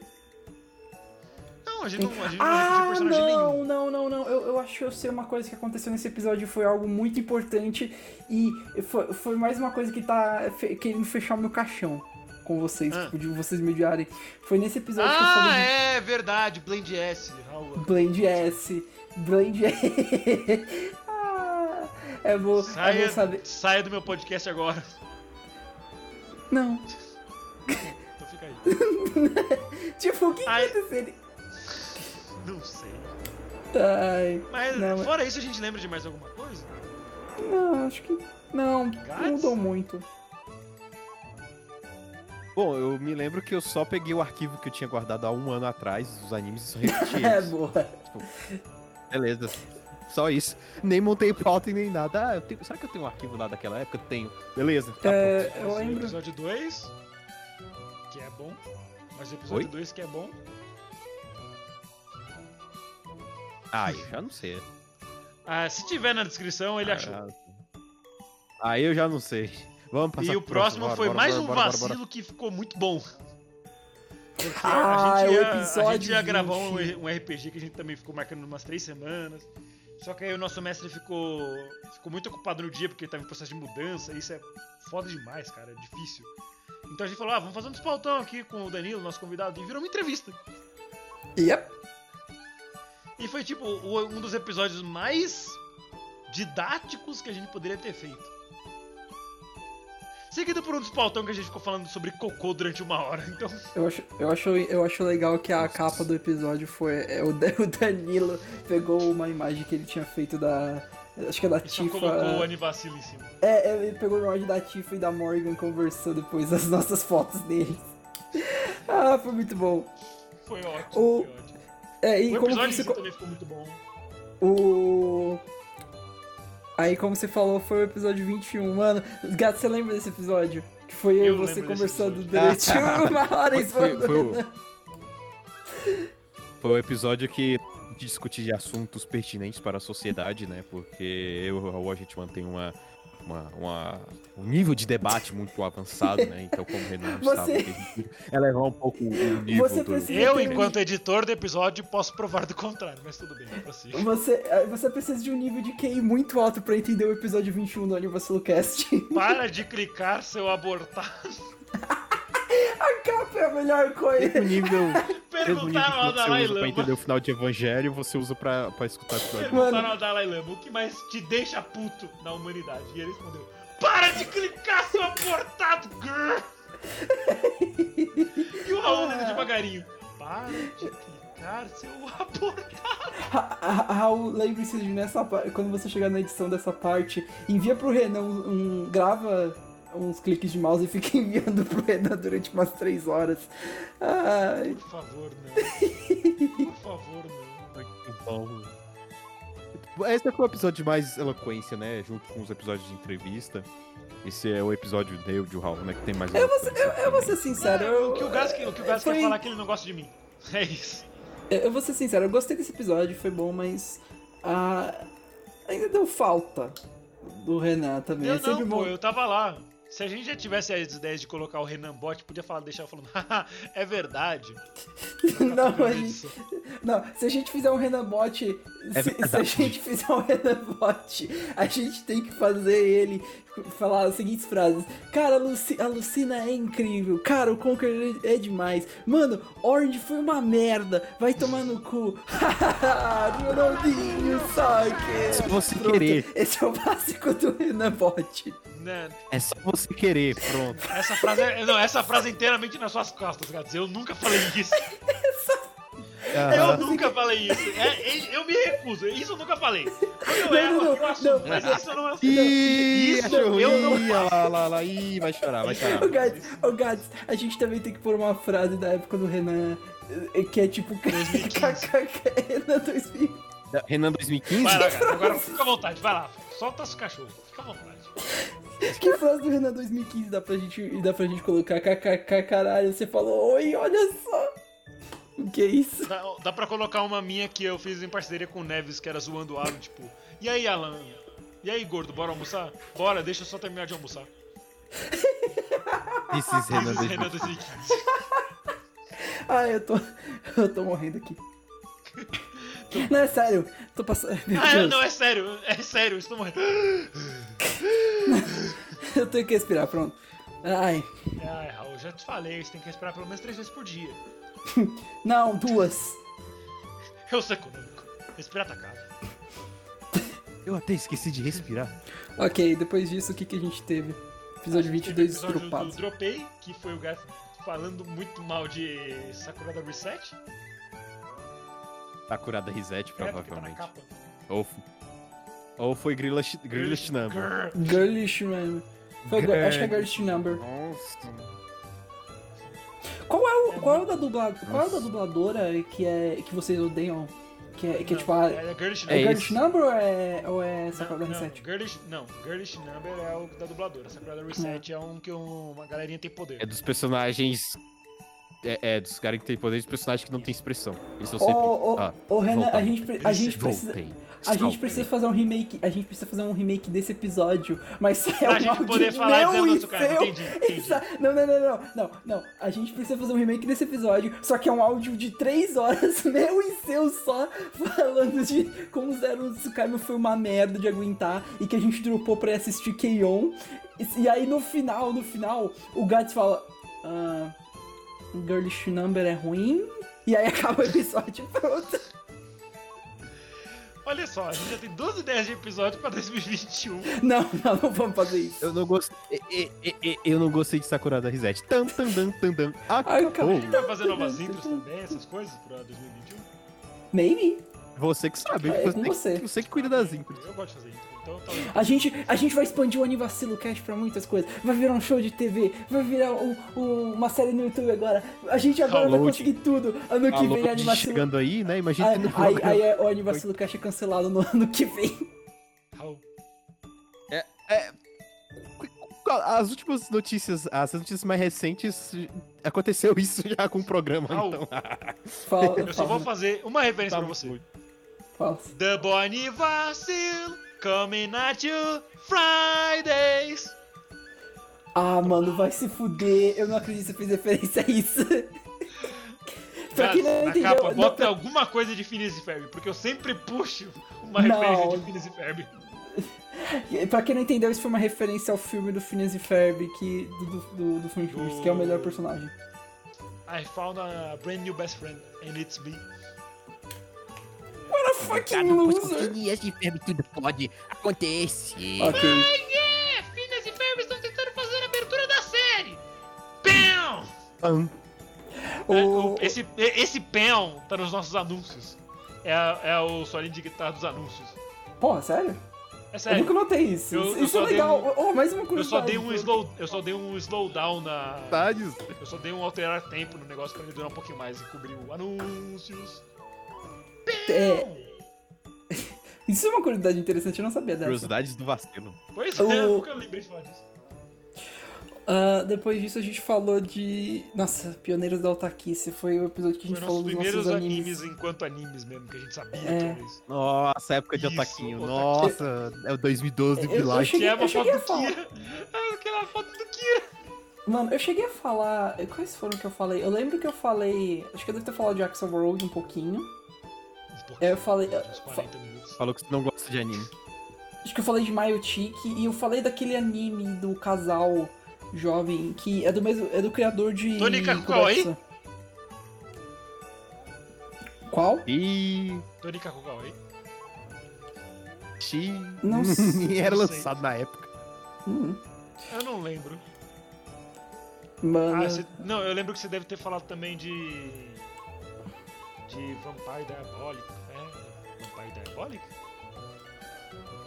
Speaker 1: Não, a gente não, a gente não repetiu
Speaker 3: Ah,
Speaker 1: Hum, personagem
Speaker 3: não,
Speaker 1: nenhum.
Speaker 3: não, não, não. Eu, eu acho que eu sei uma coisa que aconteceu nesse episódio foi algo muito importante. E foi, foi mais uma coisa que tá fe- querendo fechar o meu caixão com vocês,
Speaker 1: Ah.
Speaker 3: tipo, de vocês me odiarem. Foi nesse episódio que eu
Speaker 1: Ah,
Speaker 3: falei de
Speaker 1: é verdade, Blend S, Raul.
Speaker 3: Blend S, Blend S. [LAUGHS] ah, é bom, é
Speaker 1: Saia,
Speaker 3: bom saber.
Speaker 1: saia do meu podcast agora. [LAUGHS]
Speaker 3: Não.
Speaker 1: Então fica aí.
Speaker 3: Tipo, o que
Speaker 1: Ai.
Speaker 3: tipo, aconteceria?
Speaker 1: Não sei.
Speaker 3: Ai.
Speaker 1: Mas
Speaker 3: Não, mas-
Speaker 1: fora isso, a gente lembra de mais alguma coisa?
Speaker 3: Não, acho que. Não, não
Speaker 1: Gats?
Speaker 3: mudou muito.
Speaker 2: Bom, eu me lembro que eu só peguei o arquivo que eu tinha guardado há um ano atrás, os animes, e só repeti
Speaker 3: É,
Speaker 2: eles.
Speaker 3: boa.
Speaker 2: Beleza. Só isso. Nem montei pauta e nem nada. Ah, eu tenho... será que eu tenho um arquivo lá daquela época? Tenho. Beleza. Tá
Speaker 3: É,
Speaker 2: pronto.
Speaker 3: eu
Speaker 1: Mas O
Speaker 3: lembro.
Speaker 1: Assim, episódio 2, que é bom. Mas o episódio
Speaker 2: Oi?
Speaker 1: 2 que é bom.
Speaker 2: Ai, já não sei.
Speaker 1: Ah, se tiver na descrição, ele achou.
Speaker 2: Ah, Aí eu já não sei. Vamos passar
Speaker 1: E o
Speaker 2: pro
Speaker 1: próximo
Speaker 2: bora,
Speaker 1: foi
Speaker 2: bora,
Speaker 1: mais
Speaker 2: bora,
Speaker 1: um
Speaker 2: bora, bora,
Speaker 1: vacilo que ficou muito bom. Porque
Speaker 3: Ah,
Speaker 1: a, gente ia,
Speaker 3: é o
Speaker 1: a gente
Speaker 3: episódio
Speaker 1: ia gravar um,
Speaker 3: 20.
Speaker 1: um RPG que a gente também ficou marcando umas três semanas. Só que aí o nosso mestre ficou, ficou muito ocupado no dia porque ele tava em processo de mudança. Isso é foda demais, cara. É difícil. Então a gente falou: ah, vamos fazer um despautão aqui com o Danilo, nosso convidado. E virou uma entrevista.
Speaker 3: Yep.
Speaker 1: E foi tipo o- um dos episódios mais didáticos que a gente poderia ter feito. Seguido por um dos pautão que a gente ficou falando sobre cocô durante uma hora. [LAUGHS] Então,
Speaker 3: Eu acho, eu, acho, eu acho legal que a capa do episódio foi. é, o, Da- [LAUGHS] o Danilo pegou uma imagem que ele tinha feito da. Acho que é da
Speaker 1: a gente só
Speaker 3: Tifa.
Speaker 1: colocou o Anivacilo em cima.
Speaker 3: É, é, ele pegou uma imagem da Tifa e da Morgan conversando depois das [LAUGHS] nossas fotos deles. ah, foi muito bom.
Speaker 1: Foi ótimo.
Speaker 3: O-
Speaker 1: Foi ótimo.
Speaker 3: É,
Speaker 1: O
Speaker 3: e
Speaker 1: Um
Speaker 3: como
Speaker 1: episódio em
Speaker 3: você.
Speaker 1: si também ficou muito bom.
Speaker 3: O. Aí, como você falou, foi o episódio 21. Mano, gato, você lembra desse episódio? Que foi eu, e
Speaker 1: Eu
Speaker 3: você
Speaker 1: lembro desse
Speaker 3: conversando durante
Speaker 2: episódio. [LAUGHS]
Speaker 3: uma hora
Speaker 2: Foi-
Speaker 3: e
Speaker 2: foi- foi o-
Speaker 3: falando.
Speaker 2: [LAUGHS] Foi o episódio que discuti de assuntos pertinentes para a sociedade, né? Porque eu e o Raul, a gente mantém uma, uma- uma- um nível de debate muito avançado, né? Então, como o Renan
Speaker 3: [LAUGHS]
Speaker 2: estava,
Speaker 3: Você-
Speaker 2: a gente elevar um pouco o nível
Speaker 3: Você
Speaker 2: do...
Speaker 3: precisa-
Speaker 1: Eu,
Speaker 3: tem-
Speaker 1: enquanto editor do episódio, posso provar do contrário, mas tudo bem, é pra si.
Speaker 3: [LAUGHS] Você, você precisa de um nível de QI muito alto pra entender o episódio 21 do Anivacilocast. [LAUGHS]
Speaker 1: Para de clicar, seu abortado.
Speaker 3: A capa é a melhor coisa.
Speaker 2: O nível, mesmo nível
Speaker 1: Perguntaram ao
Speaker 2: que você
Speaker 1: Dalai
Speaker 2: usa pra
Speaker 1: Lama.
Speaker 2: entender o final de Evangelho, você usa pra, pra escutar o episódio.
Speaker 1: Perguntaram ao Dalai Lama o que mais te deixa puto na humanidade. E ele respondeu: Para de clicar, seu abortado, girl! E o Raul dentro devagarinho: Para de clicar, seu abortado.
Speaker 3: Ra- Ra- Raul, lembre-se de nessa parte, quando você chegar na edição dessa parte, envia pro Renan um, um- grava uns cliques de mouse e fica [LAUGHS] enviando pro Renan durante umas três horas. Ah, Ai,
Speaker 1: Por favor, não. Por favor, não.
Speaker 2: Esse foi o episódio de mais eloquência, né? Junto com os episódios de entrevista. Esse é o episódio de eu de Raul, né? Que tem mais eu,
Speaker 3: eu vou ser sincero,
Speaker 1: É, o
Speaker 3: eu,
Speaker 1: que o Gas, o que o Gas
Speaker 3: foi-
Speaker 1: quer falar é que ele não gosta de mim. É isso.
Speaker 3: eu vou ser sincero, eu gostei desse episódio, foi bom, mas ah, ainda deu falta do Renan também. é
Speaker 1: Eu
Speaker 3: sempre
Speaker 1: não,
Speaker 3: bom.
Speaker 1: pô, eu tava lá. Se a gente já tivesse as ideias de colocar o Renan Bot, podia falar, deixar falando, [LAUGHS] haha, é verdade.
Speaker 3: [LAUGHS] não, a gente, Não, se a gente fizer um Renabot.
Speaker 2: É
Speaker 3: se,
Speaker 2: verdade.
Speaker 3: se a gente fizer um Renabot, a gente tem que fazer ele falar as seguintes frases. Cara, a, Luci- a Lucina é incrível. Cara, o Conquer é demais. Mano, Orange foi uma merda. Vai tomar no cu. [LAUGHS] Ronaldinho,
Speaker 2: Se
Speaker 3: saque.
Speaker 2: você
Speaker 3: Pronto,
Speaker 2: querer,
Speaker 3: Esse é o básico do Renabot.
Speaker 1: Né,
Speaker 2: é só você querer, pronto.
Speaker 3: [LAUGHS]
Speaker 1: Essa frase, é, não, essa frase é inteiramente nas suas costas, Gats. Eu nunca falei isso. Eu
Speaker 2: Aham.
Speaker 1: nunca falei isso. É, é, eu me recuso. Isso eu nunca falei. Quando eu
Speaker 3: Não,
Speaker 1: erro,
Speaker 3: não,
Speaker 1: eu assumo,
Speaker 3: não.
Speaker 1: mas isso eu não assumo.
Speaker 2: Ih,
Speaker 1: Isso
Speaker 2: achou
Speaker 1: eu
Speaker 2: ruim,
Speaker 1: não
Speaker 2: Ih, olha lá, lá, lá, ih, vai chorar, vai chorar.
Speaker 3: Ô Gads, ô Gads, a gente também tem que pôr uma frase da época do Renan, eh, que é tipo [LAUGHS]
Speaker 1: 2015.
Speaker 3: KKK, Renan 2000.
Speaker 2: Renan 2015?
Speaker 1: Vai lá, Gats. Agora fica à vontade. Vai lá. Solta seu cachorro. Fica à vontade.
Speaker 3: Que frase do Renan 2015 dá pra gente, dá pra gente colocar? KKK, caralho, você falou, oi, olha só. O que é isso?
Speaker 1: Dá, dá pra colocar uma minha que eu fiz em parceria com o Neves, que era zoando o Alan, tipo... E aí, Alan? E aí, gordo? Bora almoçar? Bora, deixa eu só terminar de almoçar. né,
Speaker 2: This is Renan
Speaker 1: Renan
Speaker 2: 2015.
Speaker 1: 2015.
Speaker 3: Ah, eu tô, [LAUGHS] eu tô morrendo aqui. Não, é sério, tô passando. Meu
Speaker 1: Ah, eu-
Speaker 3: Deus,
Speaker 1: não, é sério. É sério, eu estou morrendo.
Speaker 3: eu tenho que respirar, pronto. Ai,
Speaker 1: Ai, Ah, Raul, já te falei. Você tem que respirar pelo menos três vezes por dia.
Speaker 3: não, duas.
Speaker 1: Eu sou econômico. Respira atacado.
Speaker 2: Eu até esqueci de respirar.
Speaker 3: Ok, depois disso, o que, que a gente teve? Episódio 22
Speaker 1: Teve o episódio do
Speaker 3: estrupados.
Speaker 1: Dropei, que foi o gato falando muito mal de Sakura da Reset.
Speaker 2: Tá curado da reset,
Speaker 1: É, porque tá na
Speaker 2: provavelmente.
Speaker 1: capa.
Speaker 2: Ou, f- ou foi Grilish Grilish Number.
Speaker 1: Grrr.
Speaker 3: Girlish, mano. Foi a gir- acho que é Girlish Number.
Speaker 2: Nossa.
Speaker 3: Qual é o, qual é o da dublado, qual é o da dubladora que é que vocês odeiam? Que é, que é
Speaker 1: Não,
Speaker 3: tipo a
Speaker 1: É, é Girlish
Speaker 2: É
Speaker 3: é
Speaker 1: Number.
Speaker 3: Girlish
Speaker 2: esse.
Speaker 3: Number ou é ou é essa
Speaker 1: Não,
Speaker 3: parada
Speaker 1: não,
Speaker 3: reset?
Speaker 1: Girlish, não, Girlish Number é o da dubladora. Sagrada Reset é um que um- uma galerinha tem poder.
Speaker 2: É dos personagens. É, é dos caras que tem poder dos personagens que não tem expressão. Eles são
Speaker 3: Ô,
Speaker 2: sempre.
Speaker 3: ô,
Speaker 2: Ah,
Speaker 3: ô, Renan, a
Speaker 2: voltei.
Speaker 3: gente, pre- a gente precisa
Speaker 2: voltei.
Speaker 3: A gente
Speaker 2: Voltei.
Speaker 3: precisa fazer um remake, a gente precisa fazer um remake desse episódio, mas é
Speaker 1: Pra
Speaker 3: um
Speaker 1: gente
Speaker 3: áudio
Speaker 1: poder falar e
Speaker 3: meu
Speaker 1: dizer,
Speaker 3: e
Speaker 1: nossa, cara,
Speaker 3: seu.
Speaker 1: entendi, entendi.
Speaker 3: Exa- Não, não, não, não, não, não. A gente precisa fazer um remake desse episódio, só que é um áudio de 3 horas, [LAUGHS] meu e seu só, falando de como Zero Tsukaima foi uma merda de aguentar e que a gente dropou pra assistir K-On! E, e aí no final, no final, o Gats fala. Ah, Girlish Number é ruim. E aí acaba o episódio [LAUGHS] pronto.
Speaker 1: Olha só, a gente já tem duas ideias de episódio pra 2021.
Speaker 3: Não, não, não vamos fazer isso.
Speaker 2: Eu não gostei. e- e- e- Eu não gostei de Sakura da Reset. Tam, tam, tam, tam, tam.
Speaker 3: Ai,
Speaker 2: Acabou.
Speaker 3: cara. então-
Speaker 1: Vai fazer novas intros também, essas coisas pra 2021?
Speaker 3: Maybe.
Speaker 2: Você que sabe.
Speaker 3: É,
Speaker 2: Você,
Speaker 3: com
Speaker 2: que-
Speaker 3: você.
Speaker 2: você que cuida das intros.
Speaker 1: Eu gosto de fazer intro, então talvez.
Speaker 3: A gente, a gente vai expandir o Anivacilo Cast pra muitas coisas. Vai virar um show de TV, vai virar um- um- uma série no YouTube agora. A gente agora vai
Speaker 2: Download.
Speaker 3: conseguir tudo. Ano que
Speaker 2: Alô,
Speaker 3: vem, Anivacilo...
Speaker 2: chegando aí, né? Imagina
Speaker 3: Aí,
Speaker 2: que no
Speaker 3: aí,
Speaker 2: programa-
Speaker 3: aí é- o Anivacilo Cast é cancelado no ano que vem. [LAUGHS]
Speaker 1: Raul,
Speaker 2: As últimas notícias, as notícias mais recentes, aconteceu isso já com o programa,
Speaker 1: Au.
Speaker 2: então.
Speaker 3: Fala,
Speaker 1: eu só vou fazer uma referência
Speaker 2: Tá
Speaker 1: pra você.
Speaker 3: fala.
Speaker 1: The Bonnie Vacil coming at you Fridays.
Speaker 3: Ah, mano, vai se fuder. Eu não acredito que você fez referência
Speaker 1: [LAUGHS]
Speaker 3: a isso. pra quem não
Speaker 1: na
Speaker 3: entendeu...
Speaker 1: capa,
Speaker 3: não,
Speaker 1: bota
Speaker 3: pra-
Speaker 1: alguma coisa de Phineas e Ferb, porque eu sempre puxo uma
Speaker 3: Não.
Speaker 1: referência de Phineas e Ferb.
Speaker 3: Pra quem não entendeu, isso foi uma referência ao filme do Phineas e Ferb, que, do, do, do, do Fanjuice, que é o melhor personagem.
Speaker 1: I found a brand new best friend, and it's me.
Speaker 3: What a Ah, fucking loser!
Speaker 5: de verme tudo pode acontecer.
Speaker 3: Ok.
Speaker 1: É, Phineas e Ferb estão tentando fazer a abertura da série. Pão! É,
Speaker 3: O...
Speaker 1: Esse, esse pão tá nos nossos anúncios. É, a- é o solinho de guitarra dos anúncios.
Speaker 3: Porra, sério?
Speaker 1: É
Speaker 3: Eu
Speaker 1: sério.
Speaker 3: nunca notei isso.
Speaker 1: Eu-
Speaker 3: isso
Speaker 1: eu
Speaker 3: isso é
Speaker 1: só dei
Speaker 3: legal.
Speaker 1: um-
Speaker 3: Oh, mais uma
Speaker 1: Eu só
Speaker 3: curiosidade.
Speaker 1: dei um slow, eu só dei um slowdown na,
Speaker 3: Tá.
Speaker 2: Tardes.
Speaker 1: eu só dei um alterar tempo no negócio pra ele durar um pouquinho mais e cobrir o anúncios.
Speaker 3: É, [LAUGHS] isso é uma curiosidade interessante, eu não sabia dessa.
Speaker 2: Curiosidades do vacilo.
Speaker 1: Pois
Speaker 3: O-
Speaker 1: é, eu nunca lembrei de falar disso.
Speaker 3: Ah, depois disso, a gente falou de. Nossa, Pioneiros da Altaquice. Foi o episódio que a
Speaker 1: Foi
Speaker 3: gente
Speaker 1: nossos
Speaker 3: falou dos
Speaker 1: primeiros
Speaker 3: nossos
Speaker 1: animes.
Speaker 3: animes.
Speaker 1: enquanto animes mesmo, que a gente sabia
Speaker 3: É.
Speaker 1: que era isso.
Speaker 2: Nossa, época de
Speaker 1: Isso,
Speaker 2: Otaquinho.
Speaker 1: otaquinho.
Speaker 2: Nossa, é o 2012 do
Speaker 3: Eu- eu
Speaker 2: Village.
Speaker 3: cheguei-
Speaker 1: Que é uma
Speaker 3: cheguei
Speaker 1: foto
Speaker 3: a
Speaker 1: do
Speaker 3: falar.
Speaker 1: Kira. É Aquela foto do Kira.
Speaker 3: Mano, eu cheguei a falar. Quais foram que eu falei? Eu lembro que eu falei. Acho que eu devo ter falado de Axel World um pouquinho. É, Eu falei-
Speaker 1: Uns 40 minutos.
Speaker 2: Falou que você não gosta de anime.
Speaker 3: Acho que eu falei de Maiotique e eu falei daquele anime do casal jovem que é do mesmo. é do criador de.
Speaker 1: Tony Kakukawai?
Speaker 3: Kodatsu. Qual?
Speaker 2: E.
Speaker 1: Tony Kakugawai.
Speaker 2: Xi. [LAUGHS]
Speaker 3: Não sei,
Speaker 2: Era
Speaker 1: não sei.
Speaker 2: lançado na época.
Speaker 3: Hum,
Speaker 1: Eu não lembro.
Speaker 3: mano.
Speaker 1: Ah, você- não, eu lembro que você deve ter falado também de. De Vampire Diabolic. É? Vampire Diabolic?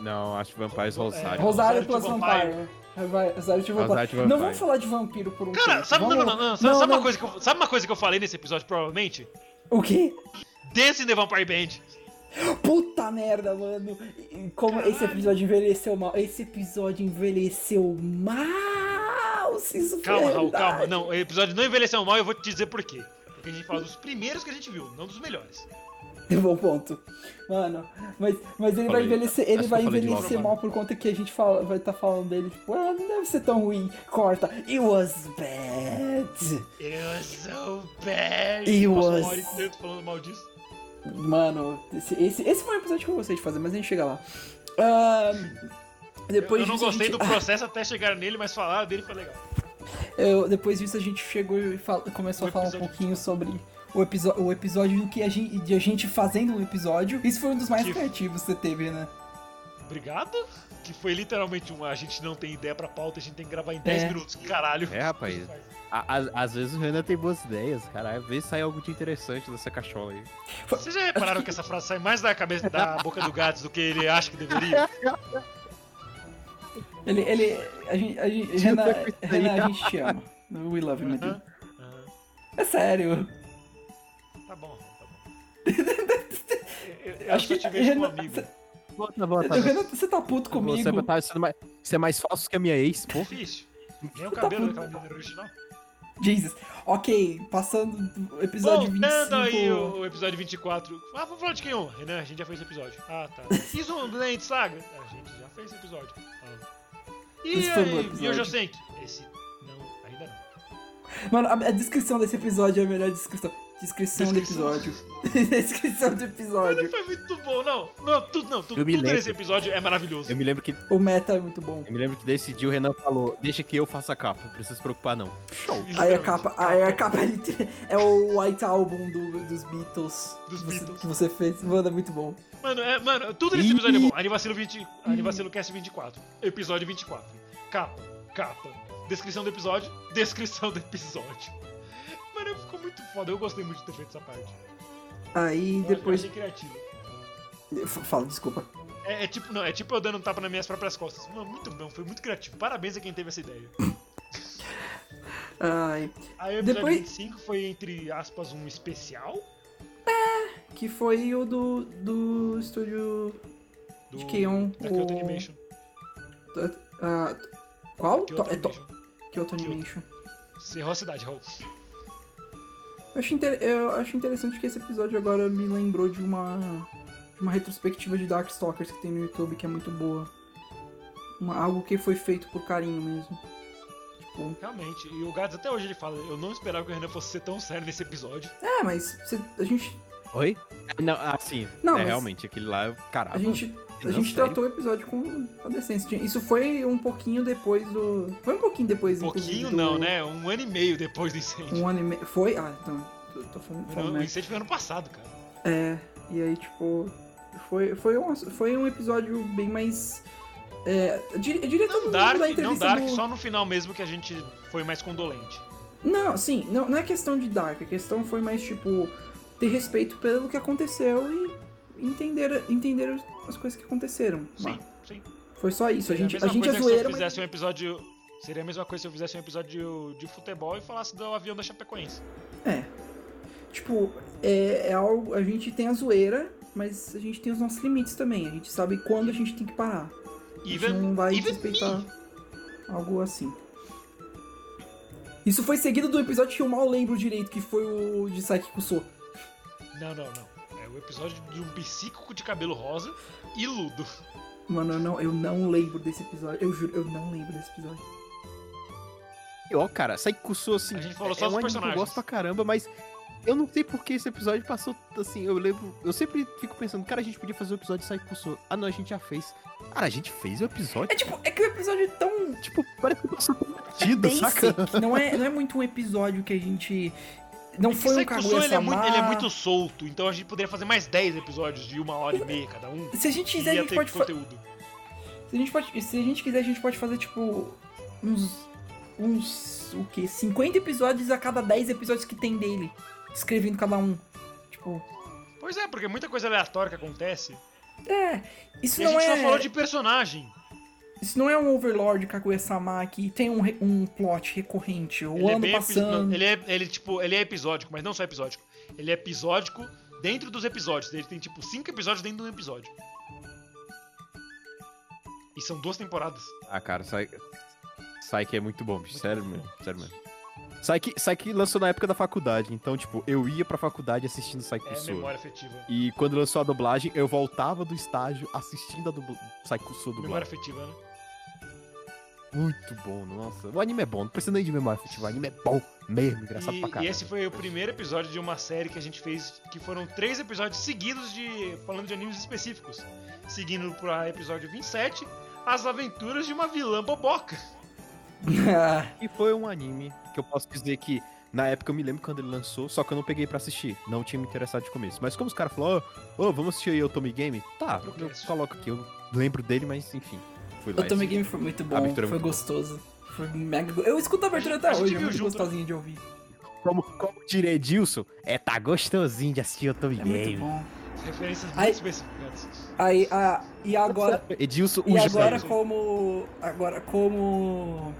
Speaker 2: Não, acho Vampires Rosário.
Speaker 1: É,
Speaker 3: Rosário
Speaker 1: Rosário
Speaker 3: plus
Speaker 1: de
Speaker 3: Vampire. Vai- Rosário de Vampire.
Speaker 2: Rosário de Vampire.
Speaker 3: Não vamos falar de vampiro por um
Speaker 1: Cara,
Speaker 3: tempo,
Speaker 1: sabe, não,
Speaker 3: vamos-
Speaker 1: não, não, não, sabe, sabe Uma coisa que eu, sabe uma coisa que eu falei nesse episódio, provavelmente?
Speaker 3: O quê?
Speaker 1: Dance in the Vampire Band.
Speaker 3: Puta merda, mano. E Como esse episódio envelheceu mal. Esse episódio envelheceu mal. se Isso foi
Speaker 1: Calma, Raul,
Speaker 3: verdade.
Speaker 1: calma. Não, o episódio não envelheceu mal, eu vou te dizer por quê. Porque a gente fala dos primeiros que a gente viu, não dos melhores.
Speaker 3: [LAUGHS] É bom ponto. Mano, mas, mas ele vai
Speaker 2: Falei.
Speaker 3: envelhecer, ele
Speaker 2: Acho que
Speaker 3: vai
Speaker 2: eu falei de
Speaker 3: envelhecer
Speaker 1: novo.
Speaker 3: mal por conta que a gente fala, vai estar falando dele, tipo, ah, não deve ser tão ruim. Corta. It was bad.
Speaker 1: It was so bad.
Speaker 3: It
Speaker 1: Passou
Speaker 3: was-
Speaker 1: uma hora e tanto falando mal disso.
Speaker 3: Mano, esse, esse, esse foi um episódio que eu gostei de fazer, mas a gente chega lá. Ahn,
Speaker 1: Eu,
Speaker 3: depois
Speaker 1: eu não
Speaker 3: disso a
Speaker 1: gostei
Speaker 3: gente- [LAUGHS] Ah.
Speaker 1: do processo até chegar nele, mas falar dele foi legal.
Speaker 3: Eu- depois disso a gente chegou e fal- começou
Speaker 1: O
Speaker 3: a falar um
Speaker 1: episódio-
Speaker 3: pouquinho sobre o, episo- o episódio do que a gente, de a gente fazendo um episódio. Isso foi um dos mais
Speaker 1: Que-
Speaker 3: criativos que você teve, né?
Speaker 1: Obrigado. Que foi literalmente um. A gente não tem ideia pra pauta, a gente tem que gravar em 10
Speaker 3: É.
Speaker 1: minutos. Caralho.
Speaker 2: É, rapaz. A- a- às vezes o Renan tem boas ideias, cara. Às vezes sai algo de interessante dessa cachola aí.
Speaker 1: Vocês já repararam que essa frase sai mais da cabeça da boca do Gats do que ele acha que
Speaker 3: [LAUGHS]
Speaker 1: deveria?
Speaker 3: Ele, ele, a gente, a gente,
Speaker 2: Tira
Speaker 3: Renan,
Speaker 2: isso daí.
Speaker 3: Renan, a gente te ama. We love you, my dude.
Speaker 1: Aham, aham.
Speaker 3: É sério.
Speaker 1: Tá bom, tá
Speaker 3: [LAUGHS]
Speaker 1: bom. Eu, eu- eu
Speaker 3: Acho
Speaker 1: só
Speaker 3: que
Speaker 1: te vejo como
Speaker 3: Renan-
Speaker 1: amigo.
Speaker 2: Volta, volta.
Speaker 3: Renan, você tá puto comigo.
Speaker 2: Você tá sendo mais, você é mais falso que a minha ex, pô.
Speaker 1: Difícil. Nem o
Speaker 3: Tá
Speaker 1: cabelo daquela menina roxa, não.
Speaker 3: Jesus. Ok, passando do episódio
Speaker 1: Voltando aí
Speaker 3: 25.
Speaker 1: o, o episódio 24. Ah, vamos falar de quem? um? Renan, a gente já fez esse episódio. Ah, tá. Season Blade Saga. A gente já fez esse episódio. Ah. E
Speaker 3: Esse foi um bom
Speaker 1: aí,
Speaker 3: episódio.
Speaker 1: Yojo Senki? Esse. Não, ainda não.
Speaker 3: Mano, a, a descrição desse episódio é a melhor descrição. Descrição,
Speaker 1: Descrição.
Speaker 3: do episódio. [LAUGHS] descrição do
Speaker 1: Não
Speaker 3: episódio.
Speaker 1: foi muito bom, não. Não, tudo não. Tudo,
Speaker 2: Eu me
Speaker 1: tudo
Speaker 2: lembro.
Speaker 1: nesse episódio é maravilhoso.
Speaker 2: Eu me lembro que
Speaker 3: O meta é muito bom.
Speaker 2: eu me lembro que desse dia o Renan falou, deixa que eu faça a capa, não precisa se preocupar não.
Speaker 3: Aí a
Speaker 1: Literalmente.
Speaker 3: capa, aí a capa é liter- é o White Album do- dos Beatles.
Speaker 1: Dos
Speaker 3: Você-
Speaker 1: Beatles.
Speaker 3: Que você fez. Mano, é muito bom.
Speaker 1: Mano, é, mano, tudo nesse episódio é bom. Anivacilo 20, Anivacilo Cast 24. Episódio 24. Capa, capa. Descrição do episódio, [LAUGHS] descrição do episódio. Mano, ficou muito foda. Eu gostei muito de ter feito essa parte.
Speaker 3: Aí
Speaker 1: Eu
Speaker 3: depois.
Speaker 1: achei criativo.
Speaker 3: F- Fala, desculpa.
Speaker 1: É, é tipo, não, é tipo eu dando um tapa nas minhas próprias costas. Mano, muito bom, foi muito criativo. Parabéns a quem teve essa ideia.
Speaker 3: Ai.
Speaker 1: Aí o episódio
Speaker 3: Depois-
Speaker 1: 25 foi, entre aspas, um especial
Speaker 3: Que foi o do. do estúdio.
Speaker 1: do
Speaker 3: De Keion,
Speaker 1: da Kyoto
Speaker 3: o-
Speaker 1: Animation.
Speaker 3: ah, qual?
Speaker 1: Kyoto
Speaker 3: To- é to-
Speaker 1: Animation.
Speaker 3: Kyoto Animation.
Speaker 1: Serrou a cidade, Raul.
Speaker 3: Eu acho, inter- eu acho interessante que esse episódio agora me lembrou de uma. de uma retrospectiva de Darkstalkers que tem no YouTube que é muito boa. Uma- algo que foi feito por carinho mesmo. Tipo.
Speaker 1: Realmente. E o Gads até hoje ele fala, eu não esperava que o Renan fosse ser tão sério nesse episódio.
Speaker 3: É, mas você- a gente.
Speaker 2: Oi? Não, assim,
Speaker 3: Não,
Speaker 2: é,
Speaker 3: mas-
Speaker 2: realmente, aquele lá,
Speaker 3: A
Speaker 1: Ah,
Speaker 2: caralho.
Speaker 3: gente, a
Speaker 2: não,
Speaker 3: gente
Speaker 2: sério?
Speaker 3: tratou o episódio com a decência. Isso foi um pouquinho depois do. Foi um pouquinho depois,
Speaker 1: Um
Speaker 3: inclusive,
Speaker 1: pouquinho
Speaker 3: do-
Speaker 1: não, né? Um ano e meio depois do incêndio.
Speaker 3: Um ano e meio. Foi? Ah, então. Tô, tô falando.
Speaker 1: Não,
Speaker 3: falando
Speaker 1: o
Speaker 3: merda.
Speaker 1: incêndio foi ano passado, cara.
Speaker 3: É, e aí, tipo, foi, foi, um, foi um episódio bem mais. É, eu dir- eu diria todo
Speaker 1: Não
Speaker 3: mundo
Speaker 1: Dark,
Speaker 3: da
Speaker 1: não
Speaker 3: entrevista
Speaker 1: Dark,
Speaker 3: do...
Speaker 1: só no final mesmo que a gente foi mais condolente.
Speaker 3: Não, sim, não, não é questão de Dark, a questão foi mais, tipo, ter respeito pelo que aconteceu e entender, entender as coisas que aconteceram.
Speaker 1: Sim,
Speaker 3: lá.
Speaker 1: sim.
Speaker 3: Foi só isso, a
Speaker 1: Seria
Speaker 3: gente, a
Speaker 1: mesma
Speaker 3: gente
Speaker 1: coisa
Speaker 3: é
Speaker 1: que se eu
Speaker 3: zoeira, mas...
Speaker 1: fizesse um episódio. Seria a mesma coisa se eu fizesse um episódio de, de futebol e falasse do avião da Chapecoense.
Speaker 3: É. Tipo, é, é algo. A gente tem a zoeira, mas a gente tem os nossos limites também. A gente sabe quando a gente tem que parar. A gente
Speaker 1: Even,
Speaker 3: não um vai
Speaker 1: even
Speaker 3: respeitar
Speaker 1: me.
Speaker 3: algo assim. Isso foi seguido do episódio que eu mal lembro direito, que foi o de Saiki Kusou.
Speaker 1: Não, não, não. É o episódio de um psíquico de cabelo rosa e Ludo.
Speaker 3: Mano, eu não, eu não lembro desse episódio. Eu juro, eu não lembro desse episódio.
Speaker 2: E, Ó, cara, sai cursou assim.
Speaker 1: A gente falou
Speaker 2: é
Speaker 1: só dos
Speaker 2: um anime que eu
Speaker 1: personagens.
Speaker 2: gosto pra caramba, mas eu não sei por que esse episódio passou assim. Eu lembro. Eu sempre fico pensando, cara, a gente podia fazer o episódio de sai cursou. Ah, não, a gente já fez. Cara, a gente fez o episódio.
Speaker 3: É tipo, é que o episódio é tão
Speaker 2: Tipo, parece que passou tão batido,
Speaker 3: dense
Speaker 2: saca?
Speaker 3: que não é, não é muito um episódio que a gente. Não
Speaker 1: Porque
Speaker 3: foi um
Speaker 1: Saikuso,
Speaker 3: Kaguya
Speaker 1: ele, é muito, ele é muito solto, então a gente poderia fazer mais 10 episódios de uma hora e meia cada um.
Speaker 3: Se a gente
Speaker 1: E
Speaker 3: quiser, a
Speaker 1: ia
Speaker 3: gente
Speaker 1: ter
Speaker 3: pode, fa-
Speaker 1: conteúdo.
Speaker 3: Se a gente, pode- se a gente quiser, a gente pode fazer, tipo, uns. Uns. O quê? 50 episódios a cada 10 episódios que tem dele. Escrevendo cada um. Tipo.
Speaker 1: Pois é, porque muita coisa aleatória que acontece.
Speaker 3: É. Isso
Speaker 1: E a
Speaker 3: não
Speaker 1: gente
Speaker 3: é.
Speaker 1: só falou de personagem.
Speaker 3: Isso não é um Overlord Kaguya-sama que tem um, re- um plot recorrente. O
Speaker 1: Ele é,
Speaker 3: ano
Speaker 1: bem epi-
Speaker 3: passando.
Speaker 1: não, [LAUGHS] ele, é, ele, tipo, ele é episódico, mas não só episódico. Ele é episódico dentro dos episódios. Ele tem, tipo, cinco episódios dentro de um episódio. E são duas temporadas.
Speaker 2: Ah, cara, sai. Sai que é muito bom, bicho. Sério mesmo. Sério mesmo. Sai que, sai que lançou na época da faculdade, então, tipo, eu ia pra faculdade assistindo Sai
Speaker 1: É
Speaker 2: Cursou.
Speaker 1: memória afetiva.
Speaker 2: E quando lançou a dublagem, eu voltava do estágio assistindo a dubl... Saikusu
Speaker 1: Memória
Speaker 2: dublagem.
Speaker 1: afetiva, né?
Speaker 2: Muito bom, nossa. O anime é bom, não precisa nem de memória afetiva. O anime é bom mesmo, engraçado pra
Speaker 1: E, e
Speaker 2: caralho.
Speaker 1: esse foi o primeiro episódio de uma série que a gente fez, que foram três episódios seguidos de falando de animes específicos. Seguindo para episódio 27, As Aventuras de uma Vilã Boboca. [LAUGHS]
Speaker 3: Ah,
Speaker 2: E foi um anime que eu posso dizer que Na época eu me lembro quando ele lançou, só que eu não peguei pra assistir. Não tinha me interessado de começo. Mas como os caras falaram, ô, ô, vamos assistir aí o Tommy Game? Tá, eu
Speaker 1: Procast.
Speaker 2: coloco aqui. Eu lembro dele, mas enfim. Fui lá
Speaker 3: O Tommy
Speaker 2: e-
Speaker 3: Game foi muito
Speaker 2: A
Speaker 3: bom,
Speaker 2: abertura é
Speaker 3: foi
Speaker 2: muito boa.
Speaker 3: gostoso. Foi mega... go- Eu escuto a abertura
Speaker 1: A gente- a
Speaker 3: até
Speaker 1: gente
Speaker 3: hoje, é
Speaker 1: viu
Speaker 3: muito
Speaker 1: junto, né?
Speaker 3: gostosinho de ouvir.
Speaker 2: Como, como direi Dilson, é, tá gostosinho de assistir o Tommy
Speaker 3: É muito
Speaker 2: Game.
Speaker 3: bom.
Speaker 1: Referências muito
Speaker 3: Aí-
Speaker 1: específicadas.
Speaker 3: Aí, a, e agora,
Speaker 2: Edilson,
Speaker 3: e
Speaker 2: o
Speaker 3: agora
Speaker 2: gênio.
Speaker 3: como... Agora como...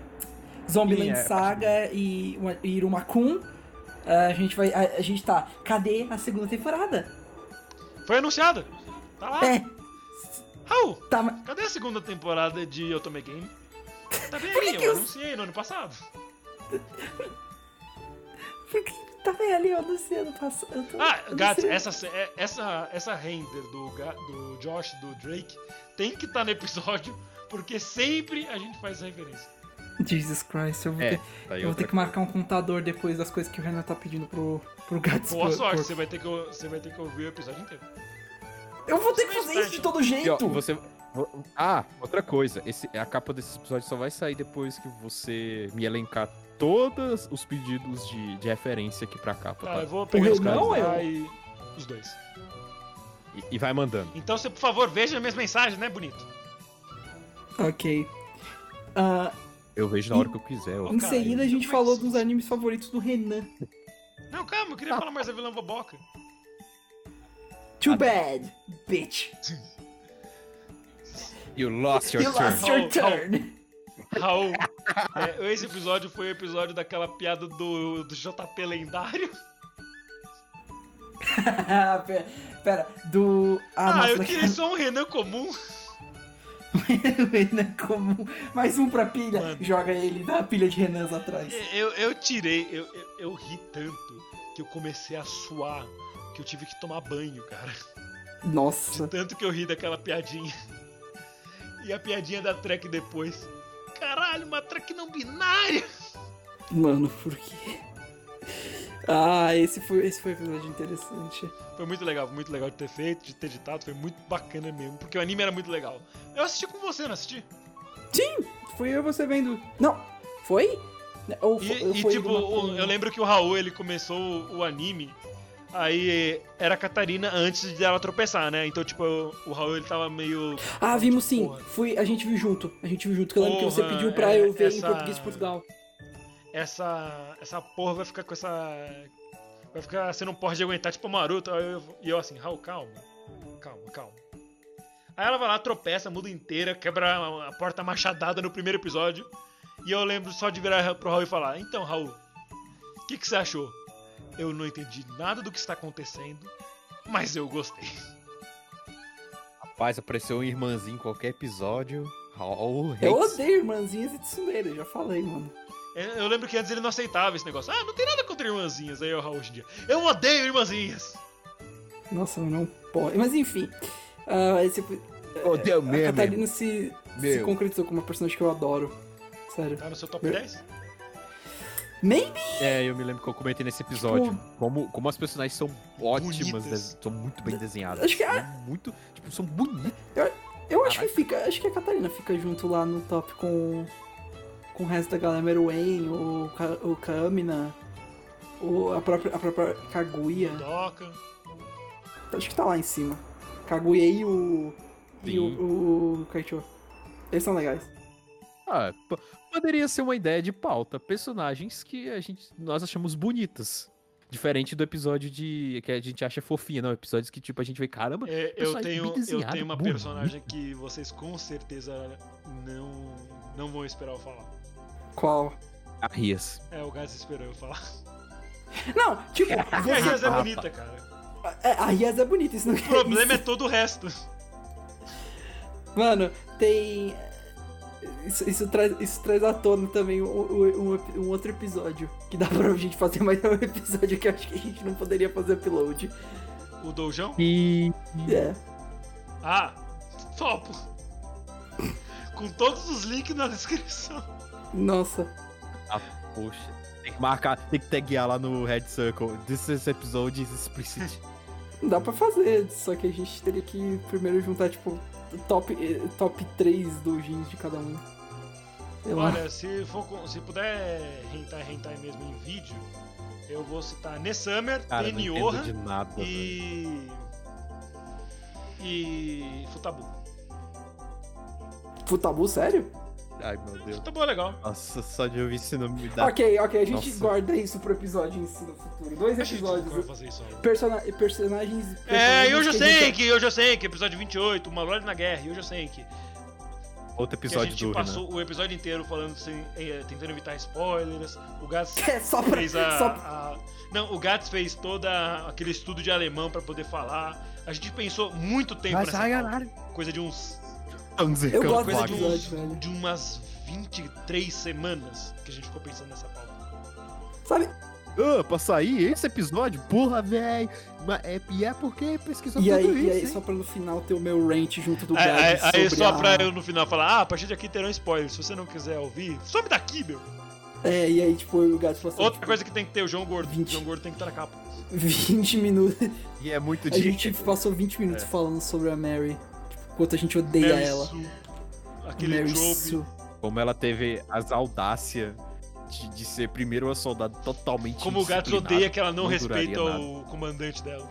Speaker 3: Zombieland
Speaker 4: Sim, é,
Speaker 3: Saga e, uma- e Irumakun, a gente vai... A, a gente tá... Cadê a segunda temporada?
Speaker 1: Foi anunciado. Tá lá.
Speaker 3: É,
Speaker 1: Raul,
Speaker 3: tá... ma-
Speaker 1: cadê a segunda temporada de Otome Game? Tá bem aí,
Speaker 3: que
Speaker 1: eu
Speaker 3: os-
Speaker 1: anunciei no ano passado.
Speaker 3: Por que tava tá ali, eu não sei, eu não passo... Eu tô,
Speaker 1: Ah,
Speaker 3: eu não
Speaker 1: Gats,
Speaker 3: sei.
Speaker 1: essa, ce- é- essa, essa render do, Ga- do Josh, do Drake, tem que estar no episódio, porque sempre a gente faz referência.
Speaker 3: Jesus Christ, eu vou,
Speaker 2: É,
Speaker 3: ter,
Speaker 2: tá aí
Speaker 3: eu vou
Speaker 2: outra
Speaker 3: ter que marcar um contador depois das coisas que o Renan tá pedindo pro, pro Gats.
Speaker 1: Boa
Speaker 3: pro-
Speaker 1: sorte,
Speaker 3: pro-
Speaker 1: você vai, ter que, ou- você vai ter que ouvir o episódio inteiro.
Speaker 3: Eu vou ter que fazer isso de todo
Speaker 2: E, ó,
Speaker 3: jeito.
Speaker 2: você... vo- Ah, outra coisa. Esse, a capa desse episódio só vai sair depois que você me elencar todos os pedidos de, de referência aqui pra capa,
Speaker 1: Tá,
Speaker 2: tá?
Speaker 1: eu vou pegar os caras
Speaker 3: Renan ou eu?
Speaker 1: lá e. Os dois.
Speaker 2: E, e vai mandando.
Speaker 1: Então você, por favor, veja minhas mensagens, né, bonito?
Speaker 3: Ok. Ah,
Speaker 2: Eu vejo na hora que eu quiser. ó.
Speaker 3: em
Speaker 1: cara,
Speaker 3: seguida a
Speaker 1: eu
Speaker 3: gente
Speaker 1: não
Speaker 3: falou
Speaker 1: conheço
Speaker 3: dos
Speaker 1: isso.
Speaker 3: animes favoritos do Renan.
Speaker 1: Não, calma, eu
Speaker 3: Tá.
Speaker 1: queria falar mais da vilã boboca.
Speaker 3: Too
Speaker 1: Ah,
Speaker 3: bad, bitch.
Speaker 2: You lost your
Speaker 3: You
Speaker 2: turn.
Speaker 3: lost your
Speaker 1: Oh, oh.
Speaker 3: turn. [LAUGHS]
Speaker 1: Raul, é, esse episódio foi o episódio daquela piada do, do JP lendário.
Speaker 3: Ah, pera, pera, do. Ah,
Speaker 1: Ah,
Speaker 3: nossa, [LAUGHS]
Speaker 1: eu
Speaker 3: daquele
Speaker 1: queria só um Renan comum.
Speaker 3: Renan comum. Mais um pra pilha.
Speaker 1: Mano.
Speaker 3: Joga ele, dá a pilha de Renans atrás.
Speaker 1: Eu, eu tirei, eu, eu, eu ri tanto que eu comecei a suar, que eu tive que tomar banho, cara.
Speaker 3: Nossa.
Speaker 1: Tanto que eu ri daquela piadinha. E a piadinha da Trek depois. Caralho, uma Trek não binária!
Speaker 3: Mano, por quê? Ah, esse foi, esse foi um episódio interessante.
Speaker 1: Foi muito legal, foi muito legal de ter feito, de ter editado, foi muito bacana mesmo, porque o anime era muito legal. Eu assisti com você, não assisti?
Speaker 3: Fui eu e você vendo. Não, foi? Ou
Speaker 1: E,
Speaker 3: fo- ou
Speaker 1: e,
Speaker 3: foi
Speaker 1: tipo,
Speaker 3: uma-
Speaker 1: o- eu lembro que o Raul, ele começou o, o anime, aí era a Catarina antes dela tropeçar, né? Então, tipo, o Raul, ele tava meio...
Speaker 3: Ah, vimos sim.
Speaker 1: Porra.
Speaker 3: Fui, a gente viu junto. A gente viu junto. Que eu lembro que você
Speaker 1: Porra,
Speaker 3: pediu pra
Speaker 1: é,
Speaker 3: eu ver em
Speaker 1: essa-
Speaker 3: português de Portugal.
Speaker 1: Essa, essa porra vai ficar com essa... Vai ficar... Você não pode aguentar, tipo, o Naruto. Aí eu- E eu, assim, Raul, calma. Calma, calma. Aí ela vai lá, tropeça, muda inteira, quebra a- a porta machadada no primeiro episódio. E eu lembro só de virar pro Raul e falar: Então, Raul, o que, que você achou? Eu não entendi nada do que está acontecendo, mas eu gostei.
Speaker 2: Rapaz, apareceu um irmãzinho em qualquer episódio. Raul hates.
Speaker 3: Eu odeio irmãzinhas e tsuneiras, já falei, mano.
Speaker 1: Eu- É, Eu lembro que antes ele não aceitava esse negócio. Ah, não tem nada contra irmãzinhas. Aí o Raul hoje em dia. Eu odeio irmãzinhas!
Speaker 3: Nossa, eu não pode. Mas enfim. ah, esse, a
Speaker 2: Odeio
Speaker 3: Catarina se, se
Speaker 2: Meu.
Speaker 3: concretizou como uma personagem que eu adoro. Sério.
Speaker 1: Tá no seu top 10?
Speaker 3: Maybe?
Speaker 2: É, eu me lembro que eu comentei nesse
Speaker 3: Tipo,
Speaker 2: episódio. Como, como as personagens são ótimas,
Speaker 1: Bonitas.
Speaker 2: des- são muito bem desenhadas.
Speaker 3: Acho que-
Speaker 2: são muito, tipo, são bonitas.
Speaker 3: Eu acho que fica. Acho que a Catarina fica junto lá no top com. Com o resto da galera, Meruem, o, Ka- o Kamina, o, a, própria, a própria Kaguya.
Speaker 1: Doca.
Speaker 3: Acho que tá lá em cima. Kaguya e o. E
Speaker 2: Sim.
Speaker 3: o, o Kaichou. Eles são legais.
Speaker 2: Ah, p- poderia ser uma ideia de pauta. Personagens que a gente, nós achamos bonitas. Diferente do episódio de que a gente acha fofinha, não. Episódios que, tipo, a gente vê, [LAUGHS] caramba,
Speaker 1: É, eu,
Speaker 2: Personagem
Speaker 1: tenho,
Speaker 2: bem
Speaker 1: eu
Speaker 2: desenhado,
Speaker 1: tenho uma
Speaker 2: bonito.
Speaker 1: personagem que vocês com certeza não, não vão esperar eu falar.
Speaker 3: Qual?
Speaker 2: Ah, Rias.
Speaker 1: É, o Gás esperou eu falar.
Speaker 2: [LAUGHS]
Speaker 3: Não, tipo,
Speaker 1: Porque a Rias é
Speaker 2: Rapaz.
Speaker 1: bonita, cara.
Speaker 3: é, a Yas é bonita, isso não
Speaker 1: O problema é todo o resto.
Speaker 3: Mano, tem. Isso, isso traz, isso traz à tona também um, um- um- um outro episódio. Que dá pra gente fazer mais [LAUGHS] um episódio que eu acho que a gente não poderia fazer upload.
Speaker 1: O Doujão?
Speaker 2: E.
Speaker 3: É.
Speaker 1: Ah, topo. Com todos os links na descrição.
Speaker 3: Nossa.
Speaker 2: Poxa. Tem que marcar, tem que taguear lá no Red Circle. This is episode is explicit.
Speaker 3: Dá pra fazer, só que a gente teria que primeiro juntar, tipo, top, eh, top 3 doujins de cada um. Sei lá.
Speaker 1: Olha, se, for, com- se puder rentar, rentar mesmo em vídeo, Eu vou citar Nessummer,
Speaker 2: Cara, não entendo
Speaker 1: Tenioha
Speaker 2: de nada, velho.
Speaker 1: e. E. Futabu.
Speaker 3: Futabu, sério?
Speaker 2: Ai, meu Deus.
Speaker 1: Futabu é legal.
Speaker 2: Nossa, só de ouvir esse nome me dá...
Speaker 3: Ok, ok, a gente
Speaker 2: Nossa.
Speaker 3: guarda isso pro episódio em si no futuro. Dois
Speaker 1: A gente vai
Speaker 3: episódios.
Speaker 1: fazer isso aí.
Speaker 3: Persona personagens.
Speaker 1: É,
Speaker 3: personagens
Speaker 1: e hoje eu
Speaker 3: que a gente-
Speaker 1: sei que, hoje eu sei que, episódio 28, uma hora na guerra, e hoje eu sei que.
Speaker 2: Outro
Speaker 1: Que a
Speaker 2: episódio
Speaker 1: gente
Speaker 2: do Renan.
Speaker 1: passou o episódio inteiro falando sem, eh, tentando evitar spoilers. O Gats
Speaker 3: É, [LAUGHS] só pra.
Speaker 1: fez a,
Speaker 3: Só...
Speaker 1: a- Não, o Gats fez todo aquele estudo de alemão pra poder falar. A gente pensou muito tempo
Speaker 2: Mas,
Speaker 1: nessa
Speaker 2: ai,
Speaker 3: né?
Speaker 1: pauta.
Speaker 2: caralho.
Speaker 1: coisa de uns.
Speaker 2: Estamos
Speaker 3: Eu
Speaker 2: zicando
Speaker 3: gosto
Speaker 1: Coisa
Speaker 2: placa.
Speaker 3: desse
Speaker 1: de,
Speaker 3: episódio,
Speaker 1: uns-
Speaker 3: velho.
Speaker 1: de umas 23 semanas que a gente ficou pensando nessa pauta.
Speaker 3: Sabe?
Speaker 2: Ah, pra sair esse episódio? Porra, véi! Ma- É, e é porque pesquisou
Speaker 3: E
Speaker 2: tudo
Speaker 3: aí,
Speaker 2: isso,
Speaker 3: e aí
Speaker 2: hein?
Speaker 3: só pra no final ter o meu rant junto do
Speaker 1: Aí, aí-
Speaker 3: Gabs
Speaker 1: aí
Speaker 3: sobre
Speaker 1: só
Speaker 3: a-
Speaker 1: pra eu no final falar, ah, a partir de aqui terão spoilers. Se você não quiser ouvir, some daqui, meu!
Speaker 3: É, e aí, tipo, o Gabs falou assim:
Speaker 1: Outra
Speaker 3: tipo,
Speaker 1: coisa que tem que ter, o João Gordo. O
Speaker 3: 20.
Speaker 1: João Gordo tem que estar na capa.
Speaker 3: 20 minutos.
Speaker 2: E é muito
Speaker 3: A
Speaker 2: de...
Speaker 3: gente passou 20 minutos
Speaker 1: É.
Speaker 3: falando sobre a Mary. Tipo, quanto a gente odeia
Speaker 1: Mary
Speaker 3: ela.
Speaker 1: Sue, Aquele
Speaker 3: Mary
Speaker 1: trope.
Speaker 3: Sue.
Speaker 2: Como ela teve as audácias de, de ser primeiro uma soldado totalmente
Speaker 1: Como o Gats
Speaker 2: indisciplinada
Speaker 1: odeia que ela não
Speaker 2: não
Speaker 1: respeita
Speaker 2: duraria
Speaker 1: o comandante dela.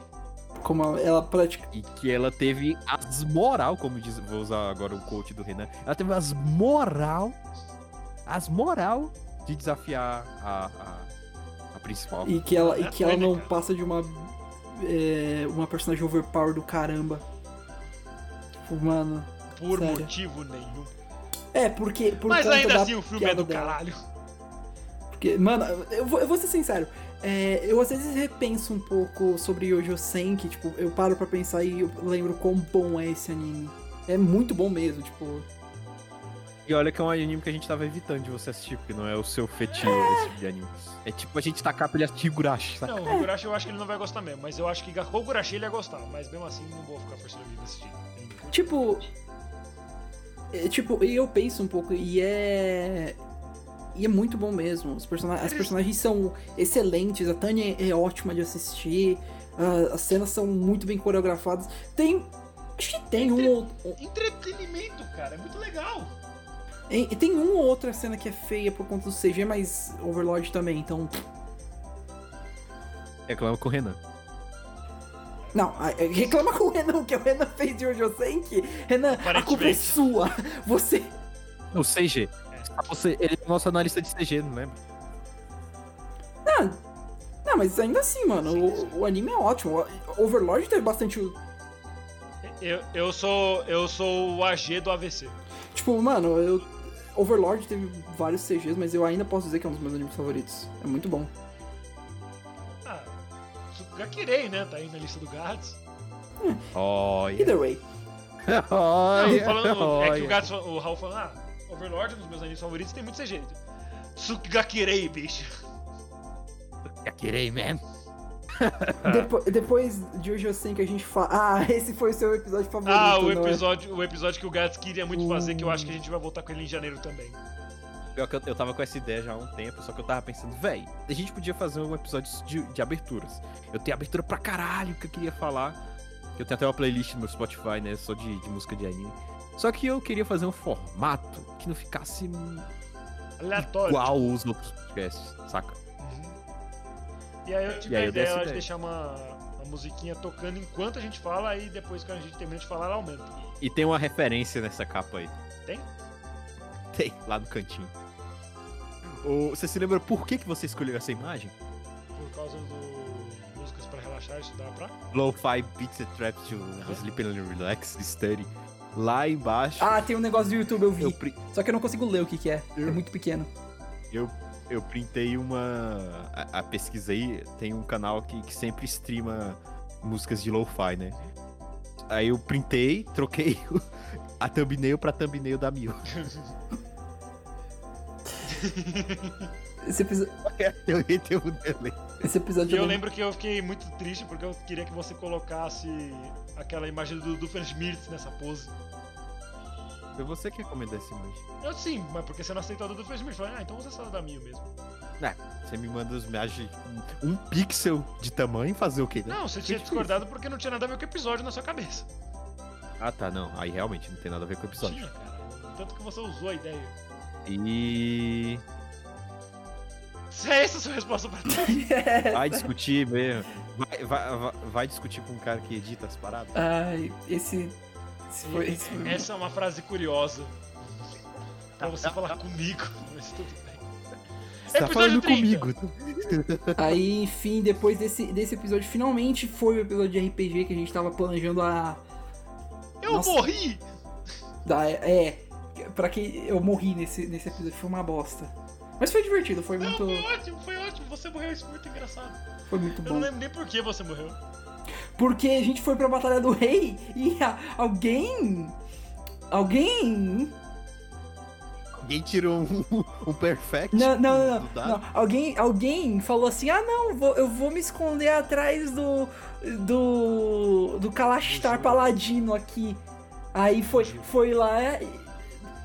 Speaker 3: Como ela pratica.
Speaker 2: E que ela teve as moral, como diz... Vou usar agora o coach do Renan. Ela teve as moral... As moral de desafiar a... a, a principal.
Speaker 3: E que ela, e
Speaker 1: É
Speaker 3: que ela
Speaker 1: doida,
Speaker 3: não
Speaker 1: cara.
Speaker 3: passa de uma. é, uma personagem overpower do caramba. Tipo, mano.
Speaker 1: Por
Speaker 3: Sério.
Speaker 1: motivo nenhum.
Speaker 3: É, porque. Por
Speaker 1: Mas
Speaker 3: conta
Speaker 1: ainda
Speaker 3: da
Speaker 1: assim o filme é
Speaker 3: piada
Speaker 1: do
Speaker 3: dela.
Speaker 1: caralho.
Speaker 3: Porque, mano, eu vou, eu vou ser sincero. é, eu às vezes repenso um pouco sobre Yojo Senki, tipo, eu paro pra pensar e eu lembro quão bom é esse anime. É muito bom mesmo, tipo.
Speaker 2: E olha que é um anime que a gente tava evitando de você assistir, porque não é o seu fetinho esse tipo de anime. É tipo a gente tacar pra ele assistir Gurashi, saca?
Speaker 1: [LAUGHS] Não, o Higurashi eu acho que ele não vai gostar mesmo, mas eu acho que o Higurashi ele ia gostar, mas mesmo assim não vou ficar forçando ele a assistir.
Speaker 3: Tipo. é, tipo, e eu penso um pouco, e é. E é muito bom mesmo. Os persona as personagens são excelentes, a Tanya é ótima de assistir, a- as cenas são muito bem coreografadas. Tem. Acho que tem um ou- um-
Speaker 1: Entretenimento, cara, é muito legal.
Speaker 3: E e tem uma ou outra cena que é feia por conta do CG, mas Overlord também, então.
Speaker 2: Reclama com o Renan.
Speaker 3: Não, a- a- reclama com o Renan, que o Renan fez de Jojo Senki. Renan, a culpa é
Speaker 1: Aparentemente.
Speaker 3: sua. Você.
Speaker 2: O CG. Você, ele é nosso analista de CG, não lembra?
Speaker 3: Não, mas ainda assim, mano, o, o anime é ótimo. O- Overlord teve bastante.
Speaker 1: Eu, eu sou eu sou o AG do AVC.
Speaker 3: Tipo, mano, eu. Overlord teve vários CGs, mas eu ainda posso dizer que é um dos meus animes favoritos. É muito bom.
Speaker 1: Ah, Gakirei, né? Tá aí na lista do Gats.
Speaker 2: Olha.
Speaker 3: Either way.
Speaker 1: Não,
Speaker 2: [LAUGHS] Olha.
Speaker 1: falando, é que o
Speaker 2: olha.
Speaker 1: Gats, o Raul falou, ah, Overlord é um dos meus animes favoritos, tem muito CG. Tsukigakirei, bicho.
Speaker 5: Yakirei, man.
Speaker 1: É.
Speaker 3: Depo- depois de Jojo Senki a gente fala. Ah, [LAUGHS] esse foi o seu episódio favorito.
Speaker 1: Ah, o
Speaker 3: não é?
Speaker 1: episódio, o episódio que o Gats queria muito fazer, que eu acho que a gente vai voltar com ele em janeiro também.
Speaker 2: Pior que eu, eu tava com essa ideia já há um tempo, só que eu tava pensando, véi, a gente podia fazer um episódio de, de aberturas. Eu tenho abertura pra caralho que eu queria falar. Eu tenho até uma playlist no meu Spotify, né? Só de, de música de anime. Só que eu queria fazer um formato que não ficasse
Speaker 1: Aleatório. Uhum.
Speaker 2: igual os outros podcasts, saca?
Speaker 1: E aí eu tive
Speaker 2: E aí
Speaker 1: a
Speaker 2: eu dei
Speaker 1: ideia
Speaker 2: essa
Speaker 1: de
Speaker 2: ideia.
Speaker 1: deixar uma, uma musiquinha tocando enquanto a gente fala, aí depois que a gente termina de falar, ela aumenta.
Speaker 2: E tem uma referência nessa capa aí.
Speaker 1: Tem?
Speaker 2: Tem, lá no cantinho. Ô, Você se lembra por que, que você escolheu essa imagem?
Speaker 1: Por causa do músicas pra relaxar e estudar pra.
Speaker 2: Lo-Fi Beats and Trap to Sleep and Relax Study. Lá embaixo,
Speaker 3: Ah, tem um negócio do YouTube, eu vi.
Speaker 2: eu, pri-
Speaker 3: Só que eu não consigo ler o que, que é. É
Speaker 2: Eu-
Speaker 3: muito pequeno.
Speaker 2: eu printei uma... A, a pesquisei, tem um canal que, que sempre streama músicas de lo-fi, né? Aí eu printei, troquei [LAUGHS] o- a thumbnail pra thumbnail da Mil.
Speaker 3: Esse episódio.
Speaker 2: [LAUGHS] Eu entrei um delay.
Speaker 3: Esse
Speaker 1: E
Speaker 3: episódio
Speaker 1: eu
Speaker 3: eu
Speaker 1: lembro que eu fiquei muito triste porque eu queria que você colocasse aquela imagem do Doofenshmirtz nessa pose.
Speaker 2: Foi você que recomendou essa imagem.
Speaker 1: Eu sim, mas porque você não aceitou do Doofenshmirtz. Eu Falei, ah, então usa essa da minha
Speaker 3: Né?
Speaker 1: mesmo.
Speaker 2: Você me manda os imagens um pixel de tamanho fazer o quê? né?
Speaker 1: Não, você tinha discordado porque não tinha nada a ver com o episódio na sua cabeça.
Speaker 2: Ah, tá, não. Aí realmente não tem nada a ver com o episódio.
Speaker 1: Tinha, cara. Tanto que você usou a ideia.
Speaker 2: E
Speaker 1: Se é essa a sua resposta pra tudo.
Speaker 2: Vai discutir mesmo. Vai, vai- vai- vai discutir com um cara que edita as paradas.
Speaker 3: [LAUGHS] Ai, esse. Esse foi. Esse foi...
Speaker 1: Essa é uma frase curiosa.
Speaker 3: Tá,
Speaker 1: Pra você falar comigo, [LAUGHS] mas tudo bem.
Speaker 2: Você tá
Speaker 1: Episódio
Speaker 2: falando
Speaker 1: 30.
Speaker 2: comigo. tá?
Speaker 3: Aí, enfim, depois desse, desse episódio, finalmente foi o episódio de RPG que a gente tava planejando a.
Speaker 1: Eu
Speaker 3: Nossa.
Speaker 1: morri!
Speaker 3: Da, é. Pra que eu morri nesse, nesse episódio, foi uma bosta. Mas foi divertido, foi
Speaker 1: Não,
Speaker 3: muito,
Speaker 1: foi ótimo, foi ótimo. Você morreu, isso foi muito engraçado.
Speaker 3: foi muito
Speaker 1: Eu não
Speaker 3: bom.
Speaker 1: lembro nem por que você morreu.
Speaker 3: Porque a gente foi pra Batalha do Rei e a- alguém. Alguém.
Speaker 2: Alguém tirou um, [LAUGHS] um perfect.
Speaker 3: Não, não, não,
Speaker 2: do
Speaker 3: não.
Speaker 2: dado?
Speaker 3: não. Alguém, alguém falou assim: ah, não, vou- eu vou me esconder atrás do. do. do Kalashtar
Speaker 1: Gil.
Speaker 3: Paladino aqui. Aí foi,
Speaker 1: Gil.
Speaker 3: foi lá e,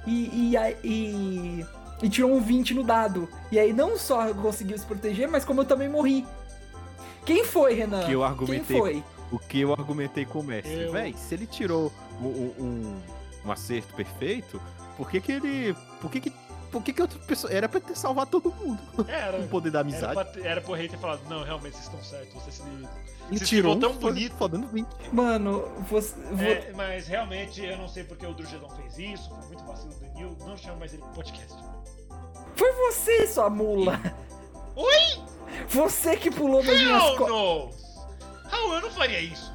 Speaker 3: e, e- e- e tirou um 20 no dado. E aí não só conseguiu se proteger, mas como eu também morri. Quem foi, Renan?
Speaker 2: Que eu
Speaker 3: Quem
Speaker 2: argumentei
Speaker 3: foi?
Speaker 2: O que eu argumentei com o mestre.
Speaker 1: Eu-
Speaker 2: Véi, se ele tirou um, um- um- um acerto perfeito, por que que ele. Por que que. Por que que outra pessoa. Era pra ter salvado todo mundo.
Speaker 1: Era.
Speaker 3: [LAUGHS]
Speaker 2: Com o poder da
Speaker 1: Era,
Speaker 2: amizade.
Speaker 1: pra, ter- era pro rei ter falado, não, realmente vocês estão certos, vocês se
Speaker 2: E
Speaker 1: se
Speaker 2: tirou
Speaker 1: ficou tão
Speaker 2: um fo-
Speaker 1: bonito.
Speaker 2: fodendo 20.
Speaker 3: Mano, você. vo-
Speaker 1: É, mas realmente eu não sei porque o Drugedon fez isso, foi muito vacilo do Danil, não chamo mais ele pro podcast.
Speaker 3: Foi você, sua mula! Oi! Você que pulou nas minhas
Speaker 1: Hell
Speaker 3: costas.
Speaker 1: no! Raul, eu não faria isso!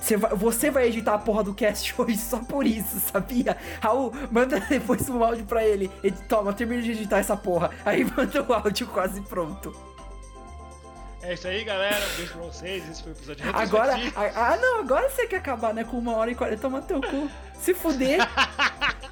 Speaker 3: Você vai, você vai editar a porra do cast [LAUGHS] hoje só por isso, sabia? Raul, manda depois um áudio pra ele. Ele, Toma, termina de editar essa porra. Aí [LAUGHS] manda o áudio quase pronto.
Speaker 1: É isso aí, galera. Um beijo pra vocês. Esse foi o episódio
Speaker 3: Agora.
Speaker 1: retrospectivo.
Speaker 3: Ah, ah, não, agora você quer acabar, né? Com uma hora e quarenta. Toma no teu cu. Se fuder.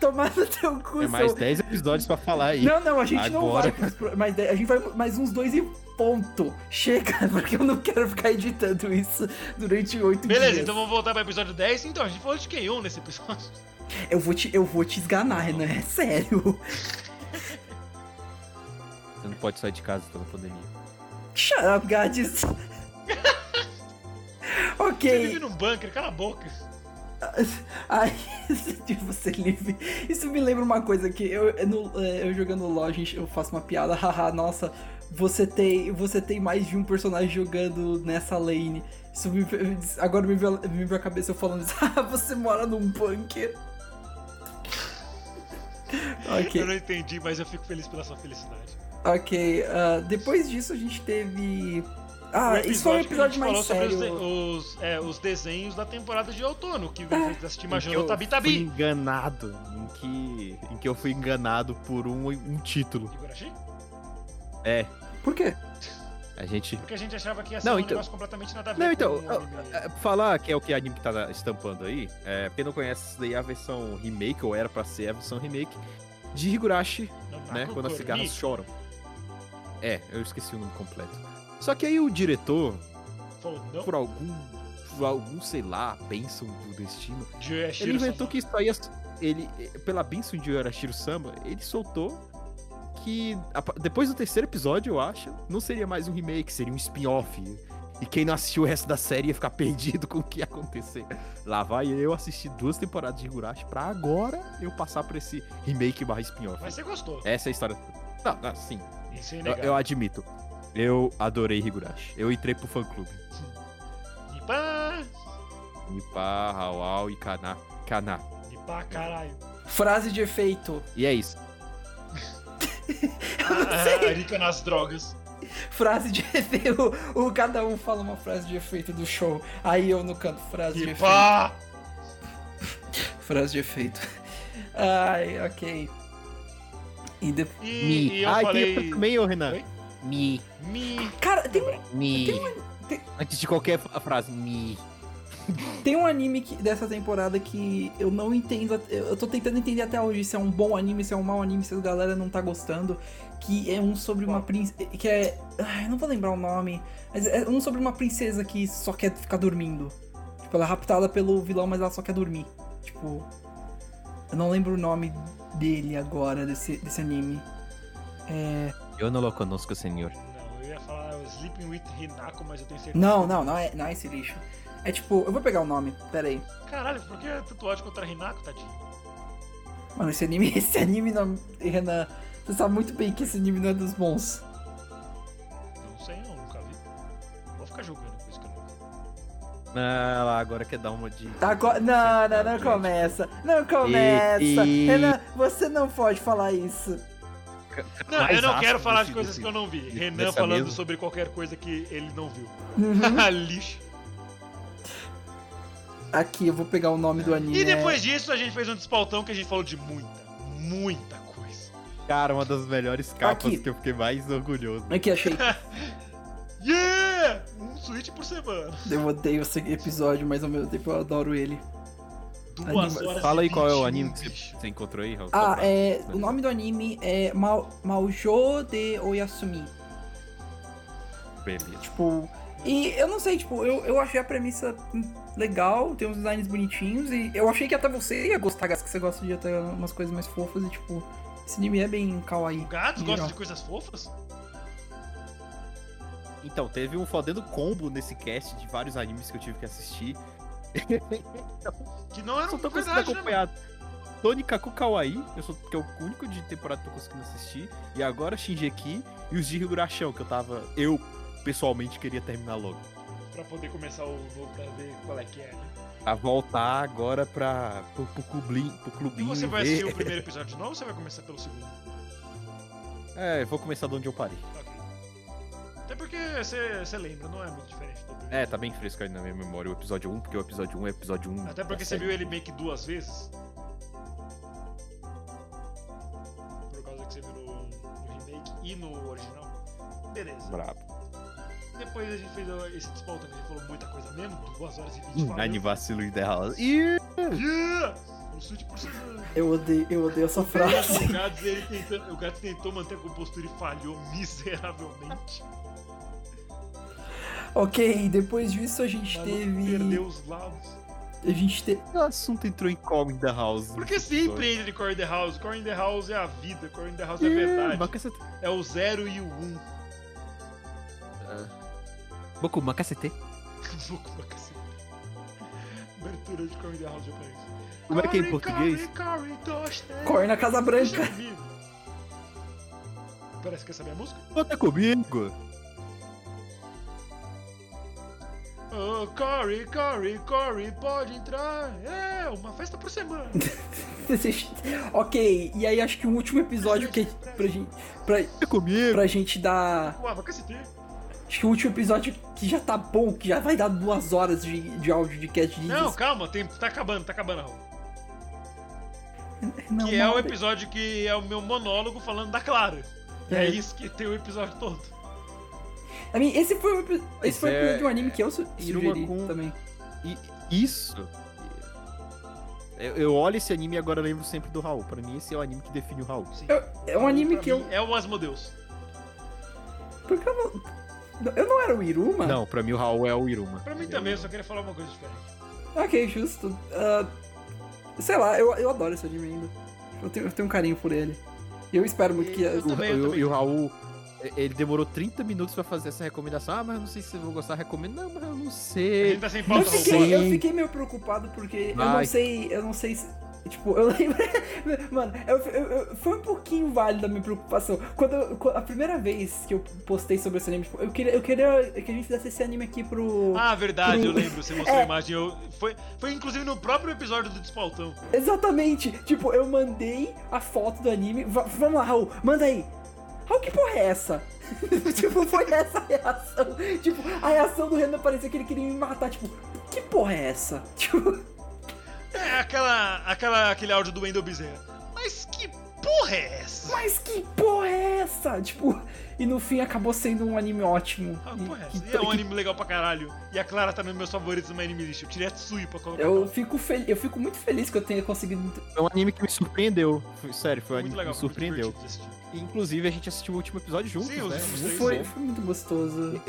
Speaker 3: tomar no teu cu,
Speaker 2: É mais
Speaker 3: seu-
Speaker 2: 10 episódios pra falar aí.
Speaker 3: Não, não, a gente não
Speaker 2: Agora.
Speaker 3: vai pros pro- mais dez- a gente vai mais uns dois e ponto. Chega, [LAUGHS] porque eu não quero ficar editando isso durante oito dias.
Speaker 1: Beleza, então vamos voltar pro episódio 10. Então, a gente falou de K1 nesse episódio.
Speaker 3: Eu vou te, eu vou te esganar, Renan, é sério.
Speaker 2: Você não pode sair de casa pela pandemia.
Speaker 3: Shut
Speaker 1: [LAUGHS]
Speaker 3: up, Gadis.
Speaker 1: Você vive
Speaker 3: ok.
Speaker 1: num bunker, cala a boca.
Speaker 3: [LAUGHS] Ai, de você livre. Isso me lembra uma coisa que eu, eu no- é, eu jogando LOL, gente, eu faço uma piada. [LAUGHS] Haha, nossa, você tem, você tem mais de um personagem jogando nessa lane. Isso me- agora me veio, me veio a cabeça eu falando isso. [LAUGHS] Ah, você mora num
Speaker 1: [LAUGHS]
Speaker 3: bunker. ok.
Speaker 1: Eu não entendi, mas eu fico feliz pela sua felicidade.
Speaker 3: Ok, ah, depois disso a gente teve.
Speaker 1: O
Speaker 3: Ah, isso foi um
Speaker 1: que a gente
Speaker 3: episódio mais sério. Ah.
Speaker 1: sobre os, de- os, é, os desenhos da temporada de outono, que vocês assistiram
Speaker 2: Em que eu
Speaker 3: Então,
Speaker 1: Major Tabi
Speaker 2: fui
Speaker 1: Tabi.
Speaker 2: enganado. Em que, em que eu fui enganado por um, um título.
Speaker 1: Igarashi?
Speaker 2: É,
Speaker 3: Por quê?
Speaker 2: a gente.
Speaker 1: Porque a gente achava que ia ser
Speaker 2: Não,
Speaker 1: um
Speaker 2: então-
Speaker 1: negócio completamente nada a ver
Speaker 2: Não, então,
Speaker 1: com o anime.
Speaker 2: é, falar que é o que a anime que tá na- estampando aí, é, quem não conhece isso daí é a versão remake, ou era pra ser a versão remake, de Higurashi,
Speaker 1: Não, tá
Speaker 2: né?
Speaker 1: Naku
Speaker 2: Quando as
Speaker 1: Kurumi.
Speaker 2: cigarras choram. É, eu esqueci o nome completo. Só que aí o diretor,
Speaker 1: Falou, não,
Speaker 2: por algum. Por algum, sei lá, bênção do destino,
Speaker 1: Juyashiro
Speaker 2: ele inventou
Speaker 1: Sama.
Speaker 2: que isso aí. é- Ele, eh, pela bênção de Yorashiro Samba, ele soltou que a pa- depois do terceiro episódio, eu acho, não seria mais um remake, seria um spin-off. E quem não assistiu o resto da série ia ficar [LAUGHS] perdido com o que ia acontecer. Lá vai eu assistir duas temporadas de Higurashi pra agora eu passar por esse remake barra spin-off.
Speaker 1: Mas você gostou.
Speaker 2: Essa é a história. Não, não, sim,
Speaker 1: Isso é
Speaker 2: eu,
Speaker 1: inegável.
Speaker 2: eu admito. Eu adorei Higurashi. Eu entrei pro fã-clube.
Speaker 1: Ipá!
Speaker 2: Nipa, Hawal e Kana. Kana.
Speaker 1: Ipá,
Speaker 2: [LAUGHS]
Speaker 1: caralho.
Speaker 3: Frase de efeito.
Speaker 2: E é isso.
Speaker 1: Ah, Arica nas drogas.
Speaker 3: Frase de [LAUGHS] efeito. O, o- cada um fala uma frase de efeito do show. Aí eu no canto, frase de efeito.
Speaker 1: Ipá!
Speaker 3: Frase de efeito. [LAUGHS] Ai, ok. E depois.
Speaker 1: E, e eu
Speaker 2: ah, e
Speaker 1: falei...
Speaker 2: tem outra também, ô Renan.
Speaker 1: Oi?
Speaker 5: Me,
Speaker 1: Mi...
Speaker 3: Cara, tem,
Speaker 5: me.
Speaker 2: Antes de qualquer fa- frase, me.
Speaker 3: tem um anime que- dessa temporada que eu não entendo. at- Eu eu tô tentando entender até hoje se é um bom anime, se é um mau anime, se a galera não tá gostando. Que é um sobre uma princesa. Que é. Ai, eu não vou lembrar o nome. Mas é um sobre uma princesa que só quer ficar dormindo. Tipo, ela é raptada pelo vilão, mas ela só quer dormir. Tipo. Eu não lembro o nome dele agora, desse, desse anime.
Speaker 2: Eu não lo conosco, senhor.
Speaker 1: Não, eu ia falar Sleeping with Hinako, mas eu tenho certeza.
Speaker 3: Não, não, não é, não é esse lixo. É tipo, eu vou pegar o nome, pera aí.
Speaker 1: Caralho, por que é tanto ódio contra Hinako, tadinho?
Speaker 3: [LAUGHS] Mano, esse anime, esse anime não. Renan, você sabe muito bem que esse anime não é dos bons.
Speaker 2: Ah, lá, agora quer dar uma de.
Speaker 3: Tá co- Não, não, não começa. Não começa.
Speaker 2: e-
Speaker 3: Renan, você não pode falar isso. [LAUGHS]
Speaker 1: Não,
Speaker 2: Mais
Speaker 1: eu não
Speaker 2: ácido
Speaker 1: quero falar de
Speaker 2: desse-
Speaker 1: coisas
Speaker 2: desse-
Speaker 1: que eu não vi.
Speaker 2: desse-
Speaker 1: Renan
Speaker 2: dessa
Speaker 1: falando
Speaker 2: mesa.
Speaker 1: sobre qualquer coisa que ele não viu.
Speaker 3: Uhum.
Speaker 1: [LAUGHS] Lixo.
Speaker 3: Aqui, eu vou pegar o nome do
Speaker 2: É.
Speaker 3: anime.
Speaker 1: E depois disso, a gente fez um despautão que a gente falou de muita, muita coisa.
Speaker 2: Cara, uma das melhores capas
Speaker 3: Aqui.
Speaker 2: que eu fiquei mais orgulhoso.
Speaker 3: Aqui, achei.
Speaker 1: Yeah! Um suíte por semana.
Speaker 3: Eu odeio esse episódio, mas ao mesmo tempo eu adoro ele.
Speaker 1: Duas
Speaker 3: Anima-
Speaker 1: horas
Speaker 2: Fala
Speaker 1: e
Speaker 2: aí qual é o
Speaker 1: 20
Speaker 2: anime que
Speaker 1: minutos.
Speaker 2: você, você encontrou aí, Raul.
Speaker 3: Ah,
Speaker 2: Só pra-
Speaker 3: é. O nome do anime é Mao- Maojo de Oyasumi.
Speaker 2: Beleza.
Speaker 3: Tipo. E eu não sei, tipo, eu, eu achei a premissa hum, legal, tem uns designs bonitinhos, e eu achei que até você ia gostar, Gas, que você gosta de até umas coisas mais fofas, e tipo, esse anime é bem kawaii.
Speaker 1: Gatos
Speaker 3: Legal.
Speaker 1: gostam de coisas fofas?
Speaker 2: Então, teve um fodendo combo nesse cast de vários animes que eu tive que assistir.
Speaker 1: Que não
Speaker 2: Eu
Speaker 1: eram
Speaker 2: só tô conseguindo
Speaker 1: verdade, né, mano?
Speaker 2: acompanhar. Tony Kaku Kawaii, eu sou, que é o único de temporada que eu tô conseguindo assistir. E agora Shinjeki e os de Higurashão, que eu tava. Eu, pessoalmente, queria terminar logo.
Speaker 1: Pra poder começar o novo, pra ver qual é que é. né?
Speaker 2: A voltar agora pra, pro, pro, clubinho, pro
Speaker 1: E
Speaker 2: clubinho.
Speaker 1: você vai
Speaker 2: ver.
Speaker 1: assistir o primeiro episódio de novo ou você vai começar pelo [LAUGHS] segundo?
Speaker 2: É, eu vou começar de onde eu parei.
Speaker 1: Ok. Até porque você você lembra, não é muito diferente do primeiro.
Speaker 2: É, tá bem fresco aí na minha memória o episódio 1, porque o episódio 1 é o episódio 1.
Speaker 1: Até porque você
Speaker 2: da série.
Speaker 1: viu ele meio que duas vezes. Por causa que você viu no, no remake e no original. Beleza.
Speaker 2: Brabo.
Speaker 1: Depois a gente fez ó, esse despautão que a gente falou muita coisa mesmo, duas horas e vinte
Speaker 2: Nani vacilo e derrala. Ih,
Speaker 1: Yeah! Um suíte por semana.
Speaker 3: Eu odeio, eu odeio essa frase.
Speaker 1: O Gatos, ele tenta- o Gatos tentou manter a compostura e falhou miseravelmente.
Speaker 3: ok, depois disso a gente
Speaker 1: O maluco
Speaker 3: teve.
Speaker 1: Perdeu os lados.
Speaker 3: A gente teve.
Speaker 2: o assunto entrou em Calm the House.
Speaker 1: Porque sempre entra de Core in the House. Core in the House é a vida, Core in the House é a
Speaker 2: Ih,
Speaker 1: verdade.
Speaker 2: mas que essa-
Speaker 1: É o zero e o um.
Speaker 5: Boku, macacete.
Speaker 1: Pouco pra cacete. Abertura de Core in the House japonês.
Speaker 2: Como é que é em português?
Speaker 1: Corre, corre, toste.
Speaker 3: Corre na Casa
Speaker 1: Deixa eu
Speaker 3: Branca. [LAUGHS]
Speaker 1: ouvir. Parece que essa é a minha música.
Speaker 2: Conta comigo!
Speaker 1: Oh, Corey, Corey, Corey, pode entrar. É, uma festa por semana.
Speaker 3: ok, e aí acho que o último episódio que pra gente, pra,
Speaker 2: Conta comigo!
Speaker 3: pra gente dar.
Speaker 1: Uau, vai cacete.
Speaker 3: Acho que o último episódio que já tá bom, que já vai dar duas horas de, de áudio de cast de
Speaker 1: Não, calma, tem, tá acabando, tá acabando, Raul.
Speaker 3: Não,
Speaker 1: Que é
Speaker 3: não,
Speaker 1: o episódio que é o meu monólogo falando da Clara. E é
Speaker 3: É.
Speaker 1: isso que tem o episódio todo.
Speaker 3: I mean, esse foi o, epi-
Speaker 2: Mas
Speaker 3: esse foi o
Speaker 2: é-
Speaker 3: episódio de um anime que eu su-
Speaker 2: Iruma
Speaker 3: sugeri
Speaker 2: Kun-
Speaker 3: também.
Speaker 2: E isso. Eu, eu olho esse anime e agora lembro sempre do Raul. Pra mim, esse é o anime que define o Raul.
Speaker 3: É um anime
Speaker 1: Pra
Speaker 3: que eu.
Speaker 1: mim, É o Asmodeus.
Speaker 3: Por que eu não. Eu não era o Iruma?
Speaker 2: Não, pra mim o Raul é o Iruma.
Speaker 1: Pra mim
Speaker 2: Ele é o
Speaker 1: também, eu
Speaker 2: Iruma.
Speaker 1: só queria falar uma coisa diferente.
Speaker 3: Ok, justo. Ah, sei lá, eu, eu adoro esse anime ainda. Eu tenho, eu tenho um carinho por ele. E eu espero muito que.
Speaker 1: Eu
Speaker 2: O-
Speaker 1: também, eu
Speaker 2: e o-
Speaker 1: também.
Speaker 2: E o Raul, ele demorou 30 minutos pra fazer essa recomendação. Ah, mas eu não sei se vocês vão gostar. Recomendo. Não, mas eu não
Speaker 1: A
Speaker 2: sei.
Speaker 1: gente tá sem
Speaker 3: Eu
Speaker 1: pauta, Raul.
Speaker 3: fiquei, é, eu
Speaker 2: Sim.
Speaker 3: fiquei meio preocupado porque eu não
Speaker 2: Vai.
Speaker 3: sei. Eu não sei se. Tipo, eu [LAUGHS] lembro. Mano, eu- eu- eu- foi um pouquinho válida a minha preocupação. Quando, eu- quando- a primeira vez que eu postei sobre esse anime, tipo, eu queria, eu queria que a gente fizesse esse anime aqui pro.
Speaker 1: Ah, verdade, eu
Speaker 3: Pro-
Speaker 1: lembro. Você mostrou
Speaker 3: É.
Speaker 1: a imagem. Eu... Foi, foi inclusive no próprio episódio do Despaltão.
Speaker 3: Exatamente! Tipo, eu mandei a foto do anime. Va- vamos lá, Raul, manda aí! Raul, que porra é essa? [LAUGHS] tipo, foi essa a reação. Tipo, a reação do Renan parecia que ele queria me matar. Tipo, que porra é essa? Tipo, [LAUGHS]
Speaker 1: É aquela, aquela, aquele áudio do Wendel Bezerra. Mas que porra é essa?
Speaker 3: mas que porra é essa? Tipo, e no fim acabou sendo um anime ótimo.
Speaker 1: Ah,
Speaker 3: E-
Speaker 1: porra é
Speaker 3: que-
Speaker 1: essa? E é um anime legal pra caralho. E a Clara tá nos meus favoritos no anime list. Eu tirei a Tsui pra colocar.
Speaker 3: Eu fico, fel- eu fico muito feliz que eu tenha conseguido.
Speaker 2: É um anime que me surpreendeu. Foi- Sério, foi um
Speaker 1: muito
Speaker 2: anime
Speaker 1: legal,
Speaker 2: que
Speaker 1: foi
Speaker 2: me
Speaker 1: muito
Speaker 2: surpreendeu.
Speaker 1: divertido de assistir.
Speaker 2: E, inclusive, a gente assistiu o último episódio juntos,
Speaker 1: Sim, os
Speaker 2: né?
Speaker 1: últimos três,
Speaker 3: Foi, foi muito gostoso.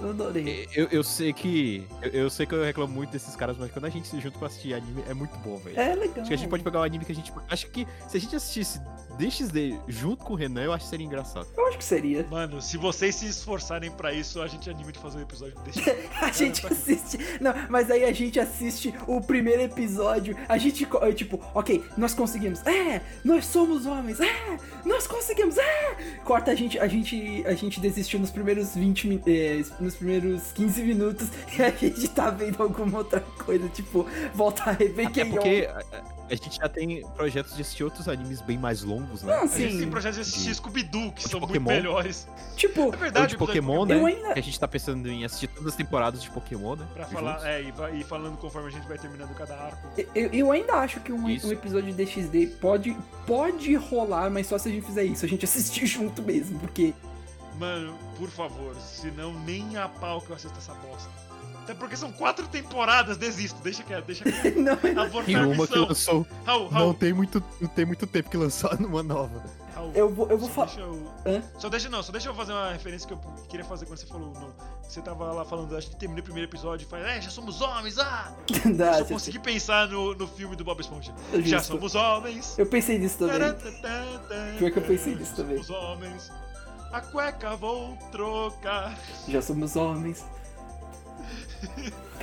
Speaker 3: Eu adorei.
Speaker 2: Eu, eu sei que. Eu, eu sei que eu reclamo muito desses caras, mas quando a gente se junta pra assistir anime, é muito bom, velho.
Speaker 3: É legal.
Speaker 2: Acho que a gente pode pegar um anime que a gente. Acho que se a gente assistisse DXD junto com o Renan, eu acho que seria engraçado.
Speaker 3: Eu acho que seria.
Speaker 1: Mano, se vocês se esforçarem pra isso, a gente anima de fazer um episódio
Speaker 3: [LAUGHS]
Speaker 1: desse. tipo.
Speaker 3: A gente assiste. Não, mas aí a gente assiste o primeiro episódio. A gente, co- é, tipo, ok, nós conseguimos. É, nós somos homens. É, nós conseguimos. É. Corta a gente, a gente, a gente desistiu nos primeiros 20 min- eh, nos primeiros 15 minutos [LAUGHS] e a gente tá vendo alguma outra coisa, tipo, voltar a rever
Speaker 2: Até
Speaker 3: quem é
Speaker 2: porque a, a- a gente já tem projetos de assistir outros animes bem mais longos, né?
Speaker 3: Não,
Speaker 1: A gente
Speaker 3: Sim.
Speaker 1: tem projetos de assistir Scooby-Doo, que
Speaker 2: De
Speaker 1: são
Speaker 2: Pokémon.
Speaker 1: muito melhores.
Speaker 3: Tipo,
Speaker 1: É verdade,
Speaker 2: Ou
Speaker 1: o
Speaker 2: de
Speaker 1: episódio
Speaker 2: Pokémon, né?
Speaker 3: eu ainda.
Speaker 2: Que a gente tá pensando em assistir todas as temporadas de Pokémon, né?
Speaker 1: Pra
Speaker 2: Juntos.
Speaker 1: falar, é, e, vai- e falando conforme a gente vai terminando cada arco.
Speaker 3: Eu, eu ainda acho que um,
Speaker 2: Isso.
Speaker 3: um episódio de DXD pode, pode rolar, mas só se a gente fizer isso, a gente assistir [LAUGHS] junto mesmo, porque. [LAUGHS]
Speaker 1: Mano, por favor, senão nem a pau que eu assisto essa bosta. Até porque são quatro temporadas, desisto, deixa quieto, deixa
Speaker 2: [LAUGHS]
Speaker 1: quieto.
Speaker 3: Não,
Speaker 2: E
Speaker 1: Abortar a
Speaker 2: uma que
Speaker 1: missão.
Speaker 2: lançou.
Speaker 1: Raul,
Speaker 2: Não
Speaker 1: Raul,
Speaker 2: tem muito, não tem muito tempo que lançou [LAUGHS] numa nova.
Speaker 1: Raul.
Speaker 3: eu vou, eu vou
Speaker 1: só
Speaker 3: falar.
Speaker 1: deixa eu-
Speaker 3: Hã?
Speaker 1: Só deixa, não, só deixa eu fazer uma referência que eu queria fazer quando você falou não. Você tava lá falando, acho que terminei o primeiro episódio e faz, é, já somos homens, ah!
Speaker 3: [LAUGHS]
Speaker 1: Eu só consegui pensar no, no filme do Bob Esponja. Já
Speaker 3: Justo.
Speaker 1: somos homens.
Speaker 3: Eu pensei nisso também.
Speaker 1: Tarantatã,
Speaker 3: Pior que eu pensei nisso também.
Speaker 1: Somos homens. A cueca vou trocar.
Speaker 3: Já
Speaker 1: [LAUGHS]
Speaker 3: somos homens.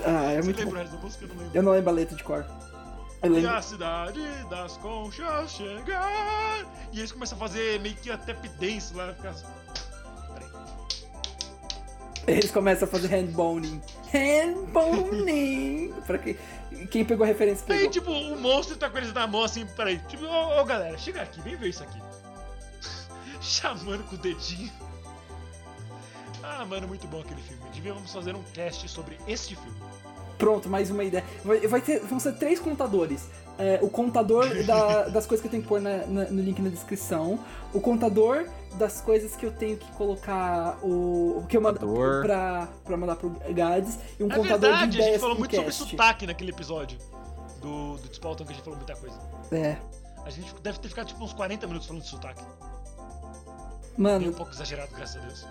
Speaker 3: Ah, é
Speaker 1: Você
Speaker 3: muito
Speaker 1: lembra o
Speaker 3: bom.
Speaker 1: resto da música? Eu não lembro.
Speaker 3: Eu não lembro a letra de cor. Eu
Speaker 1: E
Speaker 3: lembro.
Speaker 1: a cidade das conchas chegar. E eles começam a fazer meio que até dance lá. assim. Fica...
Speaker 3: Eles começam a fazer
Speaker 1: [LAUGHS]
Speaker 3: handboning. Handboning! pra quem, quem pegou a referência
Speaker 1: Aí,
Speaker 3: pegou.
Speaker 1: tipo, o monstro tá com eles na mão assim, peraí. Tipo, ô, ô, galera, chega aqui, vem ver isso aqui. [LAUGHS] Chamando com o dedinho. Ah, mano, muito bom aquele filme. Devíamos fazer um cast sobre este filme.
Speaker 3: Pronto, mais uma ideia. Vai, vai ter, vão ser três contadores. É, o contador da- das coisas que eu tenho que pôr na- na- no link na descrição. O contador das coisas que eu tenho que colocar o, o que eu mando
Speaker 2: Contador.
Speaker 3: pra, pra mandar pro Gades. E um
Speaker 1: É
Speaker 3: contador de
Speaker 1: verdade, a
Speaker 3: ideias
Speaker 1: gente falou
Speaker 3: pro
Speaker 1: muito sobre
Speaker 3: cast.
Speaker 1: sotaque naquele episódio do, do Despotão, que a gente falou muita coisa.
Speaker 3: É.
Speaker 1: A gente deve ter ficado tipo uns 40 minutos falando de sotaque. Meio um
Speaker 3: Mano,
Speaker 1: pouco exagerado, graças a Deus.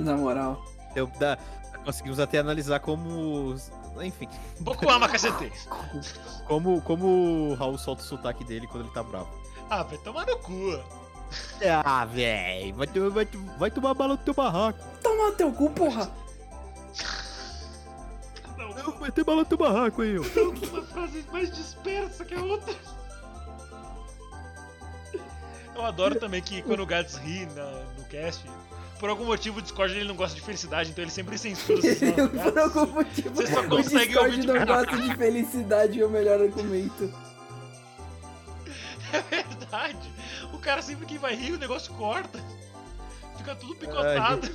Speaker 3: na moral.
Speaker 2: Eu, da, Então, conseguimos até analisar como. os- Enfim,
Speaker 1: Boku ama cacete.
Speaker 2: como, como o Raul solta o sotaque dele quando ele tá bravo.
Speaker 1: Ah, vai tomar no cu.
Speaker 2: Ah, véi, vai, tu- vai, tu- vai tomar bala do teu barraco.
Speaker 3: Toma no teu
Speaker 1: [LAUGHS]
Speaker 3: cu, porra!
Speaker 1: Não,
Speaker 2: Eu- Vai ter bala do teu barraco aí, ó.
Speaker 1: uma É frase mais dispersa que a outra. Eu adoro também que quando o Gads ri na- no cast, por algum motivo o Discord ele não gosta de felicidade, então ele sempre
Speaker 3: [LAUGHS]
Speaker 1: censura. esses nomes.
Speaker 3: Por algum motivo,
Speaker 1: Você só
Speaker 3: o
Speaker 1: consegue
Speaker 3: Discord
Speaker 1: ouvir de
Speaker 3: não gosta de felicidade é o melhor argumento.
Speaker 1: [LAUGHS] É verdade. O cara sempre que vai rir, o negócio corta. Fica tudo picotado.
Speaker 2: É,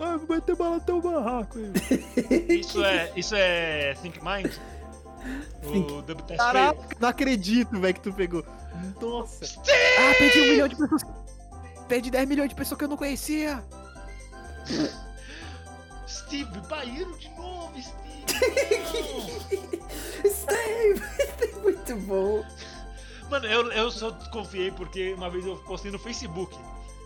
Speaker 2: Ah, vai ter bala do teu barraco aí.
Speaker 1: Isso é, isso é Think Mind?
Speaker 3: Think.
Speaker 1: O Double Test Fail?
Speaker 2: Caraca, não acredito, velho, que tu pegou. Nossa. Ah, perdi um milhão de pessoas. Perdi 10 milhões de pessoas que eu não conhecia.
Speaker 1: Steve, baiano de novo,
Speaker 3: [LAUGHS]
Speaker 1: Steve.
Speaker 3: Steve, [LAUGHS] muito bom.
Speaker 1: Não. Mano, eu, eu só desconfiei porque uma vez eu postei no Facebook.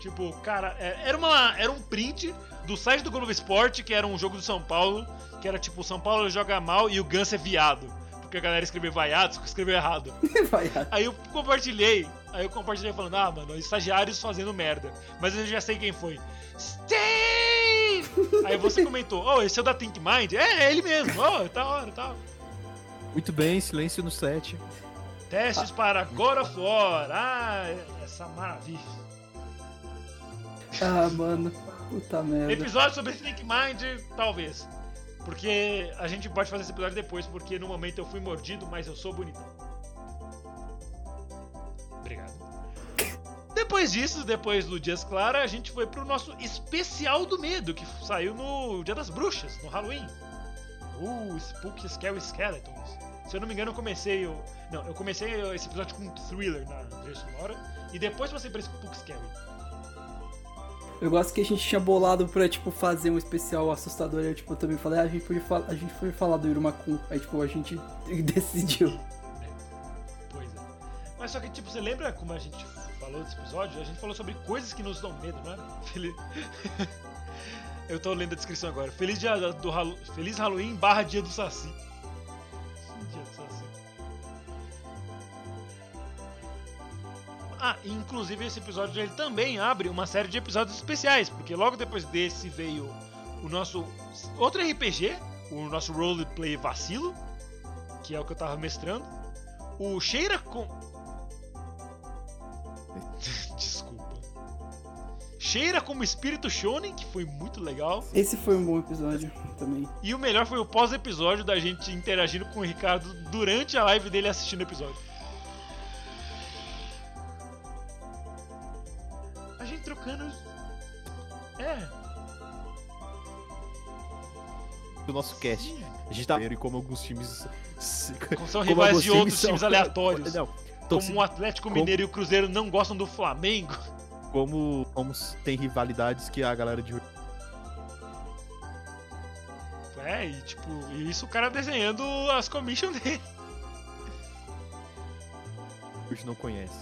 Speaker 1: Tipo, cara, é- era, uma, era um print do site do Globo Esporte, que era um jogo do São Paulo, que era tipo, o São Paulo joga mal e o Ganso é viado. Porque a galera escreveu vaiado, [LAUGHS] só que escreveu errado.
Speaker 3: Vai,
Speaker 1: Aí eu compartilhei. Aí eu compartilhei falando, ah, mano, estagiários fazendo merda. Mas eu já sei quem foi. Steve! Aí você comentou, oh, esse é o da Think Mind? É, é ele mesmo. Oh, tá hora, tá hora.
Speaker 2: Muito bem, silêncio no set.
Speaker 1: Testes para God of War. Ah, essa maravilha.
Speaker 3: ah, mano, puta merda.
Speaker 1: Episódio sobre Think Mind, talvez. Porque a gente pode fazer esse episódio depois, porque no momento eu fui mordido, mas eu sou bonitão. Obrigado. Depois disso, depois do Dias Clara, a gente foi pro nosso especial do medo, que saiu no Dia das Bruxas, no Halloween. Uh, Spooky Scary Skeletons. Se eu não me engano, eu comecei o. Não, eu comecei esse episódio com um thriller na trilha sonora, e depois passei pra Spook Scary.
Speaker 3: Eu gosto que a gente tinha bolado pra, tipo, fazer um especial assustador. E eu, tipo, também falei, ah, a gente podia falar, a gente foi falar do Irumakun. Aí, tipo, a gente [LAUGHS] decidiu.
Speaker 1: Pois é. Mas só que, tipo, você lembra como a gente falou desse episódio? A gente falou sobre coisas que nos dão medo, [LAUGHS] não é? Feliz... Eu tô lendo a descrição agora. Feliz, dia do Halo... Feliz Halloween barra dia do Saci. Dia do Saci. Ah, e inclusive esse episódio ele também abre uma série de episódios especiais, porque logo depois desse veio o nosso outro RPG, o nosso roleplay vacilo, que é o que eu tava mestrando. O Cheira com [LAUGHS] Desculpa. Cheira como espírito shonen, que foi muito legal.
Speaker 6: Esse foi um bom episódio também.
Speaker 1: E o melhor foi o pós-episódio da gente interagindo com o Ricardo durante a live dele assistindo o episódio. A gente trocando. É.
Speaker 2: do nosso cast. A gente tá vendo como alguns times.
Speaker 1: Como são
Speaker 2: como
Speaker 1: rivais
Speaker 2: alguns
Speaker 1: de outros
Speaker 2: são-
Speaker 1: times aleatórios.
Speaker 2: Não,
Speaker 1: Como o
Speaker 2: torcida-
Speaker 1: Atlético
Speaker 2: como-
Speaker 1: Mineiro e o Cruzeiro não gostam do Flamengo. [LAUGHS]
Speaker 2: como, como tem rivalidades que a galera de
Speaker 1: É, e tipo, e isso o cara desenhando as commissions dele.
Speaker 2: hoje não conhece.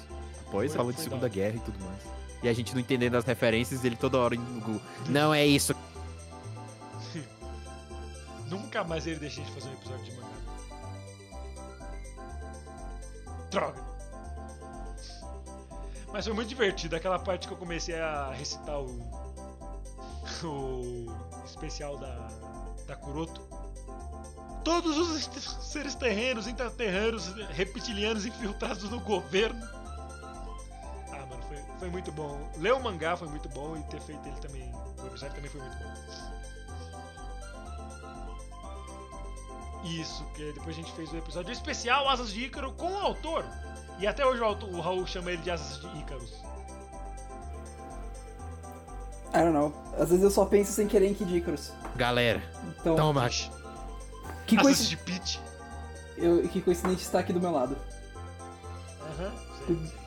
Speaker 2: Depois
Speaker 1: Foi-
Speaker 2: fala de
Speaker 1: foi
Speaker 2: Segunda
Speaker 1: da hora.
Speaker 2: Guerra e tudo mais. E a gente não entendendo as referências, ele toda hora indo no Google. Não é isso.
Speaker 1: Nunca mais ele deixa de fazer um episódio de mangá. Droga! Mas foi muito divertido, aquela parte que eu comecei a recitar o. [LAUGHS] o especial da. da Kuroto. Todos os [LAUGHS] seres terrenos, intraterranos, reptilianos infiltrados no governo. Ah, mano, foi, foi muito bom. Ler o mangá foi muito bom e ter feito ele também. O episódio também foi muito bom. Isso, que depois a gente fez o episódio especial Asas de Ícaro com o autor. E até hoje o, autor- o Raul chama ele de Asas de Ícaros.
Speaker 3: I don't know. Às vezes eu só penso sem querer em Kid Icarus.
Speaker 2: Galera,
Speaker 3: Então,
Speaker 2: toma.
Speaker 3: que,
Speaker 1: Asas
Speaker 3: coinci...
Speaker 1: de Pete.
Speaker 3: eu, que coincidente está aqui do meu lado.
Speaker 1: Aham.